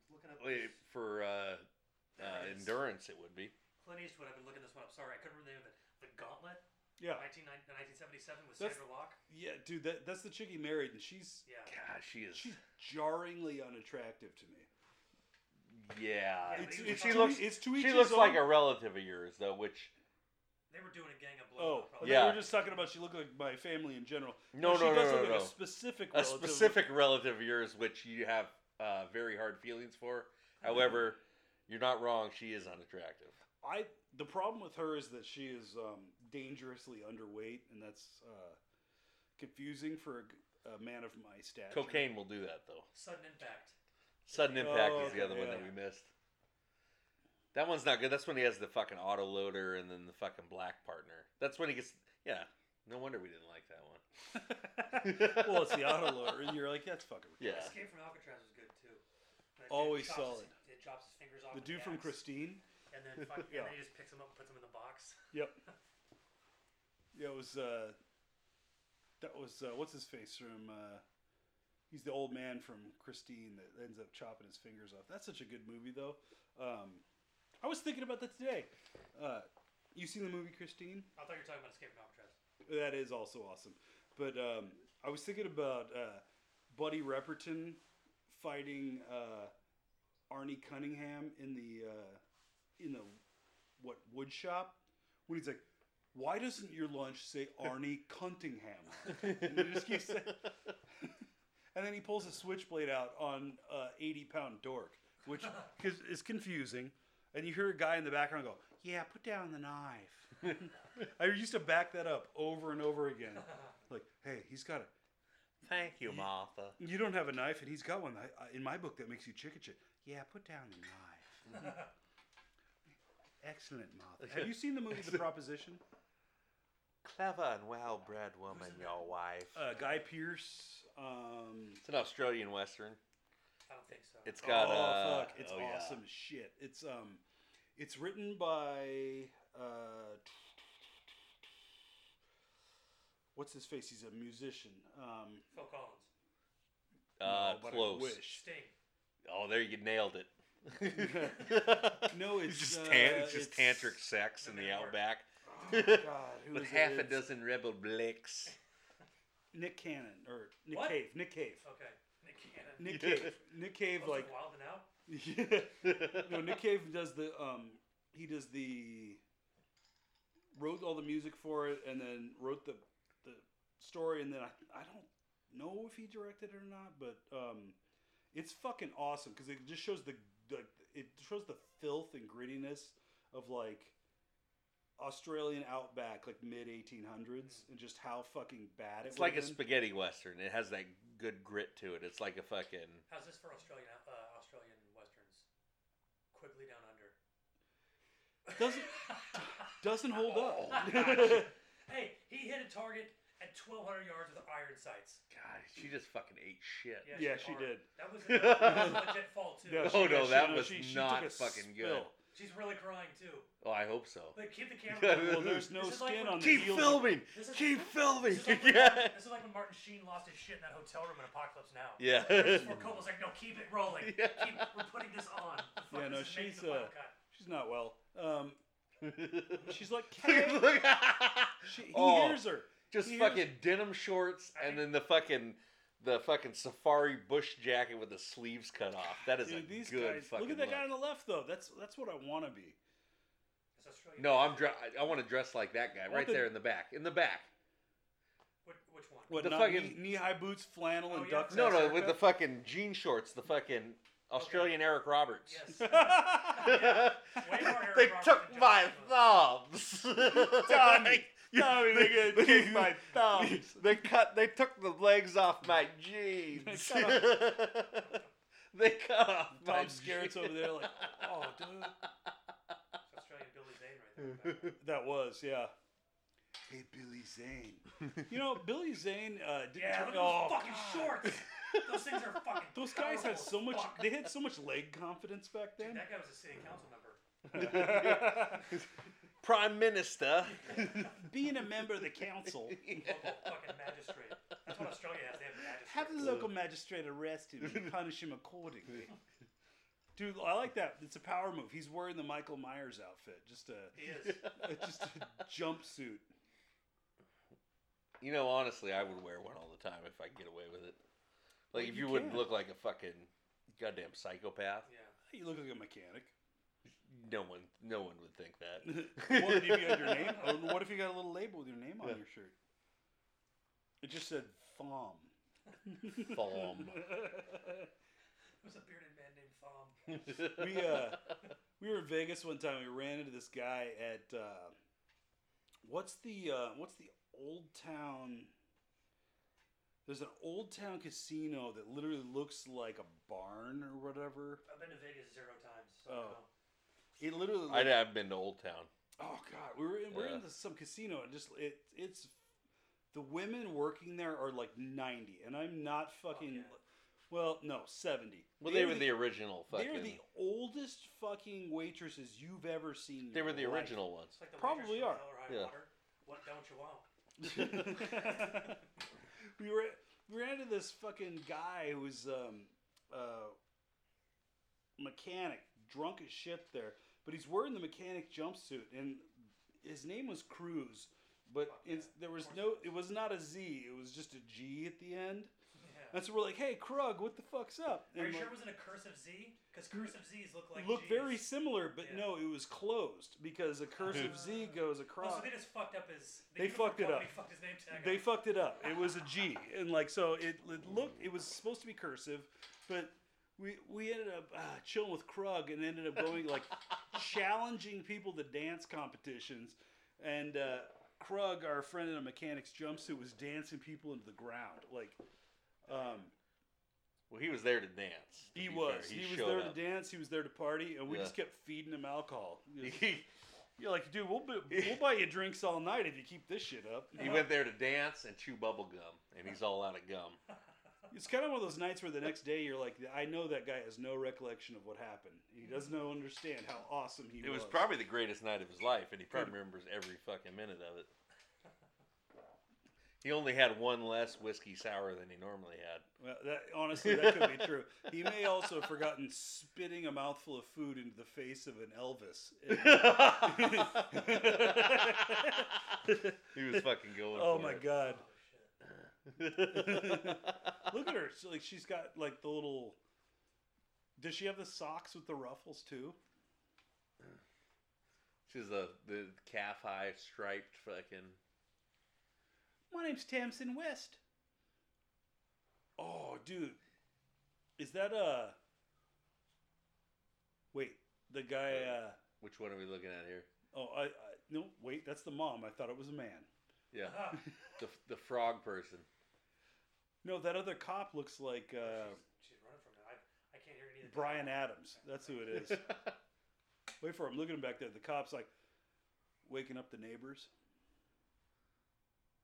Speaker 2: Looking up
Speaker 1: Wait, for uh, uh, endurance,
Speaker 2: Endurance.
Speaker 1: it would be.
Speaker 2: Clint Eastwood. I've been looking this one up. Sorry, I couldn't remember the name of it. The Gauntlet,
Speaker 3: Yeah,
Speaker 2: 19, 1977 with
Speaker 3: That's-
Speaker 2: Sandra Locke.
Speaker 3: yeah, dude. That that's the chick he married, and she's
Speaker 2: Yeah.
Speaker 1: God, she is.
Speaker 3: she's jarringly unattractive to me.
Speaker 1: yeah.
Speaker 2: Yeah,
Speaker 3: It's,
Speaker 2: but
Speaker 3: it's
Speaker 2: she
Speaker 3: to-
Speaker 1: looks-
Speaker 3: It's to each
Speaker 1: She looks
Speaker 3: his
Speaker 1: like
Speaker 3: own.
Speaker 1: a relative of yours, though. Which
Speaker 2: They were doing a gang of blow.
Speaker 3: Oh,
Speaker 2: probably.
Speaker 3: yeah.
Speaker 1: Yeah.
Speaker 3: We were just talking about she looked like my family in general.
Speaker 1: no,
Speaker 3: she
Speaker 1: no,
Speaker 3: does
Speaker 1: no, no,
Speaker 3: look
Speaker 1: no.
Speaker 3: like a specific
Speaker 1: A
Speaker 3: relative.
Speaker 1: specific relative of yours, which you have uh, very hard feelings for. However, you're not wrong. She is unattractive.
Speaker 3: I the problem with her is that she is um, dangerously underweight, and that's uh, confusing for a, g- a man of my stature.
Speaker 1: Cocaine will do that, though.
Speaker 2: Sudden impact.
Speaker 1: Sudden impact
Speaker 3: Oh,
Speaker 1: is the other one that
Speaker 3: yeah.
Speaker 1: we missed. That one's not good. That's when he has the fucking auto loader and then the fucking black partner. That's when he gets. Yeah. No wonder we didn't like that one.
Speaker 3: <laughs> well,
Speaker 1: <laughs>
Speaker 3: it's the auto loader, and you're like, that's fucking.
Speaker 1: Yeah.
Speaker 3: ridiculous.
Speaker 2: Escape from Alcatraz was good too. When it-
Speaker 3: Always
Speaker 2: it chops his-
Speaker 3: solid.
Speaker 2: It chops his fingers off.
Speaker 3: The
Speaker 2: with
Speaker 3: dude from
Speaker 2: axe,
Speaker 3: Christine.
Speaker 2: And
Speaker 1: <laughs>
Speaker 2: then, fuck,
Speaker 3: Yeah.
Speaker 2: and then he just picks him up and puts him in the box.
Speaker 3: Yep. Yeah, it was. Uh, that was uh, what's his face from. Uh, he's the old man from Christine that ends up chopping his fingers off. That's such a good movie, though. Um, I was thinking about that today. Uh, you seen the movie Christine?
Speaker 2: I thought you were talking about Escape from Alcatraz. <laughs>
Speaker 3: That is also awesome. But um, I was thinking about uh, Buddy Repperton fighting uh, Arnie Cunningham in the uh, in the what wood shop when he's like, "Why doesn't your lunch say Arnie Cunningham?" And he just keeps saying, <laughs> and then he pulls a switchblade out on uh, eighty pound dork, which is, is confusing. And you hear a guy in the background go, "Yeah, put down the knife." I used to back that up over and over again. Like, hey, he's got a.
Speaker 1: Thank you, Martha.
Speaker 3: You don't have a knife, and he's got one. I, I, in my book, that makes you chicken shit. Yeah, put down the knife. Excellent, Martha. Have you seen
Speaker 1: <laughs>
Speaker 3: the movie The Proposition?
Speaker 1: Clever and well bred woman, your wife.
Speaker 3: Uh, Guy Pierce. Um,
Speaker 1: It's an Australian Western.
Speaker 2: I don't think so.
Speaker 1: It's got.
Speaker 3: oh
Speaker 1: uh,
Speaker 3: fuck! It's
Speaker 1: oh, yeah.
Speaker 3: awesome as shit. It's um, it's written by uh, what's his face? He's a musician. Um,
Speaker 2: Phil Collins.
Speaker 1: Uh,
Speaker 3: no, but I
Speaker 1: close.
Speaker 3: wish.
Speaker 2: Sting.
Speaker 1: Oh, there you nailed it.
Speaker 3: <laughs> No,
Speaker 1: <laughs> it's
Speaker 3: it's,
Speaker 1: just
Speaker 3: uh,
Speaker 1: tan- it's just
Speaker 3: it's-
Speaker 1: tantric sex in the
Speaker 2: Manowar.
Speaker 1: outback
Speaker 3: Oh,
Speaker 1: <laughs>
Speaker 3: God, who
Speaker 1: with
Speaker 3: is it?
Speaker 1: half a
Speaker 3: It's
Speaker 1: dozen rebel blicks.
Speaker 3: Nick Cannon or Nick
Speaker 2: What?
Speaker 3: Cave. Nick Cave.
Speaker 2: Okay. Nick Cannon.
Speaker 3: Nick
Speaker 1: <laughs> Yeah.
Speaker 3: Cave. Nick Cave.
Speaker 2: Most
Speaker 3: Like
Speaker 2: of Wild and Out.
Speaker 3: <laughs> no, Nick Cave does the um he does the wrote all the music for it and then wrote the the story and then I I don't know if he directed it or not but um it's fucking awesome because it just shows the like it shows the filth and grittiness of like Australian outback like mid 1800s and just how fucking bad it
Speaker 1: It's like a
Speaker 3: would've been.
Speaker 1: spaghetti western. It has that good grit to it. It's like a fucking.
Speaker 2: How's this for Australian out- uh, Australian westerns? Quigley Down Under.
Speaker 3: doesn't doesn't hold
Speaker 1: <laughs>
Speaker 3: <laughs> up.
Speaker 2: Oh. <laughs> hey, he hit a target at 1,200 yards with iron sights.
Speaker 1: God, she just fucking ate shit. <laughs>
Speaker 3: Yeah, she
Speaker 2: hard.
Speaker 3: did.
Speaker 2: That was, a, that was a legit fall too.
Speaker 3: <laughs>
Speaker 1: No,
Speaker 3: Yeah, she-
Speaker 1: Oh, no,
Speaker 3: yeah, she-
Speaker 1: that was
Speaker 3: she- she
Speaker 1: not
Speaker 3: took a
Speaker 1: fucking good.
Speaker 3: spill.
Speaker 2: She's really crying too.
Speaker 1: Oh, I hope so.
Speaker 2: But
Speaker 3: <laughs>
Speaker 2: keep the camera.
Speaker 3: Well, there's no
Speaker 2: This is like
Speaker 3: skin
Speaker 2: when-
Speaker 3: on the
Speaker 1: Keep
Speaker 3: heels of-
Speaker 1: filming.
Speaker 2: This is-
Speaker 1: Keep filming.
Speaker 2: This is,
Speaker 1: <laughs>
Speaker 2: like when,
Speaker 1: Yeah.
Speaker 2: this is like when Martin Sheen lost his shit in that hotel room in Apocalypse Now.
Speaker 1: Yeah.
Speaker 2: This is where Coppola's like, no, keep it rolling.
Speaker 1: <laughs> Yeah.
Speaker 2: Keep, we're putting this on. The fuck
Speaker 3: Yeah, no,
Speaker 2: this is making
Speaker 3: she's,
Speaker 2: the final
Speaker 3: uh,
Speaker 2: cut.
Speaker 3: She's not well. Um, she's like, <laughs> "Hey."
Speaker 1: Look- look.
Speaker 3: she, he
Speaker 1: Oh.
Speaker 3: hears her.
Speaker 1: <laughs> just
Speaker 3: He hears-
Speaker 1: fucking denim shorts and then the fucking the fucking safari bush jacket with the sleeves cut off. That is
Speaker 3: Dude,
Speaker 1: a
Speaker 3: these
Speaker 1: good
Speaker 3: guys.
Speaker 1: fucking
Speaker 3: Look at that
Speaker 1: look.
Speaker 3: guy on the left, though. That's that's what I want to be.
Speaker 2: It's Australian.
Speaker 1: No, I'm dre- I want to dress like that guy
Speaker 3: want
Speaker 1: right
Speaker 3: the-
Speaker 1: there in the back. In the back.
Speaker 2: Which, which one?
Speaker 3: What
Speaker 1: The
Speaker 3: not
Speaker 1: fucking-
Speaker 3: knee high boots, flannel,
Speaker 2: Oh,
Speaker 3: and
Speaker 2: yeah.
Speaker 3: duck.
Speaker 1: No,
Speaker 3: nuts
Speaker 1: no, with the <laughs>
Speaker 3: haircut?
Speaker 1: fucking jean shorts, the fucking Australian Eric Roberts. <laughs>
Speaker 2: Yes.
Speaker 1: they
Speaker 2: Way more Eric Roberts
Speaker 1: took
Speaker 2: than
Speaker 1: my
Speaker 2: John
Speaker 1: thumbs.
Speaker 3: <laughs> <laughs> Tommy,
Speaker 1: Tommy,
Speaker 3: they
Speaker 1: <laughs>
Speaker 3: gonna kick my thumbs.
Speaker 1: They cut. They took the legs off my jeans.
Speaker 3: They
Speaker 1: <laughs> they cut off my
Speaker 3: <laughs> Tom Skerritt's over there like, oh, dude.
Speaker 2: It's Australian Billy Zane right there.
Speaker 1: <laughs>
Speaker 3: That was, yeah. Hey, Billy Zane. you know, Billy Zane uh, didn't
Speaker 2: Yeah,
Speaker 3: turn-
Speaker 2: look at
Speaker 3: oh,
Speaker 2: those fucking
Speaker 3: God.
Speaker 2: shorts. Those things are fucking.
Speaker 3: <laughs> Those guys had so much.
Speaker 2: Fuck.
Speaker 3: They had so much leg confidence back
Speaker 2: Dude,
Speaker 3: then.
Speaker 2: that guy was a city council member.
Speaker 1: <laughs> Prime Minister.
Speaker 3: Being a member of the council,
Speaker 2: Local fucking magistrate. That's what Australia has. They have magistrates.
Speaker 3: have the local magistrate arrest him and punish him accordingly. Dude, I like that. It's a power move. He's wearing the Michael Myers outfit, just a
Speaker 2: He <laughs> is.
Speaker 3: just a jumpsuit.
Speaker 1: You know, honestly, I would wear one all the time if I could get away with it. Like,
Speaker 3: Well,
Speaker 1: if
Speaker 3: you
Speaker 1: you, wouldn't
Speaker 3: can.
Speaker 1: look like a fucking goddamn psychopath,
Speaker 2: Yeah.
Speaker 3: You look like a mechanic.
Speaker 1: no one, no one would think
Speaker 3: <laughs>
Speaker 1: that.
Speaker 3: what if you got your name? or What if you got a little label with your name on
Speaker 1: Yeah.
Speaker 3: your shirt? It just said "Thom."
Speaker 1: Thom.
Speaker 3: <laughs>
Speaker 2: There was a bearded man named Thom.
Speaker 1: <laughs>
Speaker 3: we uh, we were in Vegas one time. We ran into this guy at uh, what's the uh, what's the old town? There's an old town casino that literally looks like a barn or whatever.
Speaker 2: I've been to Vegas zero times. So
Speaker 3: Oh.
Speaker 2: I know.
Speaker 3: It literally.
Speaker 1: I'd
Speaker 3: Like,
Speaker 1: have been to Old Town.
Speaker 3: oh God, we were in, we're
Speaker 1: Yeah.
Speaker 3: in this, some casino and just it it's the women working there are like ninety, and I'm not fucking.
Speaker 2: yeah.
Speaker 3: Well, no, seventy.
Speaker 1: Well, they were the original
Speaker 3: they
Speaker 1: fucking.
Speaker 3: are the oldest fucking waitresses you've ever seen. in
Speaker 1: They were
Speaker 3: your
Speaker 1: the
Speaker 3: life.
Speaker 1: original ones.
Speaker 2: It's like the
Speaker 3: Probably
Speaker 2: waitress
Speaker 3: are.
Speaker 2: from Hell or High
Speaker 1: Yeah.
Speaker 2: Water. What don't you
Speaker 3: <laughs>
Speaker 2: want?
Speaker 3: we were we ran into this fucking guy who was um uh mechanic, drunk as shit there, but he's wearing the mechanic jumpsuit and his name was Cruz, but
Speaker 2: Fuck
Speaker 3: it's,
Speaker 2: yeah,
Speaker 3: there
Speaker 2: of
Speaker 3: was
Speaker 2: course
Speaker 3: no
Speaker 2: it
Speaker 3: it was not a Z, it was just a G at the end.
Speaker 2: Yeah.
Speaker 3: And so we're like, "Hey, Krug, what the fuck's up?"
Speaker 2: Are you
Speaker 3: like,
Speaker 2: sure it wasn't a cursive Z? Because cursive Z's look like
Speaker 3: look
Speaker 2: Gs.
Speaker 3: very similar, but
Speaker 2: Yeah.
Speaker 3: no, it was closed because a
Speaker 2: <laughs>
Speaker 3: cursive Z
Speaker 2: Ah.
Speaker 3: goes
Speaker 2: Oh,
Speaker 3: across.
Speaker 2: so they just fucked up his.
Speaker 3: They
Speaker 2: uniform
Speaker 3: fucked it
Speaker 2: company
Speaker 3: up.
Speaker 2: Fucked his name tag
Speaker 3: they
Speaker 2: up.
Speaker 3: fucked it up. It was a G, and like so, it, it looked. It was supposed to be cursive, but we we ended up uh, chilling with Krug and ended up going
Speaker 1: <laughs>
Speaker 3: like challenging people to dance competitions, and uh, Krug, our friend in a mechanic's jumpsuit, was dancing people into the ground. Like, um,
Speaker 1: Well, he was there to dance. to
Speaker 3: he
Speaker 1: be
Speaker 3: was
Speaker 1: fair.
Speaker 3: he, was
Speaker 1: showed
Speaker 3: there
Speaker 1: <laughs> up.
Speaker 3: to dance. He was there to party, and we
Speaker 1: Yeah.
Speaker 3: just kept feeding
Speaker 1: <laughs>
Speaker 3: him alcohol. Just-
Speaker 1: He,
Speaker 3: You're like, dude, we'll bu-
Speaker 1: <laughs>
Speaker 3: we'll buy you drinks all night if you keep this shit up.
Speaker 1: he went there to dance and chew bubble gum, and he's all out of gum.
Speaker 3: It's kind of one of those nights where the next day you're like, I know that guy has no recollection of what happened. He does not understand how awesome he
Speaker 1: It
Speaker 3: was.
Speaker 1: was probably the greatest night of his life, and he probably remembers every fucking minute of it. He only had one less whiskey sour than he normally
Speaker 3: <laughs>
Speaker 1: had. <laughs>
Speaker 3: Well, that, honestly, that could be true. He may also have forgotten spitting a mouthful of food into the face of an Elvis.
Speaker 1: <laughs> he was fucking going.
Speaker 3: oh
Speaker 1: for
Speaker 3: my
Speaker 1: it.
Speaker 3: god!
Speaker 2: Oh, shit.
Speaker 1: <laughs>
Speaker 3: Look at her. She, like she's got like the little. Does she have the socks with the ruffles too?
Speaker 1: She's the the calf high striped fucking.
Speaker 3: My name's Tamsin West. Oh, dude. Is that uh Wait, the guy uh
Speaker 1: Which one are we looking at here?
Speaker 3: Oh, I, I no, wait, that's the mom. I thought it was a man.
Speaker 1: Yeah,
Speaker 2: Ah,
Speaker 1: the the frog person.
Speaker 3: No, that other cop looks like uh
Speaker 2: she's, she's running from it. I, I can't hear any of the
Speaker 3: Brian
Speaker 2: dialogue.
Speaker 3: Adams. That's who it <laughs> is. Wait for him. Look at him back there. The cop's like waking up the neighbors.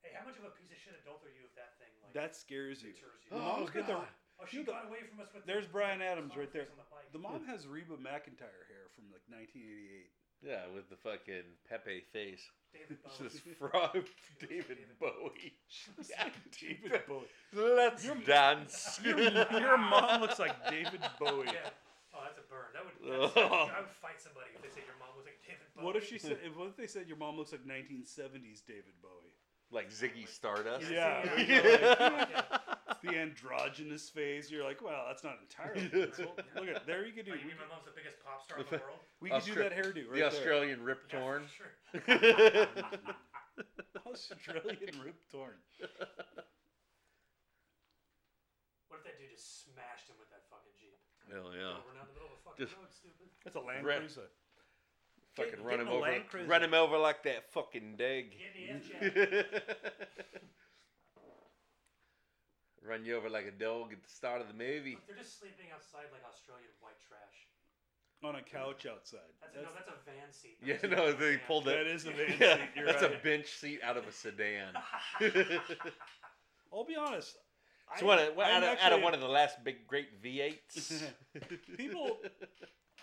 Speaker 2: Hey, how much of a piece of shit adult are you if that thing like
Speaker 3: That scares you.
Speaker 2: deters
Speaker 3: <gasps>
Speaker 2: you?
Speaker 3: The
Speaker 1: Oh,
Speaker 3: mom's got the
Speaker 1: God.
Speaker 2: Oh, she
Speaker 3: you know,
Speaker 2: got away from us with.
Speaker 3: there's
Speaker 2: the,
Speaker 3: Bryan
Speaker 2: the
Speaker 3: Adams
Speaker 2: song
Speaker 3: right there.
Speaker 2: face on the bike.
Speaker 3: the mom has Reba McIntyre hair from like 1988.
Speaker 1: <laughs> Yeah, with the fucking Pepe face.
Speaker 2: David
Speaker 1: It's
Speaker 2: Bowie.
Speaker 1: this frog, <laughs> David Bowie.
Speaker 3: She <laughs> looks
Speaker 1: Yeah,
Speaker 3: like
Speaker 1: dude.
Speaker 3: David Bowie.
Speaker 1: Let's
Speaker 3: Your-
Speaker 1: <laughs> dance.
Speaker 3: <laughs> Your, your mom looks like David Bowie.
Speaker 2: Yeah. Oh, that's a burn. That would. That's, I would fight somebody if they said your mom was like David Bowie.
Speaker 3: What if she said? What if they said your mom looks like 1970s David Bowie?
Speaker 1: like Ziggy Stardust.
Speaker 3: Yeah.
Speaker 1: <laughs>
Speaker 2: yeah.
Speaker 3: The androgynous phase. You're like, well, that's not
Speaker 1: <laughs>
Speaker 3: entirely. possible. Look at there. You could do.
Speaker 2: Oh, you
Speaker 3: We
Speaker 2: mean
Speaker 3: could,
Speaker 2: my mom's the biggest pop star in
Speaker 1: <laughs>
Speaker 2: the world?
Speaker 3: we could do
Speaker 1: Austra-
Speaker 3: that hairdo
Speaker 1: the
Speaker 3: right there.
Speaker 1: Australian Rip
Speaker 2: Yeah,
Speaker 1: Torn.
Speaker 2: <laughs> Sure.
Speaker 3: <laughs> Australian Rip Torn.
Speaker 2: What if that dude just smashed him with that fucking jeep?
Speaker 1: Hell yeah.
Speaker 2: We're not in the middle of a fucking
Speaker 1: Oh. Just-
Speaker 2: road, stupid.
Speaker 3: That's a Land
Speaker 1: Rip.
Speaker 3: Cruiser.
Speaker 1: Fucking
Speaker 2: Get-
Speaker 1: run
Speaker 2: get
Speaker 1: him
Speaker 2: in a
Speaker 1: over.
Speaker 2: Land Cruiser.
Speaker 1: Run him over like that fucking dig.
Speaker 2: Get in the
Speaker 1: <laughs>
Speaker 2: F jack.
Speaker 1: <laughs> run you over like a dog at the start of the movie.
Speaker 2: <laughs> Look, They're just sleeping outside like Australian white trash.
Speaker 3: on a couch outside.
Speaker 2: That's,
Speaker 3: That's-
Speaker 2: no, that's a van seat.
Speaker 1: Yeah,
Speaker 2: That's
Speaker 1: no,
Speaker 2: a
Speaker 1: they
Speaker 2: van.
Speaker 1: pulled it.
Speaker 3: that is a van
Speaker 1: <laughs> Yeah,
Speaker 3: seat. You're
Speaker 1: that's
Speaker 3: right.
Speaker 1: a bench seat out of a
Speaker 2: <laughs>
Speaker 1: sedan.
Speaker 3: I'll be honest.
Speaker 1: It's
Speaker 3: I-
Speaker 1: one of,
Speaker 3: I'm
Speaker 1: out, of, out
Speaker 3: actually-
Speaker 1: of one of the last big great
Speaker 2: <laughs>
Speaker 1: V8s.
Speaker 3: <laughs> people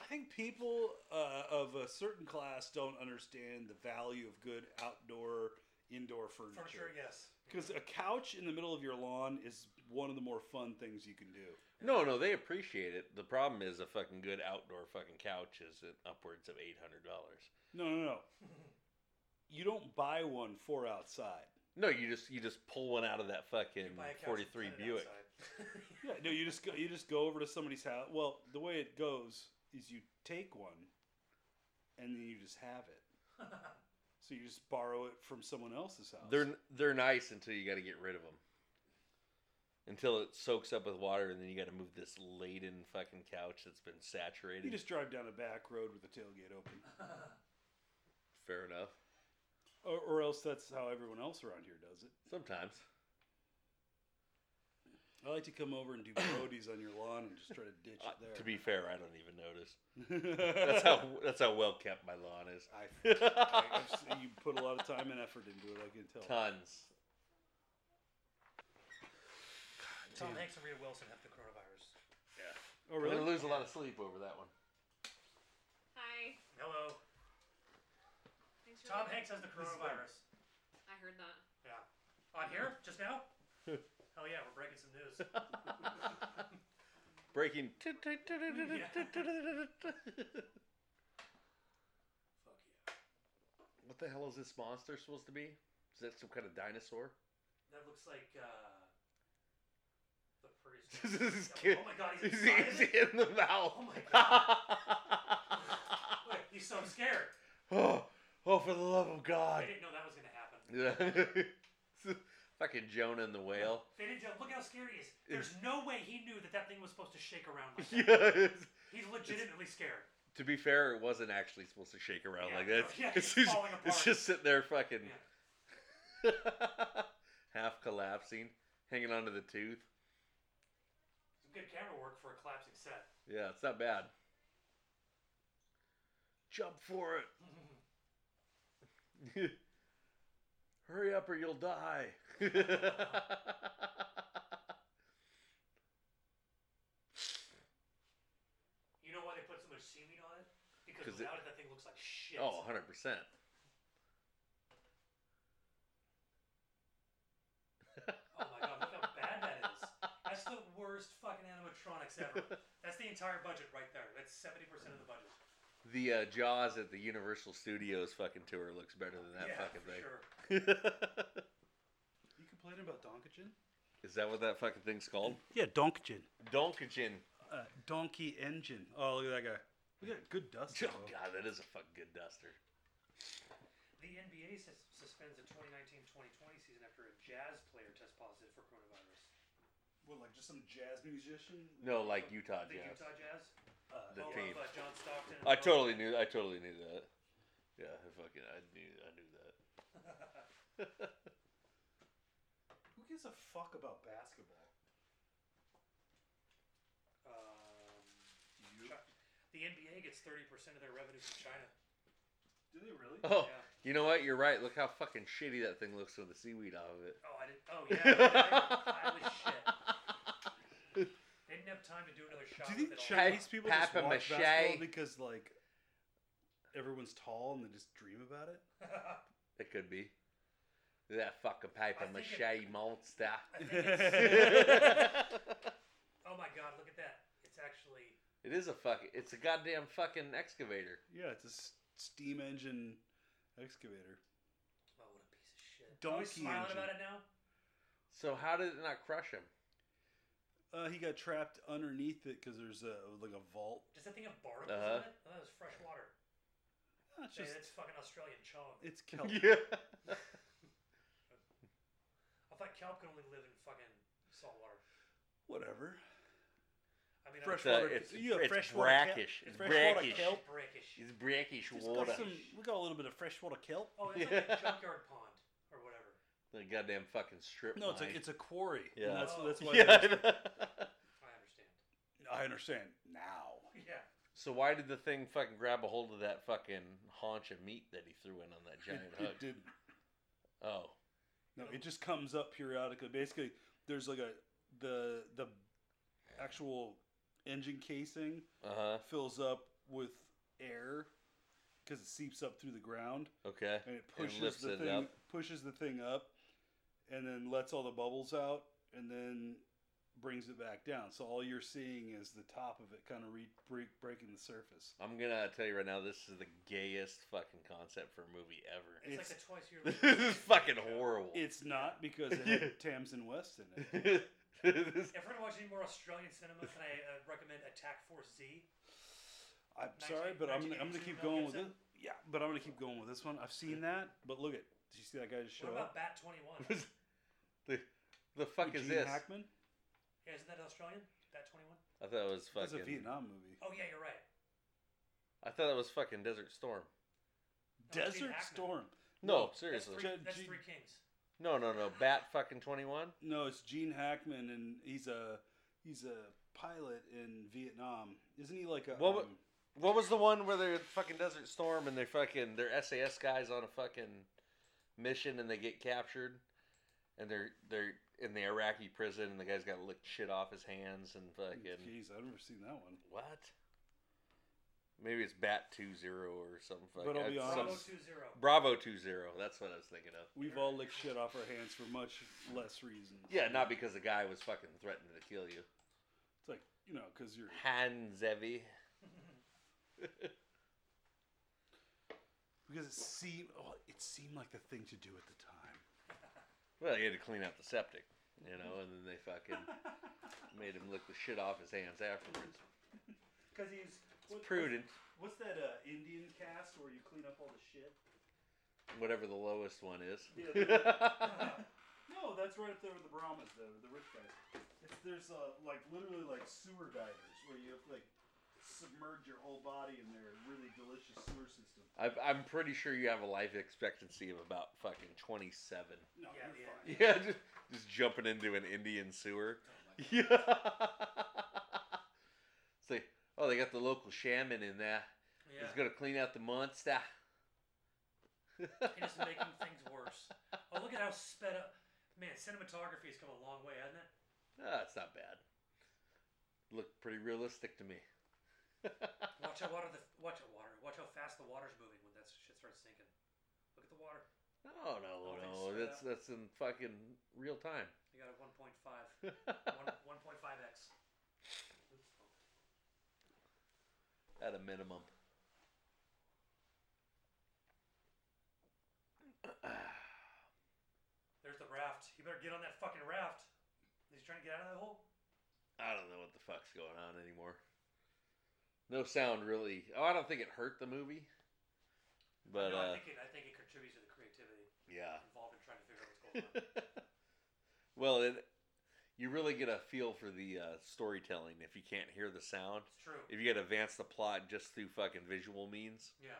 Speaker 3: i think people uh, of a certain class don't understand the value of good outdoor indoor
Speaker 2: For sure,
Speaker 3: furniture
Speaker 2: yes.
Speaker 3: because a couch in the middle of your lawn is one of the more fun things you can do
Speaker 1: no, no, they appreciate it. The problem is a fucking good outdoor fucking couch is at upwards of eight hundred dollars.
Speaker 3: no no no you don't buy one for outside
Speaker 1: No, you just you just pull one out of that
Speaker 2: You
Speaker 1: fucking
Speaker 2: <laughs> buy a couch and
Speaker 1: forty three
Speaker 2: put it
Speaker 1: Buick.
Speaker 2: outside.
Speaker 3: yeah no you just go you just go over to somebody's house well the way it goes is you take one and then you just have it so you just borrow it from someone else's house
Speaker 1: They're they're nice until you got to get rid of them. Until it soaks up with water, and then you got to move this laden fucking couch that's been saturated.
Speaker 3: you just drive down a back road with the tailgate open
Speaker 1: Fair enough.
Speaker 3: Or, or else that's how everyone else around here does it.
Speaker 1: Sometimes.
Speaker 3: I like to come over and do roadies on your lawn and just try to ditch
Speaker 1: Uh,
Speaker 3: it there.
Speaker 1: to
Speaker 3: <laughs>
Speaker 1: be fair, I don't even notice. That's
Speaker 3: that's <laughs>
Speaker 1: how that's how well kept my lawn is.
Speaker 3: I,
Speaker 1: <laughs>
Speaker 3: I, I've s- you put a lot of time and effort into it. I can tell.
Speaker 1: Tons.
Speaker 2: <laughs> Tom
Speaker 3: Dude.
Speaker 2: Hanks and Rita Wilson have the coronavirus.
Speaker 3: Oh
Speaker 1: We're gonna
Speaker 3: really?
Speaker 1: lose a lot of sleep over that one.
Speaker 4: Hi.
Speaker 2: Hello.
Speaker 4: Thanks for
Speaker 2: Tom
Speaker 4: the-
Speaker 2: Hanks has the
Speaker 3: is fun.
Speaker 2: coronavirus.
Speaker 4: I heard that.
Speaker 2: Yeah. On here? Just
Speaker 1: <laughs>
Speaker 2: now? Hell yeah, we're breaking some news.
Speaker 3: <laughs>
Speaker 1: Breaking. <laughs>
Speaker 2: Fuck yeah.
Speaker 1: What the hell is this monster supposed to be? Is that some kind of dinosaur?
Speaker 2: That looks like, uh. The
Speaker 1: <laughs> This
Speaker 2: prehistoric.
Speaker 1: is
Speaker 2: oh my god,
Speaker 1: <laughs>
Speaker 2: he's inside of <laughs>
Speaker 1: he's
Speaker 2: it?
Speaker 1: in the mouth.
Speaker 2: Oh
Speaker 1: <laughs>
Speaker 2: my
Speaker 1: god.
Speaker 2: Look, he's so scared.
Speaker 1: Oh, oh, for the love of
Speaker 2: I
Speaker 1: God.
Speaker 2: didn't know that was gonna happen.
Speaker 1: Yeah. <laughs> Fucking Jonah and the whale.
Speaker 2: <laughs> They didn't tell- look how scared he is. There's no way he knew that that thing was supposed to shake
Speaker 1: <laughs>
Speaker 2: around like that.
Speaker 1: Yes.
Speaker 2: He's legitimately scared.
Speaker 1: To be fair, it wasn't actually supposed to shake around
Speaker 2: Yeah,
Speaker 1: like
Speaker 2: no,
Speaker 1: that.
Speaker 2: yeah,
Speaker 1: it's,
Speaker 2: it's
Speaker 1: just,
Speaker 2: falling
Speaker 1: it's
Speaker 2: apart.
Speaker 1: just sitting there fucking <laughs> half collapsing, hanging onto the tooth.
Speaker 2: Some good camera work for a collapsing set. <laughs>
Speaker 1: Yeah, it's not bad. Jump for it. <laughs> Hurry up or you'll <laughs> die.
Speaker 2: You know why they put so much seaweed on it? Because
Speaker 1: 'Cause it-
Speaker 2: without it, that thing looks like shit.
Speaker 1: oh, 100%.
Speaker 2: Oh my god, look how bad that is. That's the worst fucking animatronics
Speaker 1: <laughs>
Speaker 2: ever. That's the entire budget right there. That's 70% of the budget.
Speaker 1: The uh, Jaws at the Universal Studios fucking tour looks better than that
Speaker 2: yeah,
Speaker 1: fucking
Speaker 2: for
Speaker 1: thing.
Speaker 2: sure.
Speaker 3: You complaining about Donkajin?
Speaker 1: <laughs> Is that what that fucking thing's called?
Speaker 3: Yeah, Donkajin.
Speaker 1: Donkajin.
Speaker 3: Uh, donkey engine. Oh, look at that guy. Look at that good dust.
Speaker 1: <laughs> Oh god, that is a fucking good duster.
Speaker 2: The NBA sus- suspends the 2019-2020 season after a jazz player tests positive for coronavirus.
Speaker 3: What, like just some jazz musician?
Speaker 1: No, like Utah
Speaker 2: The
Speaker 1: Jazz.
Speaker 2: Utah Jazz?
Speaker 3: Uh,
Speaker 1: The
Speaker 2: Oh,
Speaker 1: team.
Speaker 2: of, uh, John Stockton. and
Speaker 1: I
Speaker 2: Bo-
Speaker 1: totally knew. I totally knew that. Yeah, I fucking I knew. I knew that.
Speaker 3: who gives a fuck about basketball?
Speaker 2: <laughs> Um, Chi- the NBA gets 30% of their revenue from China.
Speaker 3: Do they really?
Speaker 1: Oh,
Speaker 2: Yeah.
Speaker 1: <laughs> you know what? You're right. Look how fucking shitty that thing looks with the seaweed off of it.
Speaker 2: Oh, I didn't. Oh, yeah. yeah, yeah, pile of shit. They didn't have time to do another shot.
Speaker 3: Do you think
Speaker 2: with it all.
Speaker 3: Chinese people just watch
Speaker 1: Papier-mâché.
Speaker 3: basketball because like everyone's tall and they just dream about it?
Speaker 1: <laughs> It could be. That fucking paper
Speaker 2: I think it-
Speaker 1: mache monster.
Speaker 2: <laughs> I
Speaker 1: <laughs>
Speaker 2: think
Speaker 3: <laughs>
Speaker 2: it's-
Speaker 1: it
Speaker 2: oh my god, look at that. It's actually.
Speaker 1: is a fucking. It's a goddamn fucking excavator.
Speaker 3: Yeah, it's a s- steam engine excavator.
Speaker 2: Oh, what a piece of shit.
Speaker 3: Donkey
Speaker 2: Oh, he's smiling
Speaker 3: engine.
Speaker 2: about it now?
Speaker 1: So how did it not crush him?
Speaker 3: Uh, he got trapped underneath it because there's a like a vault.
Speaker 2: Does that thing have barnacles
Speaker 1: Uh-huh.
Speaker 2: on it? Oh, that was fresh water.
Speaker 3: Ah, it's
Speaker 2: Hey,
Speaker 3: just
Speaker 2: that's fucking Australian chalk.
Speaker 1: <laughs>
Speaker 3: it's kelp.
Speaker 2: <laughs>
Speaker 1: Yeah.
Speaker 2: I thought kelp can only live in fucking salt water.
Speaker 3: Whatever.
Speaker 2: I mean, know,
Speaker 1: It's,
Speaker 3: Fresh
Speaker 1: uh,
Speaker 3: water.
Speaker 1: it's,
Speaker 3: you have
Speaker 1: it's
Speaker 3: freshwater kelp-
Speaker 1: brackish. It's
Speaker 3: freshwater
Speaker 1: brackish.
Speaker 3: kelp.
Speaker 2: brackish.
Speaker 1: It's brackish
Speaker 3: Just got
Speaker 1: water.
Speaker 3: some, we got a little bit of freshwater kelp.
Speaker 2: Oh, it's like
Speaker 1: <laughs>
Speaker 2: a junkyard pond or whatever.
Speaker 1: The goddamn fucking strip.
Speaker 3: No, it's
Speaker 1: mine.
Speaker 3: a, it's a quarry. and
Speaker 1: Yeah.
Speaker 3: that's,
Speaker 1: <laughs>
Speaker 3: that's why.
Speaker 1: yeah.
Speaker 3: they-
Speaker 1: I know.
Speaker 2: I understand.
Speaker 3: I understand now.
Speaker 2: Yeah.
Speaker 1: So why did the thing fucking grab a hold of that fucking haunch of meat that he threw in on that
Speaker 3: It,
Speaker 1: giant
Speaker 2: <laughs>
Speaker 3: it
Speaker 1: hug?
Speaker 3: didn't.
Speaker 1: Oh,
Speaker 3: No, it just comes up periodically. Basically, there's like a the the actual engine casing
Speaker 1: uh huh.
Speaker 3: fills up with air because it seeps up through the ground
Speaker 1: Okay.
Speaker 3: and it
Speaker 1: And
Speaker 3: pushes
Speaker 1: lifts
Speaker 3: the
Speaker 1: it
Speaker 3: thing
Speaker 1: up.
Speaker 3: pushes the thing up and then lets all the bubbles out and then brings it back down. So all you're seeing is the top of it kind of re- break, breaking the surface.
Speaker 1: I'm gonna tell you right now, this is the gayest fucking concept for a movie ever. <laughs>
Speaker 2: It's,
Speaker 3: It's-
Speaker 2: like a twice yearly.
Speaker 1: This is fucking horrible.
Speaker 3: It's not because it had Tamsin West in it.
Speaker 1: <laughs> This-
Speaker 2: If we're gonna watch any more Australian cinema, can I uh, recommend Attack Force Z?
Speaker 3: I'm sorry, but I'm gonna, I'm gonna keep
Speaker 2: 1982
Speaker 3: going with
Speaker 2: Mel
Speaker 3: it. Yeah, but I'm gonna keep going with this one. I've seen that, but look at did you see that guy just show
Speaker 2: What about
Speaker 3: up?
Speaker 2: Bat Twenty One?
Speaker 1: <laughs> this- the, the fuck is
Speaker 3: Gene
Speaker 1: this?
Speaker 3: Hackman?
Speaker 2: Yeah, isn't that Australian? Bat Twenty One?
Speaker 1: I thought it was
Speaker 3: That's a
Speaker 1: fucking.
Speaker 3: Vietnam movie.
Speaker 2: Oh yeah, you're right.
Speaker 1: I thought it was fucking Desert Storm.
Speaker 2: No, it's Gene
Speaker 3: Desert
Speaker 2: Hackman.
Speaker 3: Storm.
Speaker 1: No,
Speaker 2: That's
Speaker 1: seriously.
Speaker 2: three,
Speaker 3: Judge
Speaker 2: that's
Speaker 3: G-
Speaker 2: three Kings.
Speaker 1: No, no, no. Bat fucking twenty one.
Speaker 3: No, it's Gene Hackman, and he's a he's a pilot in Vietnam. Isn't he like a?
Speaker 1: What wa-
Speaker 3: um,
Speaker 1: What was the one where they're at fucking Desert Storm and they're fucking they're SAS guys on a fucking mission and they get captured and they're they're in the Iraqi prison and the guy's got to lick shit off his hands and fucking
Speaker 3: Jeez, I've never seen that one.
Speaker 1: what? Maybe it's Bat Two Zero or something.
Speaker 3: But
Speaker 1: fucking-
Speaker 3: I'll be
Speaker 1: it's
Speaker 3: honest-
Speaker 1: some-
Speaker 2: Bravo Two Zero. <laughs>
Speaker 1: Bravo Two Zero. That's what I was thinking of.
Speaker 3: We've all licked shit off our hands for much less reasons.
Speaker 1: Yeah, not because the guy was fucking threatening to kill you.
Speaker 3: it's like you know because you're
Speaker 1: Hands heavy.
Speaker 3: because it seemed oh, it seemed like the thing to do at the time.
Speaker 1: Well, he had to clean out the septic, you know, and then they fucking <laughs>
Speaker 3: <laughs>
Speaker 1: made him lick the shit off his hands afterwards.
Speaker 3: Because he's
Speaker 1: It's prudent.
Speaker 3: What's that uh, Indian cast where you clean up all the shit?
Speaker 1: whatever the lowest one is.
Speaker 3: No, that's right up there with the Brahmas, the the rich guys. It's, there's uh, like literally like sewer divers where you have to, like submerge your whole body in their really delicious sewer system.
Speaker 1: <laughs> i I'm pretty sure you have a life expectancy of about fucking 27.
Speaker 3: No,
Speaker 2: Yeah,
Speaker 3: you're
Speaker 2: yeah.
Speaker 1: <laughs>
Speaker 3: fine.
Speaker 1: Yeah, just, just jumping into an Indian sewer. <laughs> Yeah. it's like, oh, they got the local shaman in there.
Speaker 2: Yeah.
Speaker 1: He's gonna clean out the monster.
Speaker 2: It is making things worse. Oh, look at how sped up. Man, cinematography has come a long way, hasn't it?
Speaker 1: Ah, it's not bad. Looked pretty realistic to me.
Speaker 2: Watch how water the watch how water. Watch how fast the water's moving when that shit starts sinking. Look at the water.
Speaker 1: Oh, No, no,
Speaker 2: I think
Speaker 1: no.
Speaker 2: so.
Speaker 1: That's that's in fucking real time. <laughs>
Speaker 2: You got a 1.5, one- 1.5x.
Speaker 1: At a minimum. <clears throat>
Speaker 2: There's the raft. You better get on that fucking raft. He's trying to get out of that hole.
Speaker 1: I don't know what the fuck's going on anymore. No sound really. Oh, I don't think it hurt the movie. But
Speaker 2: no,
Speaker 1: uh,
Speaker 2: I think it. I think it contributes to the creativity
Speaker 1: yeah.
Speaker 2: involved in trying to figure out what's going on.
Speaker 1: <laughs> well, it you really get a feel for the uh, storytelling if you can't hear the sound.
Speaker 2: It's true.
Speaker 1: If you had advanced the plot just through fucking visual means,
Speaker 2: Yeah.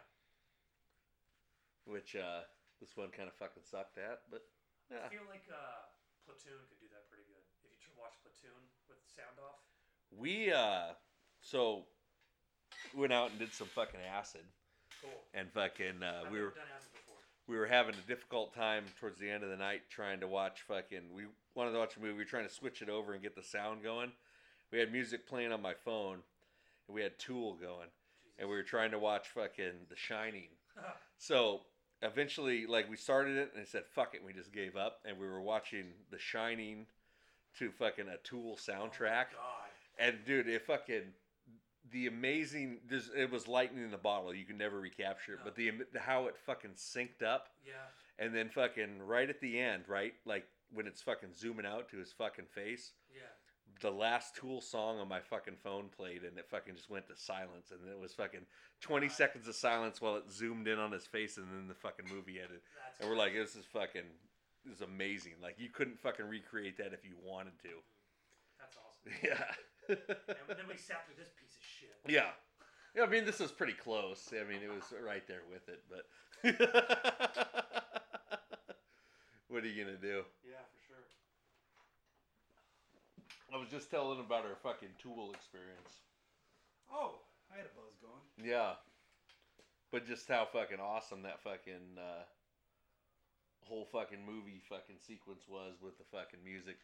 Speaker 1: which uh, this one kind of fucking sucked at, but yeah.
Speaker 2: I feel like uh, Platoon could do that pretty good. If you tr- watch Platoon with sound off.
Speaker 1: we uh so went out and did some fucking acid
Speaker 2: Cool.
Speaker 1: and fucking uh,
Speaker 2: I've
Speaker 1: we were
Speaker 2: never done acid before.
Speaker 1: we were having a difficult time towards the end of the night trying to watch fucking we wanted to watch a movie we were trying to switch it over and get the sound going we had music playing on my phone and we had tool going
Speaker 2: Jesus.
Speaker 1: and we were trying to watch fucking the
Speaker 2: <laughs>
Speaker 1: shining so eventually like we started it and it said fuck it and we just gave up and we were watching the shining to fucking a tool soundtrack
Speaker 2: Oh my God.
Speaker 1: and dude it fucking the amazing this it was lightning in the bottle you can never recapture it but the how it fucking synced up
Speaker 2: Yeah.
Speaker 1: and then fucking right at the end, right? Like when it's fucking zooming out to his fucking face,
Speaker 2: Yeah.
Speaker 1: the last Tool song on my fucking phone played and it fucking just went to silence. And it was fucking 20 seconds of silence while it zoomed in on his face and then the fucking movie ended.
Speaker 2: That's.
Speaker 1: And we're like, this is fucking, this is amazing. Like you couldn't fucking recreate that if you wanted to. <laughs>
Speaker 2: That's awesome.
Speaker 1: Yeah.
Speaker 2: And then we really sat through this piece of shit.
Speaker 1: Yeah. Yeah, I mean, this is pretty close. I mean, it was right there with it, but. <laughs> what are you going to do?
Speaker 2: Yeah, for sure.
Speaker 1: I was just telling about our fucking tool experience.
Speaker 3: Oh, I had a buzz going.
Speaker 1: Yeah. But just how fucking awesome that fucking uh, whole fucking movie fucking sequence was with the fucking music.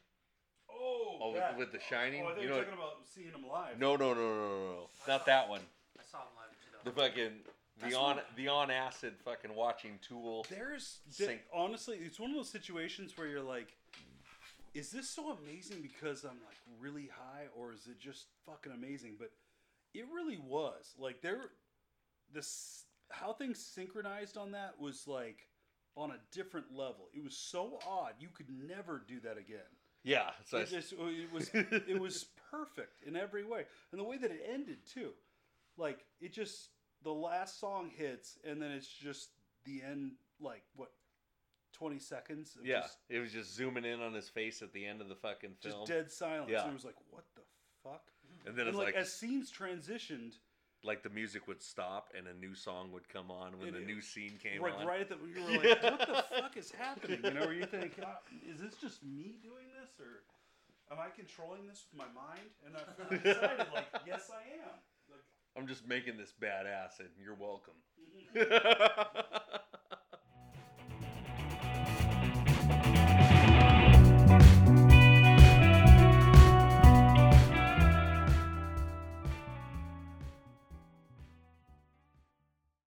Speaker 3: Oh,
Speaker 1: Oh, with-
Speaker 3: that-
Speaker 1: with The Shining?
Speaker 3: Oh, I thought
Speaker 1: You
Speaker 3: you were
Speaker 1: know-
Speaker 3: talking about seeing him live.
Speaker 1: No, no, no, no, no, no. Not that one.
Speaker 2: I saw him live in 2000.
Speaker 1: The fucking
Speaker 3: That's
Speaker 1: the on
Speaker 3: not-
Speaker 1: the on acid fucking watching Tool.
Speaker 3: There's
Speaker 1: Sing.
Speaker 3: honestly, it's one of those situations where you're like, is this so amazing because I'm like really high, or is it just fucking amazing? But it really was like there, this how things synchronized on that was like on a different level. It was so odd. You could never do that again.
Speaker 1: Yeah, so I <laughs>
Speaker 3: it, just, it was it was perfect in every way, and the way that it ended too, like it just the last song hits, and then it's just the end, like what, twenty seconds? Of
Speaker 1: Yeah,
Speaker 3: just,
Speaker 1: it was just zooming in on his face at the end of the fucking
Speaker 3: just
Speaker 1: film,
Speaker 3: dead silence.
Speaker 1: Yeah.
Speaker 3: And it was like, what the fuck?
Speaker 1: and then
Speaker 3: and
Speaker 1: it's
Speaker 3: like,
Speaker 1: like
Speaker 3: as scenes transitioned,
Speaker 1: like the music would stop and a new song would come on when
Speaker 3: And
Speaker 1: the
Speaker 3: it-
Speaker 1: new scene came
Speaker 3: like
Speaker 1: on.
Speaker 3: right at the you were like,
Speaker 1: <laughs> Yeah.
Speaker 3: what the fuck is happening? You know, where you think, "God, is this just me doing this, or am I controlling this with my mind?
Speaker 1: <laughs>
Speaker 3: And I, I decided, like, yes, I am.
Speaker 1: <laughs>
Speaker 3: Like, mm-hmm.
Speaker 1: I'm just making this badass, and you're welcome.
Speaker 3: mhm.
Speaker 1: yeah,